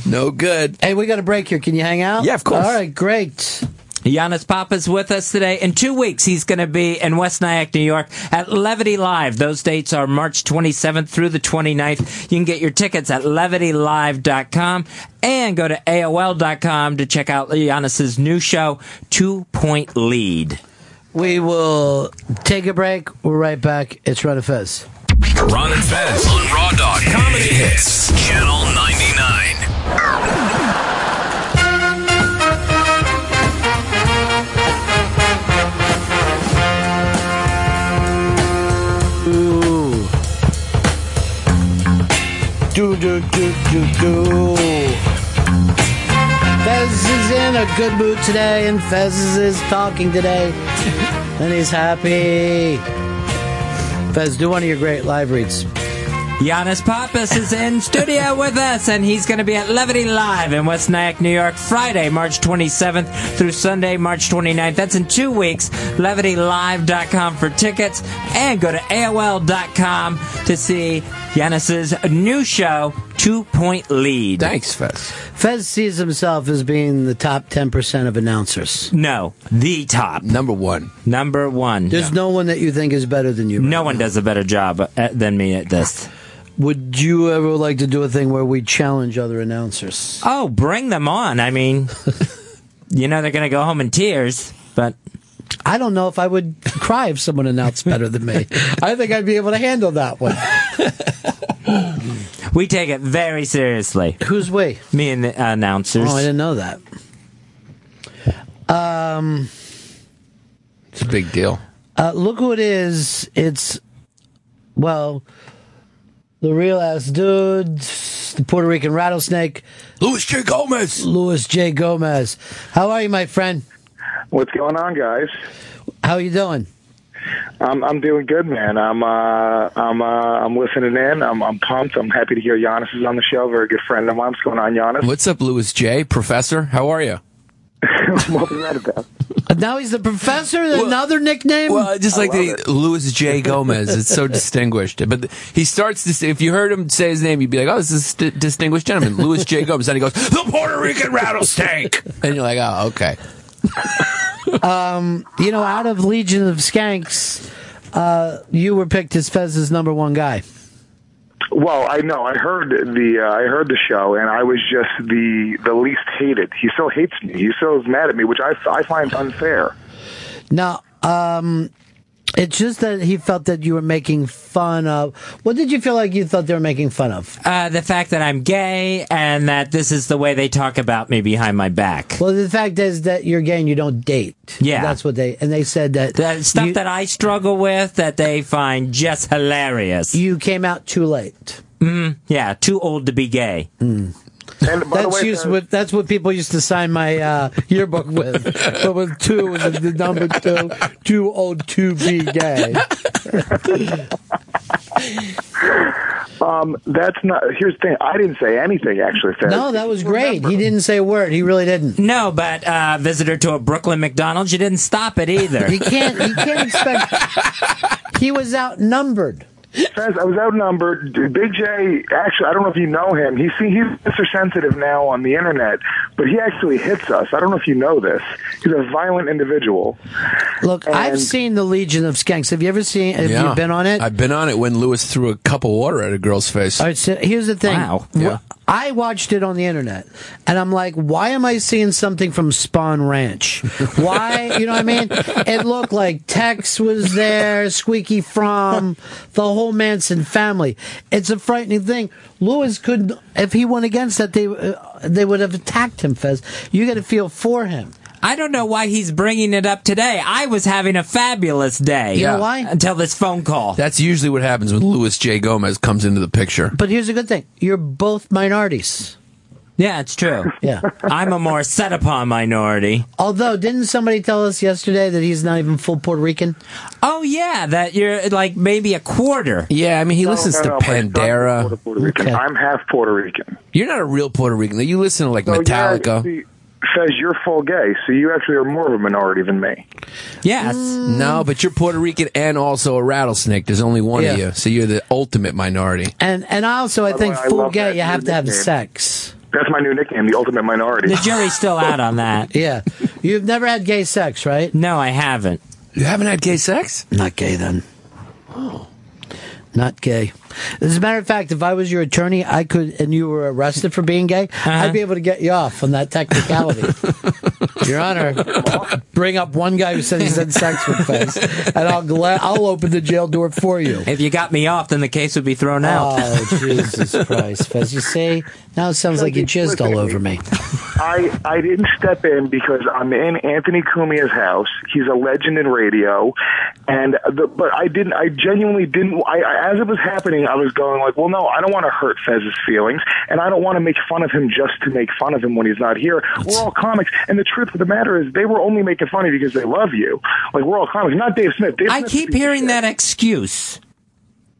Speaker 1: <laughs> no good.
Speaker 6: Hey, we got a break here. Can you hang out?
Speaker 1: Yeah, of course.
Speaker 6: All right, great.
Speaker 7: Giannis Papa's with us today. In two weeks, he's going to be in West Nyack, New York at Levity Live. Those dates are March 27th through the 29th. You can get your tickets at levitylive.com and go to AOL.com to check out Giannis's new show, Two Point Lead.
Speaker 6: We will take a break. We're right back. It's Run of Fez.
Speaker 2: Ron and Fez on Raw Dog Comedy Hits, Channel 99.
Speaker 6: Ooh. Do, do, do, do, do. Fez is in a good mood today, and Fez is talking <laughs> today, and he's happy. Fez, do one of your great live reads.
Speaker 7: Giannis Pappas is in studio with us, and he's going to be at Levity Live in West Nyack, New York, Friday, March 27th through Sunday, March 29th. That's in two weeks. LevityLive.com for tickets, and go to AOL.com to see Giannis's new show, Two Point Lead.
Speaker 1: Thanks, Fez.
Speaker 6: Fez sees himself as being the top 10% of announcers.
Speaker 7: No, the top.
Speaker 1: Number one.
Speaker 7: Number one.
Speaker 6: There's no one that you think is better than you.
Speaker 7: No one does a better job uh, than me at this.
Speaker 6: Would you ever like to do a thing where we challenge other announcers?
Speaker 7: Oh, bring them on. I mean, <laughs> you know they're going to go home in tears, but.
Speaker 6: I don't know if I would cry if someone announced better than me. I think I'd be able to handle that one.
Speaker 7: We take it very seriously.
Speaker 6: Who's we?
Speaker 7: Me and the announcers.
Speaker 6: Oh, I didn't know that. Um,
Speaker 1: It's a big deal.
Speaker 6: uh, look who it is. It's, well, the real ass dude, the Puerto Rican rattlesnake.
Speaker 1: Luis J. Gomez.
Speaker 6: Luis J. Gomez. How are you, my friend?
Speaker 4: What's going on, guys?
Speaker 6: How you doing?
Speaker 4: I'm I'm doing good, man. I'm uh I'm uh I'm listening in. I'm I'm pumped. I'm happy to hear Giannis is on the show. Very good friend of mine. What's going on, Giannis?
Speaker 1: What's up, Louis J? Professor, how are you?
Speaker 4: what was that about?
Speaker 6: Now he's the professor. Another nickname.
Speaker 1: Well, I just like the Louis J. Gomez. It's so distinguished. But th- he starts this. If you heard him say his name, you'd be like, "Oh, this is a st- distinguished gentleman, Louis J. Gomez." Then he goes, "The Puerto Rican rattlesnake," and you're like, "Oh, okay."
Speaker 6: um, you know, out of Legion of Skanks, uh, you were picked as Fez's number one guy.
Speaker 4: Well, Oh, I know. I heard the uh, I heard the show, and I was just the the least hated. He still hates me. He still is mad at me, which I I find unfair.
Speaker 6: Now, um, it's just that he felt that you were making fun of. What did you feel like you thought they were making fun of?
Speaker 7: Uh, the fact that I'm gay and that this is the way they talk about me behind my back.
Speaker 6: Well, the fact is that you're gay and you don't date.
Speaker 7: Yeah.
Speaker 6: that's what they and they said that
Speaker 7: That stuff that I struggle with that they find just hilarious.
Speaker 6: you came out too late.
Speaker 7: Mm, yeah, too old to be gay.
Speaker 4: And
Speaker 7: by the
Speaker 6: that's
Speaker 7: way,
Speaker 4: uh,
Speaker 6: used with, that's what people used to sign my uh, yearbook with.
Speaker 7: <laughs>
Speaker 6: but with two was the number two, too old to be gay.
Speaker 4: Um, that's not. Here's the thing. I didn't say anything actually. Fez.
Speaker 6: No, that was great. He didn't say a word. He really didn't.
Speaker 7: No, but uh, visitor to a Brooklyn McDonald's, you didn't stop it either.
Speaker 6: <laughs> You can't. You can't expect. He was outnumbered.
Speaker 4: Fez, I was outnumbered. Big J, actually, I don't know if you know him. He's he's Mr. Sensitive now on the internet, but he actually hits us. I don't know if you know this. He's a violent individual.
Speaker 6: Look, I've
Speaker 4: And-
Speaker 6: seen the Legion of Skanks. Have you ever seen? Have you been on it? Oh,
Speaker 1: I've been on it when Lewis threw a cup of water at a girl's face.
Speaker 6: All right, so here's the thing.
Speaker 1: Wow.
Speaker 6: Wh-
Speaker 1: Yeah.
Speaker 6: I watched it on the internet, and I'm like, why am I seeing something from Spawn Ranch? Why, you know what I mean? It looked like Tex was there, Squeaky Fromm, the whole Manson family. It's a frightening thing. Lewis could, if he went against that, they uh, they would have attacked him. Fez, you got to feel for him.
Speaker 7: I don't know why he's bringing it up today. I was having a fabulous day.
Speaker 6: You know Yeah. why?
Speaker 7: Until this phone call.
Speaker 1: That's usually what happens when Louis J. Gomez comes into the picture.
Speaker 6: But here's a good thing: you're both minorities.
Speaker 7: Yeah, it's true.
Speaker 4: <laughs>
Speaker 6: Yeah.
Speaker 7: I'm a more set upon
Speaker 6: <laughs>
Speaker 7: minority.
Speaker 6: Although, didn't somebody tell us yesterday that he's not even full Puerto Rican?
Speaker 7: Oh yeah, that you're like maybe a quarter.
Speaker 1: Yeah, I mean he listens to Pandera.
Speaker 4: I'm half Puerto Rican.
Speaker 1: You're not a real Puerto Rican. You listen to like
Speaker 4: So, yeah,
Speaker 1: Metallica.
Speaker 4: see, says you're full gay, so you actually are more of a minority than me.
Speaker 7: Yes.
Speaker 6: Mm.
Speaker 1: No, but you're Puerto Rican and also a rattlesnake. There's only one
Speaker 6: Yeah.
Speaker 1: of you, so you're the ultimate minority.
Speaker 6: And and also, I
Speaker 4: By the
Speaker 6: think
Speaker 4: way, I
Speaker 6: full
Speaker 4: love
Speaker 6: gay,
Speaker 4: that
Speaker 6: you have
Speaker 4: new
Speaker 6: to have
Speaker 4: nickname.
Speaker 6: sex.
Speaker 4: That's my new nickname, the ultimate minority.
Speaker 7: jury's still out on that.
Speaker 4: <laughs>
Speaker 6: yeah, you've never had gay sex, right?
Speaker 7: No, I haven't.
Speaker 1: You haven't had gay sex?
Speaker 6: Not gay then. <gasps> Not gay. As a matter of fact, if I was your attorney, I could, and you were arrested for being gay, I'd be able to get you off on that
Speaker 4: <laughs>
Speaker 6: technicality. your Honor, bring up one guy who said he's had sex with Fez, and I'll gla- I'll open the jail door for you.
Speaker 7: If you got me off, then the case would be thrown out.
Speaker 6: Oh
Speaker 7: <laughs>
Speaker 6: Jesus Christ, Fez! You say now it sounds like you jizzed all over me.
Speaker 4: I, I didn't step in because I'm in Anthony Cumia's house. He's a legend in radio, and the, but I didn't. I genuinely didn't. I, I, as it was happening, I was going like, well, no, I don't want to hurt Fez's feelings, and I don't want to make fun of him just to make fun of him when he's not here. We're all comics, and the truth of the matter is, they were only making fun of you because they love you. Like we're all comics, not Dave Smith. Dave
Speaker 7: I
Speaker 4: Smith
Speaker 7: keep hearing that excuse.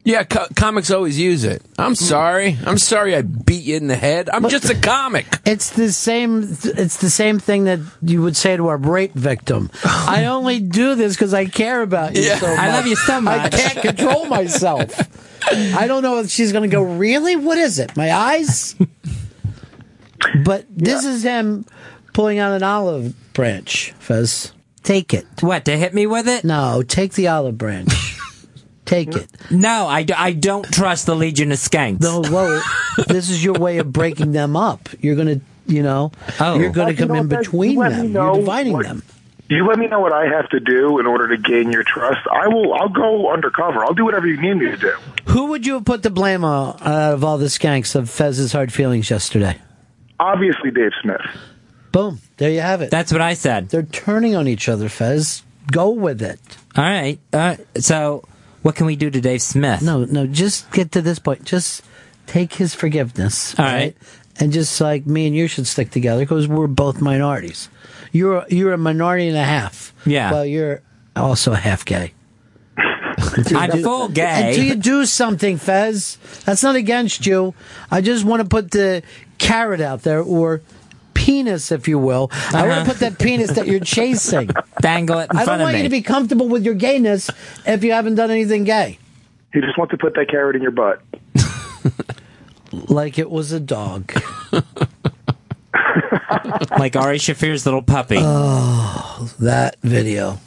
Speaker 1: Yeah, co- comics always use it. I'm sorry. I'm sorry I beat you in the head. I'm just a comic.
Speaker 6: It's the same. It's the same thing that you would say to a rape
Speaker 7: <laughs>
Speaker 6: victim. I only do this because I care about you.
Speaker 7: Yeah.
Speaker 6: so much.
Speaker 7: I love you so
Speaker 6: I
Speaker 7: much.
Speaker 6: can't control myself. I don't know if she's going to go. Really? What is it? My eyes. But this is him pulling out an olive branch, Fez. Take it.
Speaker 7: What to hit me with it?
Speaker 6: No, take the olive
Speaker 7: <laughs>
Speaker 6: branch. take it.
Speaker 7: No, I, d- I don't trust the Legion of Skanks.
Speaker 6: No, whoa. this is your way of breaking them up. You're going to, you know,
Speaker 7: Oh.
Speaker 6: you're going
Speaker 4: Well,
Speaker 6: to
Speaker 4: you
Speaker 6: come
Speaker 4: know
Speaker 6: in
Speaker 4: what, Fez?
Speaker 6: between
Speaker 4: You let me
Speaker 6: them. You're
Speaker 4: know
Speaker 6: dividing
Speaker 4: what-
Speaker 6: them.
Speaker 4: You let me know what I have to do in order to gain your trust. I will. I'll go undercover. I'll do whatever you need me to do.
Speaker 6: Who would you have put the blame on out of all the skanks of Fez's hard feelings yesterday?
Speaker 4: Obviously, Dave Smith.
Speaker 6: Boom. There you have it.
Speaker 7: That's what I said.
Speaker 6: They're turning on each other, Fez. Go with it.
Speaker 7: All right. Uh, so, what can we do to Dave Smith?
Speaker 6: No, no, just get to this point. Just take his forgiveness.
Speaker 7: All right.
Speaker 6: And just like me and you should stick together because we're both minorities. You're you're a minority and a half.
Speaker 7: Yeah.
Speaker 6: Well, you're also half gay.
Speaker 7: <laughs> I'm full gay.
Speaker 6: Until you do something, Fez. That's not against you. I just want to put the carrot out there, or penis, if you will. I want
Speaker 7: Uh-huh.
Speaker 6: to put that penis that
Speaker 7: <laughs>
Speaker 6: you're chasing.
Speaker 7: Dangle it in
Speaker 6: I don't
Speaker 7: front of
Speaker 6: want
Speaker 7: me.
Speaker 6: you to be comfortable with your gayness if you haven't done anything gay.
Speaker 4: He just wants to put that carrot in your butt.
Speaker 6: Like it was a dog.
Speaker 7: like Ari Shafir's little puppy.
Speaker 6: Uh. that video.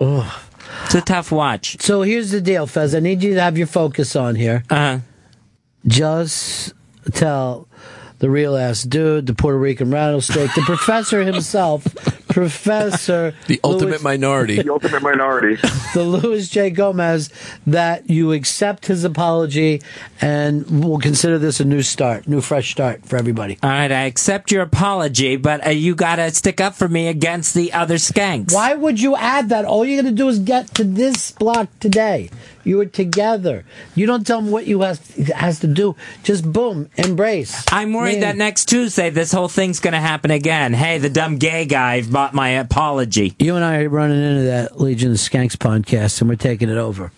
Speaker 6: Oh.
Speaker 7: It's a tough watch.
Speaker 6: So here's the deal, Fez. I need you to have your focus on here.
Speaker 7: Uh huh.
Speaker 6: Just tell the real ass dude, the Puerto Rican rattlesnake, the professor
Speaker 1: <laughs>
Speaker 6: himself, Professor
Speaker 1: The ultimate
Speaker 6: Louis-
Speaker 1: minority.
Speaker 4: The ultimate minority.
Speaker 6: the Louis J. Gomez, that you accept his apology and we'll consider this a new start, new fresh start for everybody.
Speaker 7: All right, I accept your apology, but uh, you gotta stick up for me against the other skanks.
Speaker 6: Why would you add that? All you're going to do is get to this block today. You are together. You don't tell them what you has, has to do. Just boom, embrace.
Speaker 7: I'm worried
Speaker 6: Yeah.
Speaker 7: that next Tuesday this whole thing's gonna happen again. Hey, the dumb gay guy bought my apology.
Speaker 6: You and I are running into that Legion of Skanks podcast, and we're taking it over.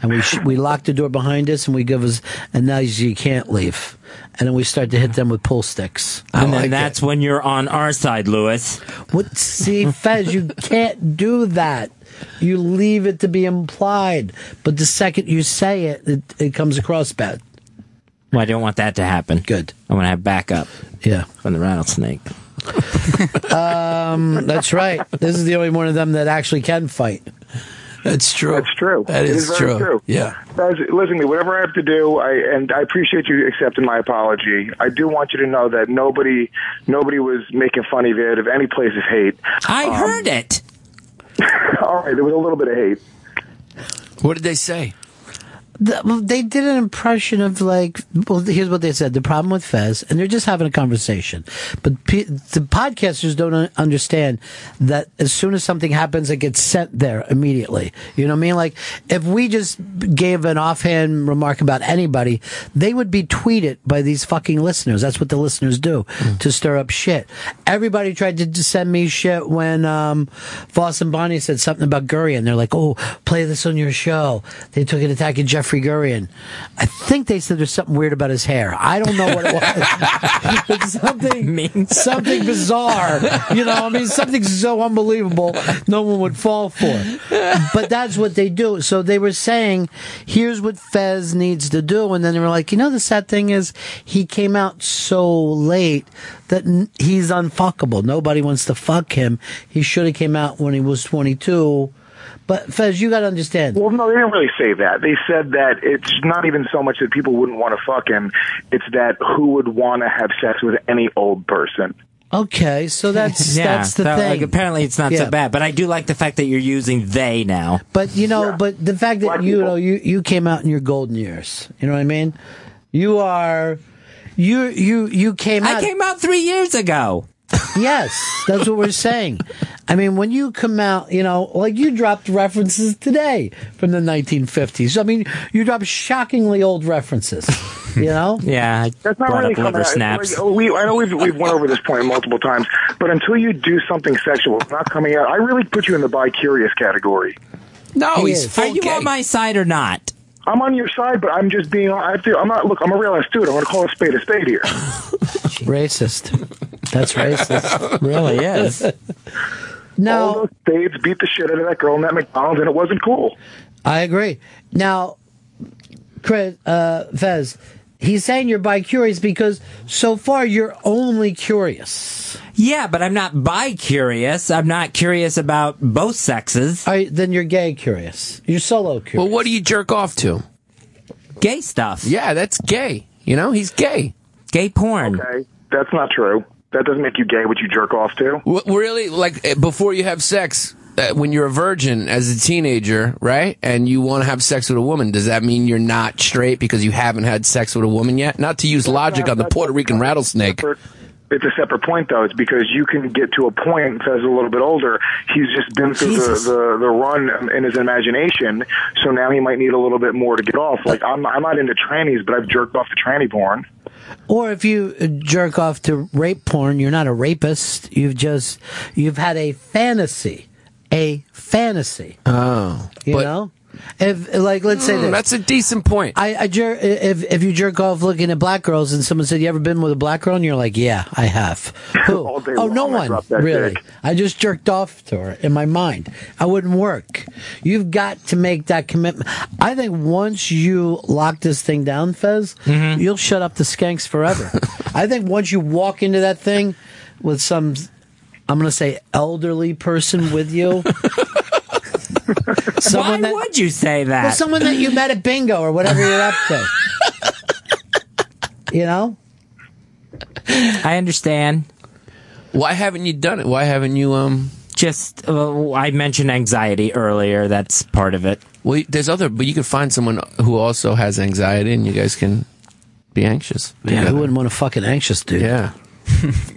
Speaker 6: And we sh- we lock the door behind us, and we give us, and now you can't leave. And then we start to hit them with pull sticks.
Speaker 7: And then that's when you're on our side, Lewis.
Speaker 6: What? See, Fez, you can't do that. You leave it to be implied, but the second you say it, it, it comes across bad.
Speaker 7: Well, I don't want that to happen.
Speaker 6: Good.
Speaker 7: I want to have backup.
Speaker 6: Yeah.
Speaker 7: From the rattlesnake.
Speaker 6: Um, that's right. This is the only one of them that actually can fight.
Speaker 1: That's true. That's
Speaker 4: true.
Speaker 1: That
Speaker 4: It
Speaker 1: is
Speaker 4: very
Speaker 1: true. Yeah.
Speaker 4: Guys, listen to me. Whatever I have to do, I and I appreciate you accepting my apology. I do want you to know that nobody, nobody was making fun of it of any place of hate.
Speaker 7: I heard it.
Speaker 4: All right, there was a little bit of hate.
Speaker 1: <laughs> What did they say?
Speaker 6: The, well, they did an impression of like, well, here's what they said. The problem with Fez, and they're just having a conversation, but pe the podcasters don't un- understand that as soon as something happens, it gets sent there immediately. You know what I mean? Like, if we just gave an offhand remark about anybody, they would be tweeted by these fucking listeners. That's what the listeners do to stir up shit. Everybody tried to d- send me shit when um, Voss and Bonnie said something about Gurion. They're like, "Oh, play this on your show." They took an attack at Jeffrey Gurion. I think they said there's something weird about his hair. I don't know what it was. <laughs> But something something bizarre. You know, I mean, something so unbelievable no one would fall for. But that's what they do. So they were saying, "Here's what Fez needs to do," and then they were like, "You know, the sad thing is he came out so late." that n- he's unfuckable. Nobody wants to fuck him. He should have came out when he was 22. But Fez, you got to understand.
Speaker 4: Well, no, they didn't really say that. They said that it's not even so much that people wouldn't want to fuck him; it's that who would want to have sex with any old person.
Speaker 6: Okay,
Speaker 7: <laughs>
Speaker 6: so that's that's the
Speaker 7: so,
Speaker 6: thing.
Speaker 7: Like, apparently, it's not
Speaker 6: Yeah.
Speaker 7: so bad, but I do like the fact that you're using they now.
Speaker 6: But you know, but the fact that you know you you came out in your golden years. You know what I mean? You are you you you came out. I came
Speaker 7: out three years ago.
Speaker 6: yes, that's what we're saying. I mean, when you come out, you know, like you dropped references today from the 1950s. I mean, you dropped shockingly old references. You know?
Speaker 7: yeah, I
Speaker 4: That's not really coming out. It's like, oh, we, I know we've, we've went over this point multiple times, but until you do something sexual, it's not coming out. I really put you in the bi curious category.
Speaker 1: No,
Speaker 7: He Oh, he's is. full Are you on gay. my side or not?
Speaker 4: I'm on your side, but I'm just being. I have to, I'm not. Look, I'm a real ass dude. I'm going to call a spade a spade here.
Speaker 6: Racist. That's racist.
Speaker 7: really is.
Speaker 6: No,
Speaker 4: all those spades beat the shit out of that girl in that McDonald's, and it wasn't cool.
Speaker 6: I agree. Now, Chris, uh, Fez, he's saying you're bi curious because so far you're only curious.
Speaker 7: Yeah, but I'm not bi curious. I'm not curious about both sexes.
Speaker 6: then you're gay curious. You're solo curious.
Speaker 1: Well, what do you jerk off to?
Speaker 7: Gay stuff.
Speaker 1: Yeah, that's gay. You know, he's gay.
Speaker 7: Gay porn.
Speaker 4: Okay, that's not true. That doesn't make you gay. What you jerk off to?
Speaker 1: W- really, like eh, before you have sex, uh, when you're a virgin as a teenager, right? And you want to have sex with a woman, does that mean you're not straight because you haven't had sex with a woman yet? Not to use logic on the Puerto Rican rattlesnake.
Speaker 4: It's a separate point, though. It's because you can get to a point. Fez is a little bit older. He's just been through the,
Speaker 1: Jesus.
Speaker 4: the the run in his imagination, so now he might need a little bit more to get off. Like I'm I'm not into trannies, but I've jerked off the tranny porn.
Speaker 6: Or if you jerk off to rape porn, you're not a rapist. You've just you've had a fantasy, a fantasy.
Speaker 1: Oh,
Speaker 6: you know, if like let's say
Speaker 1: Mm,
Speaker 6: this.
Speaker 1: that's a decent point.
Speaker 6: I, I jer- if if you jerk off looking at black girls and someone said you ever been with a black girl and you're like yeah I
Speaker 4: <laughs>
Speaker 6: have who oh no
Speaker 4: long, I
Speaker 6: one
Speaker 4: dropped that
Speaker 6: really
Speaker 4: dick.
Speaker 6: I just jerked off to her in my mind I wouldn't work you've got to make that commitment I think once you lock this thing down Fez
Speaker 4: Mm-hmm.
Speaker 6: you'll shut up the skanks
Speaker 4: <laughs>
Speaker 6: forever I think once you walk into that thing with some I'm gonna say elderly person with
Speaker 4: <laughs>
Speaker 6: you
Speaker 7: Why would you say that?
Speaker 6: well, someone that you met at bingo or whatever you're up to. you know?
Speaker 7: I understand.
Speaker 1: Why haven't you done it? Why haven't you um
Speaker 7: just uh, I mentioned anxiety earlier. That's part of it.
Speaker 1: Well, there's other, but you could find someone who also has anxiety, and you guys can be anxious.
Speaker 6: Yeah, who wouldn't want a fucking anxious dude?
Speaker 1: Yeah.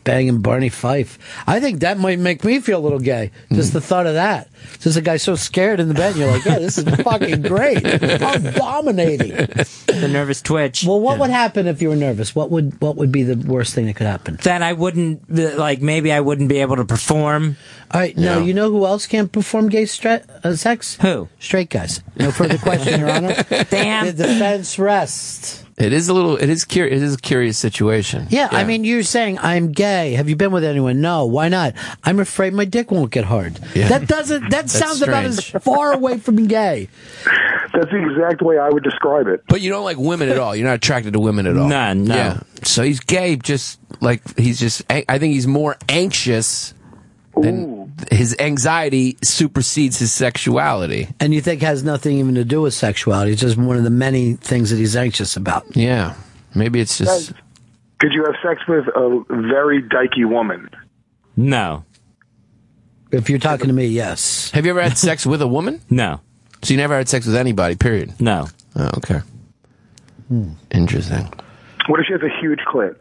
Speaker 6: Banging Barney Fife. I think that might make me feel a little gay. Just the thought of that. Just a guy so scared in the bed, and you're like, yeah, this is fucking great. I'm dominating.
Speaker 7: The nervous twitch.
Speaker 6: Well, what would happen if you were nervous? What would what would be the worst thing that could happen?
Speaker 7: Then I wouldn't uh, like. Maybe I wouldn't be able to perform.
Speaker 6: All right, now you know who else can't perform gay stra- uh, sex? Who? Straight guys. No further question, Your <laughs> Honor. Damn. The defense rests.
Speaker 1: It is a little. It is curious. It is a curious situation.
Speaker 6: Yeah, I mean, you're saying I'm gay. Have you been with anyone? No. Why not? I'm afraid my dick won't get hard.
Speaker 1: Yeah.
Speaker 6: That doesn't. That
Speaker 1: That's
Speaker 6: sounds about as
Speaker 1: strange.
Speaker 6: far away from gay.
Speaker 4: That's the exact way I would describe it.
Speaker 1: But you don't like women at all. You're not attracted to women at all.
Speaker 7: None, no.
Speaker 1: Yeah. So he's gay. Just like he's just. an- I think he's more anxious than his anxiety supersedes his sexuality.
Speaker 6: And you think has nothing even to do with sexuality. It's just one of the many things that he's anxious about.
Speaker 1: Yeah. Maybe it's just.
Speaker 4: Could you have sex with a very dykey woman?
Speaker 7: No.
Speaker 6: If you're talking to me, yes.
Speaker 1: Have you ever had sex with a woman?
Speaker 7: No.
Speaker 1: So you never had sex with anybody, period?
Speaker 7: No.
Speaker 1: Oh, okay.
Speaker 4: Hmm.
Speaker 1: Interesting.
Speaker 4: What if she has a huge clit?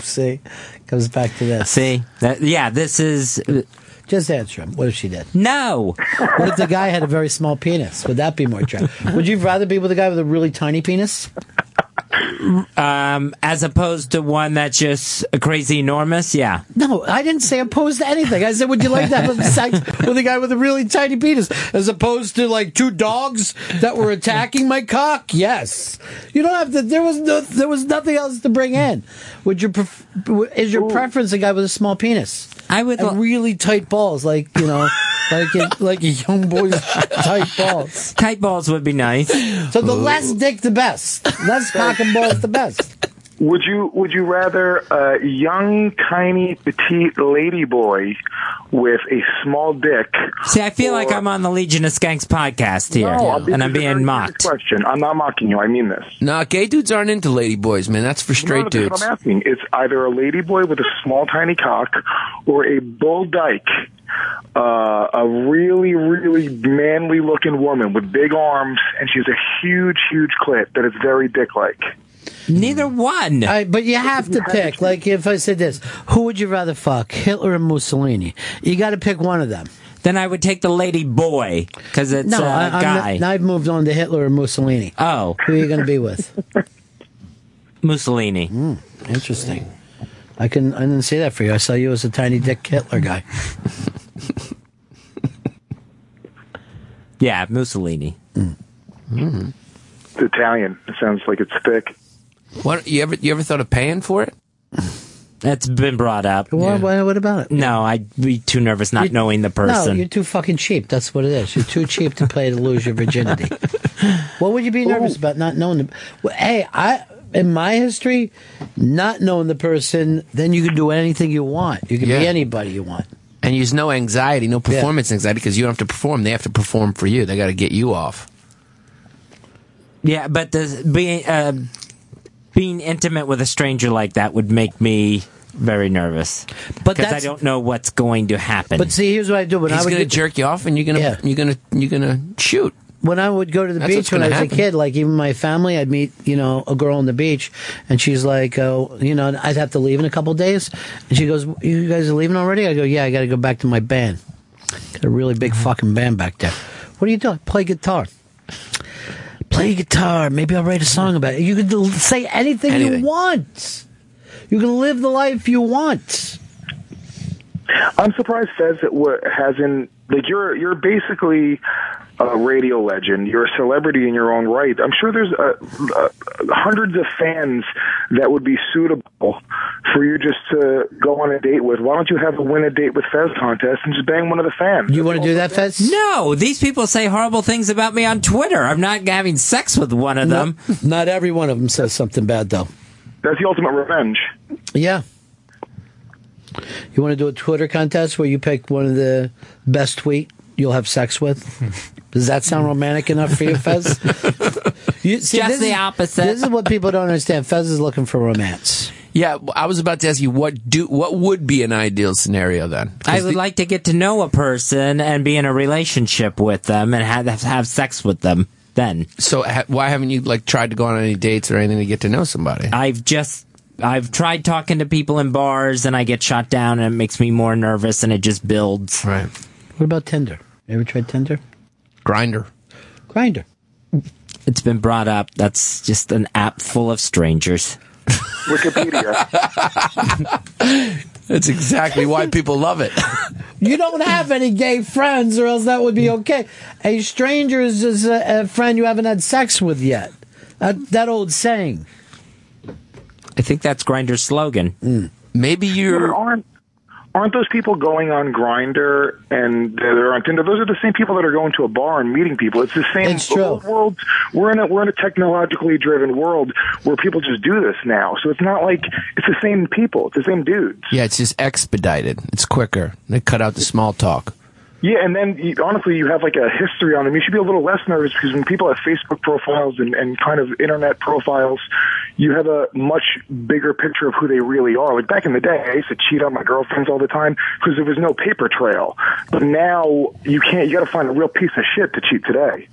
Speaker 6: See, comes back to this.
Speaker 7: See, that, yeah, this is.
Speaker 6: Just answer him. What if she did?
Speaker 7: No.
Speaker 6: What if the guy had a very small penis? Would that be more attractive? Would you rather be with a guy with a really tiny penis?
Speaker 7: Um, as opposed to one that's just crazy enormous, yeah.
Speaker 6: No, I didn't say opposed to anything. I said, would you like to have sex with a guy with a really tiny penis, as opposed to like two dogs that were attacking my cock? Yes. You don't have to. There was no. There was nothing else to bring in. Would your pref- is your preference a guy with a small penis?
Speaker 7: I would
Speaker 6: and really tight balls, like you know, like a, like a young boy's tight balls.
Speaker 7: Tight balls would be nice.
Speaker 6: So the less dick, the best. Less cock and balls, the best.
Speaker 4: Would you would you rather a young, tiny, petite lady boy with a small dick?
Speaker 7: See, I feel like I'm on the Legion of Skanks podcast here,
Speaker 4: No, I'm being-
Speaker 7: and I'm being mocked.
Speaker 4: Question: I'm not mocking you. I mean this.
Speaker 1: Nah, gay dudes aren't into lady boys, man. That's for straight
Speaker 4: No, that's
Speaker 1: dudes.
Speaker 4: What I'm asking. It's either a lady boy with a small, tiny cock, or a bull dyke, uh, a really, really manly-looking woman with big arms, and she's a huge, huge clit that is very dick-like.
Speaker 7: Neither one.
Speaker 6: I, but you have to pick. Like if I said this, who would you rather fuck, Hitler and Mussolini? You got to pick one of them.
Speaker 7: Then I would take the lady boy because it's
Speaker 6: no,
Speaker 7: a
Speaker 6: I, I'm
Speaker 7: guy.
Speaker 6: Not, now I've moved on to Hitler and Mussolini.
Speaker 7: Oh,
Speaker 6: Who are you going to be with?
Speaker 7: Mussolini.
Speaker 6: interesting. I can. I didn't say that for you. I saw you as a tiny dick Hitler guy.
Speaker 7: Yeah, Mussolini.
Speaker 4: It's Italian. It sounds like it's thick.
Speaker 1: What you ever you ever thought of paying for it?
Speaker 7: That's been brought up.
Speaker 6: What, what, what about it?
Speaker 7: No, I'd be too nervous not
Speaker 6: You-
Speaker 7: knowing the
Speaker 6: No,
Speaker 7: person.
Speaker 6: you're too fucking cheap. That's what it is. You're too cheap to play to lose your virginity. What would you be nervous about not knowing? The, well, hey, I in my history, not knowing the person, then you can do anything you want. You can
Speaker 1: Yeah.
Speaker 6: be anybody you want.
Speaker 1: And there's no anxiety, no performance anxiety, because you don't have to perform. They have to perform for you. They got to get you off.
Speaker 7: yeah, but the, being uh, being intimate with a stranger like that would make me very nervous.
Speaker 6: But
Speaker 7: because I
Speaker 6: that's-
Speaker 7: don't know what's going to happen.
Speaker 6: But see, here's what I do when
Speaker 1: He's
Speaker 6: I would
Speaker 1: gonna
Speaker 6: get-
Speaker 1: jerk you off, and you're gonna
Speaker 6: Yeah.
Speaker 1: you're gonna you're gonna shoot.
Speaker 6: when I would go to the
Speaker 1: That's what's
Speaker 6: beach when I
Speaker 1: gonna
Speaker 6: was
Speaker 1: happen.
Speaker 6: a kid, like even my family, I'd meet, you know, a girl on the beach and she's like, oh, you know, and I'd have to leave in a couple days. And she goes, you guys are leaving already? I go, yeah, I got to go back to my band. Got a really big
Speaker 1: Mm-hmm.
Speaker 6: fucking band back there. What are you doing? Play guitar. Play guitar. Maybe I'll write a song about it. You can l- say anything,
Speaker 1: Anything.
Speaker 6: you want. You can live the life you want.
Speaker 4: I'm surprised Fez that what hasn't like you're you're basically a radio legend. You're a celebrity in your own right. I'm sure there's uh, uh, hundreds of fans that would be suitable for you just to go on a date with. Why don't you have a win a date with Fez contest and just bang one of the fans?
Speaker 6: You want to do that, Fez?
Speaker 7: no, these people say horrible things about me on Twitter. I'm not having sex with one of them.
Speaker 6: Not every one of them says something bad, though.
Speaker 4: That's the ultimate revenge.
Speaker 6: Yeah. You want to do a Twitter contest where you pick one of the best tweet you'll have sex with? Does that sound romantic enough for you, Fez? You,
Speaker 7: Just
Speaker 6: this
Speaker 7: the
Speaker 6: is-
Speaker 7: opposite.
Speaker 6: This is what people don't understand. Fez is looking for romance.
Speaker 1: Yeah, well, I was about to ask you what do what would be an ideal scenario then? 'Cause
Speaker 7: I would
Speaker 1: the-
Speaker 7: like to get to know a person and be in a relationship with them and have have sex with them. Then
Speaker 1: so ha- why haven't you like tried to go on any dates or anything to get to know somebody?
Speaker 7: I've just I've tried talking to people in bars and I get shot down and it makes me more nervous and it just builds.
Speaker 1: Right.
Speaker 6: What about Tinder? You ever tried Tinder?
Speaker 1: Grinder.
Speaker 6: Grinder.
Speaker 7: It's been brought up. That's just an app full of strangers.
Speaker 4: Wikipedia.
Speaker 1: That's exactly <laughs> why people love it.
Speaker 6: You don't have any gay friends, or else that would be okay. A stranger is just a, a friend you haven't had sex with yet. That, that old saying.
Speaker 7: I think that's Grinder's slogan.
Speaker 1: Maybe
Speaker 4: there
Speaker 1: you're
Speaker 4: aren't aren't those people going on Grinder and they're on Tinder? Those are the same people that are going to a bar and meeting people. It's the same
Speaker 6: It's true.
Speaker 4: old world. We're in a we're in a technologically driven world where people just do this now. So it's not like it's the same people. It's the same dudes.
Speaker 1: Yeah, it's just expedited. It's quicker. They cut out the small talk.
Speaker 4: Yeah, and then you, honestly, you have like a history on them. You should be a little less nervous because when people have Facebook profiles and, and kind of internet profiles, you have a much bigger picture of who they really are. Like back in the day, I used to cheat on my girlfriends all the time because there was no paper trail. But now you can't. You got to find a real piece of shit to cheat today.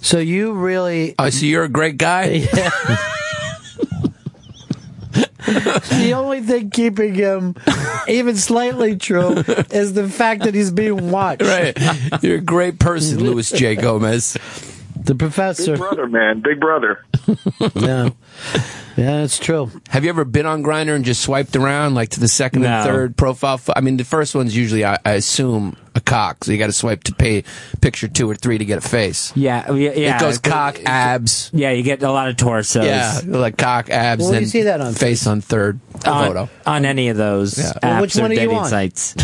Speaker 6: So you really?
Speaker 1: I see Oh, you're a great guy. <laughs>
Speaker 6: the only thing keeping him even slightly true is the fact that he's being watched.
Speaker 1: Right. You're a great <laughs> person, Louis J. Gomez.
Speaker 6: The professor.
Speaker 4: Big brother, man, big brother.
Speaker 6: yeah. Yeah, that's true.
Speaker 1: Have you ever been on Grinder and just swiped around like to the second
Speaker 7: No.
Speaker 1: and third profile? fo- I mean, the first one's usually, I, I assume, a cock. So you got to swipe to pay picture two or three to get a face.
Speaker 7: Yeah, yeah, yeah.
Speaker 1: It goes cock, abs.
Speaker 7: Yeah, you get a lot of torsos.
Speaker 1: Yeah, like cock, abs,
Speaker 7: Well, you
Speaker 1: and
Speaker 7: see that on
Speaker 1: face on third
Speaker 7: on,
Speaker 1: photo.
Speaker 7: on any of those
Speaker 1: Yeah.
Speaker 7: apps
Speaker 1: Well,
Speaker 6: which one
Speaker 7: or
Speaker 6: are you
Speaker 7: dating
Speaker 6: on?
Speaker 1: <laughs>
Speaker 7: sites.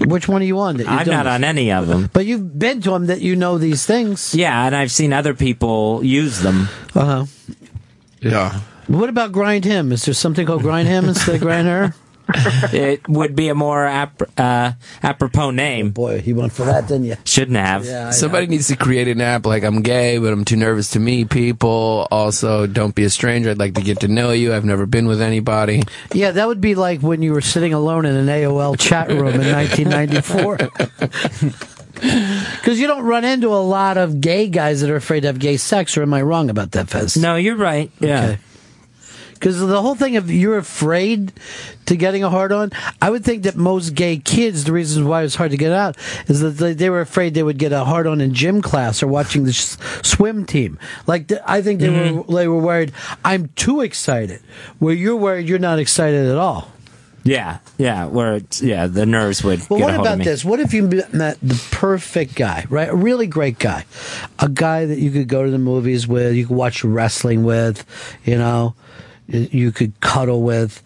Speaker 6: Which one are you on? That you've
Speaker 7: I'm
Speaker 6: done
Speaker 7: not
Speaker 6: this?
Speaker 7: on any of them.
Speaker 6: But you've been to them that you know these things.
Speaker 7: Yeah, and I've seen other people use them.
Speaker 6: Uh huh.
Speaker 1: Yeah.
Speaker 6: What about grind him? Is there something called grind him instead of grind her?
Speaker 7: it would be a more ap- uh, apropos name.
Speaker 6: boy, he went for that, didn't you?
Speaker 7: Shouldn't have.
Speaker 1: Somebody needs to create an app like I'm gay, but I'm too nervous to meet people. Also, don't be a stranger. I'd like to get to know you. I've never been with anybody.
Speaker 6: Yeah, that would be like when you were sitting alone in an AOL chat room in <laughs> 1994. Because you don't run into a lot of gay guys that are afraid to have gay sex, or am I wrong about that, Fez?
Speaker 7: No, you're right. Yeah.
Speaker 6: Because the whole thing of you're afraid to getting a hard on, I would think that most gay kids, the reason why it's hard to get out is that they, they were afraid they would get a hard on in gym class or watching the s swim team. Like th- I think they were they were worried. I'm too excited. Where you're worried, you're not excited at all.
Speaker 7: Yeah. Yeah. Where it's, yeah, the nerves would.
Speaker 6: Well,
Speaker 7: get
Speaker 6: what
Speaker 7: a hold of
Speaker 6: about
Speaker 7: me.
Speaker 6: this? What if you met the perfect guy, right? A really great guy, a guy that you could go to the movies with, you could watch wrestling with, you know, y- you could cuddle with,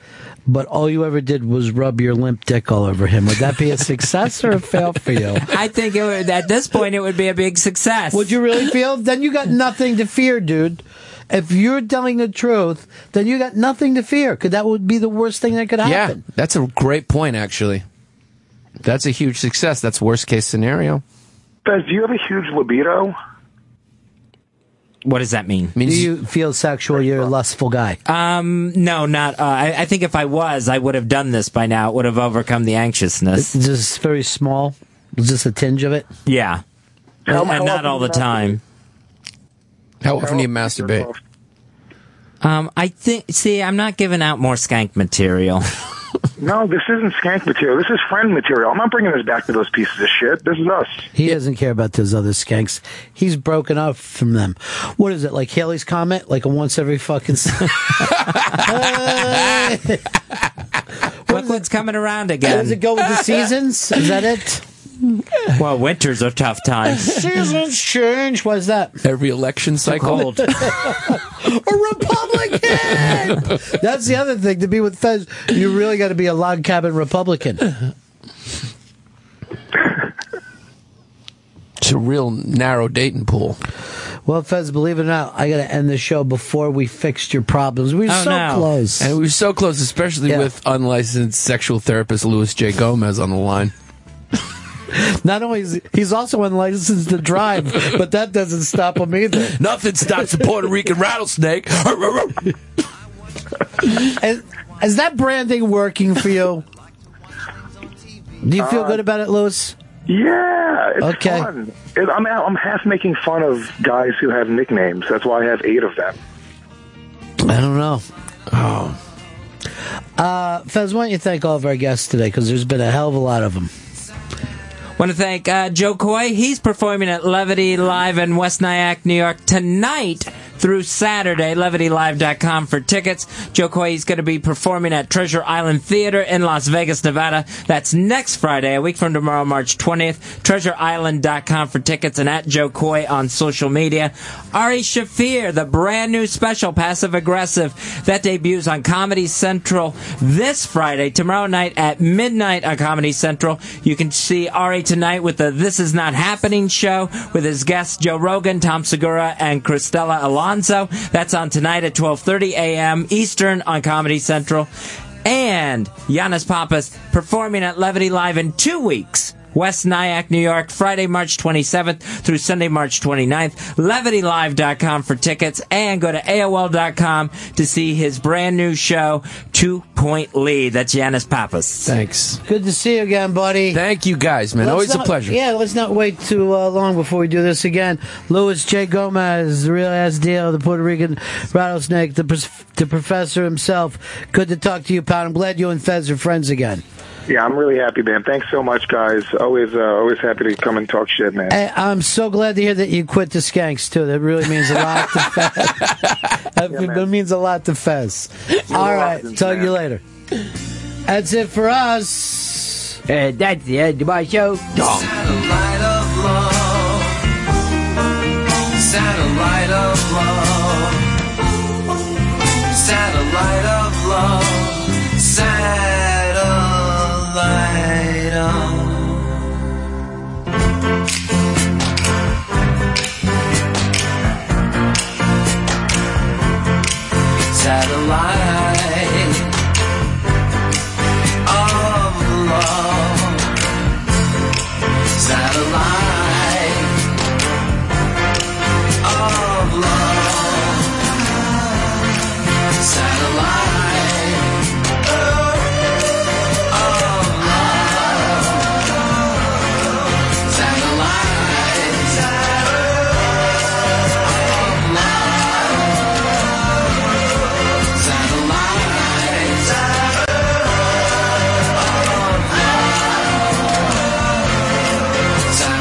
Speaker 6: but all you ever did was rub your limp dick all over him. Would that be a success or a fail for
Speaker 7: <laughs>
Speaker 6: you?
Speaker 7: I think it would, at this point it would be a big success.
Speaker 6: Would you really feel? Then you got nothing to fear, dude. If you're telling the truth, then you got nothing to fear. Could that would be the worst thing that could
Speaker 1: Yeah,
Speaker 6: happen?
Speaker 1: that's a great point, actually. That's a huge success. That's worst case scenario.
Speaker 4: Fez, do you have a huge libido?
Speaker 7: What does that mean?
Speaker 6: Do you feel sexual? You're a lustful guy.
Speaker 7: Um, no, not. Uh, I, I think if I was, I would have done this by now. It would have overcome the anxiousness.
Speaker 6: It's just very small. It's Just a tinge of it.
Speaker 7: Yeah.
Speaker 6: How-
Speaker 7: and
Speaker 6: how
Speaker 7: not
Speaker 6: often
Speaker 7: all
Speaker 6: do
Speaker 7: the
Speaker 6: you masturbate?
Speaker 7: time.
Speaker 1: How often do you masturbate?
Speaker 7: Um, I think. See, I'm not giving out more skank material.
Speaker 4: No, this isn't skank material. This is friend material. I'm not bringing this back to those pieces of shit. This is us.
Speaker 6: He doesn't care about those other skanks. He's broken up from them. What is it like Haley's comment? Like a once every fucking. <laughs>
Speaker 7: Brooklyn's coming around again.
Speaker 6: Does it go with the seasons? Is that it?
Speaker 7: Well, winter's a tough time.
Speaker 6: <laughs> Seasons change. What is that?
Speaker 1: Every election cycle.
Speaker 6: a Republican. That's the other thing. To be with Fez, you really got to be a log cabin Republican.
Speaker 1: It's a real narrow dating pool.
Speaker 6: Well, Fez, believe it or not, I got to end the show before we fixed your problems. We were so close.
Speaker 1: And we were so close, especially
Speaker 6: Yeah.
Speaker 1: with unlicensed sexual therapist Louis J. Gomez on the line.
Speaker 6: Not only is he, he's also unlicensed to drive, but that doesn't stop him either.
Speaker 1: Nothing stops a Puerto Rican rattlesnake.
Speaker 6: Is, is that branding working for you? Do you feel
Speaker 4: Uh,
Speaker 6: good about it, Lewis?
Speaker 4: Yeah, it's
Speaker 6: Okay.
Speaker 4: fun. It, I'm I'm half making fun of guys who have nicknames. That's why I have eight of them.
Speaker 6: I don't know. Oh. Uh, Fez, why don't you thank all of our guests today? Because there's been a hell of a lot of them.
Speaker 7: Want to thank uh, Joe Coy. He's performing at Levity Live in West Nyack, New York tonight. through Saturday. LevityLive.com for tickets. Joe Coy's going to be performing at Treasure Island Theater in Las Vegas, Nevada. That's next Friday, a week from tomorrow, March 20th. TreasureIsland.com for tickets and at Joe Coy on social media. Ari Shafir, the brand new special, Passive Aggressive, that debuts on Comedy Central this Friday, tomorrow night at midnight on Comedy Central. You can see Ari tonight with the This Is Not Happening show with his guests Joe Rogan, Tom Segura, and Christella Alonso. That's on tonight at 12:30 a.m. Eastern on Comedy Central. And Giannis Pappas performing at Levity Live in two weeks. West Nyack, New York, Friday, March 27th through Sunday, March 29th. LevityLive.com for tickets and go to AOL.com to see his brand new show, Two Point Lead. That's Giannis Pappas.
Speaker 1: Thanks.
Speaker 6: Good to see you again, buddy.
Speaker 1: Thank you guys, man.
Speaker 6: Let's
Speaker 1: Always a
Speaker 6: not-
Speaker 1: pleasure.
Speaker 6: Yeah, let's not wait too uh, long before we do this again. Luis J. Gomez, the real ass deal, the Puerto Rican rattlesnake, the, pres- the professor himself. Good to talk to you, Pat. I'm glad you and Fez are friends again.
Speaker 4: Yeah, I'm really happy, man. Thanks so much, guys. Always, uh, always happy to come and talk shit, man.
Speaker 6: I- I'm so glad to hear that you quit the skanks too. That really means a lot to Fez. that means a lot to Fez. All right, talk to you later. That's it for us. And that's the end of my show.
Speaker 5: Satellite of love. Satellite of love. Satellite of love. Satellite of Satellite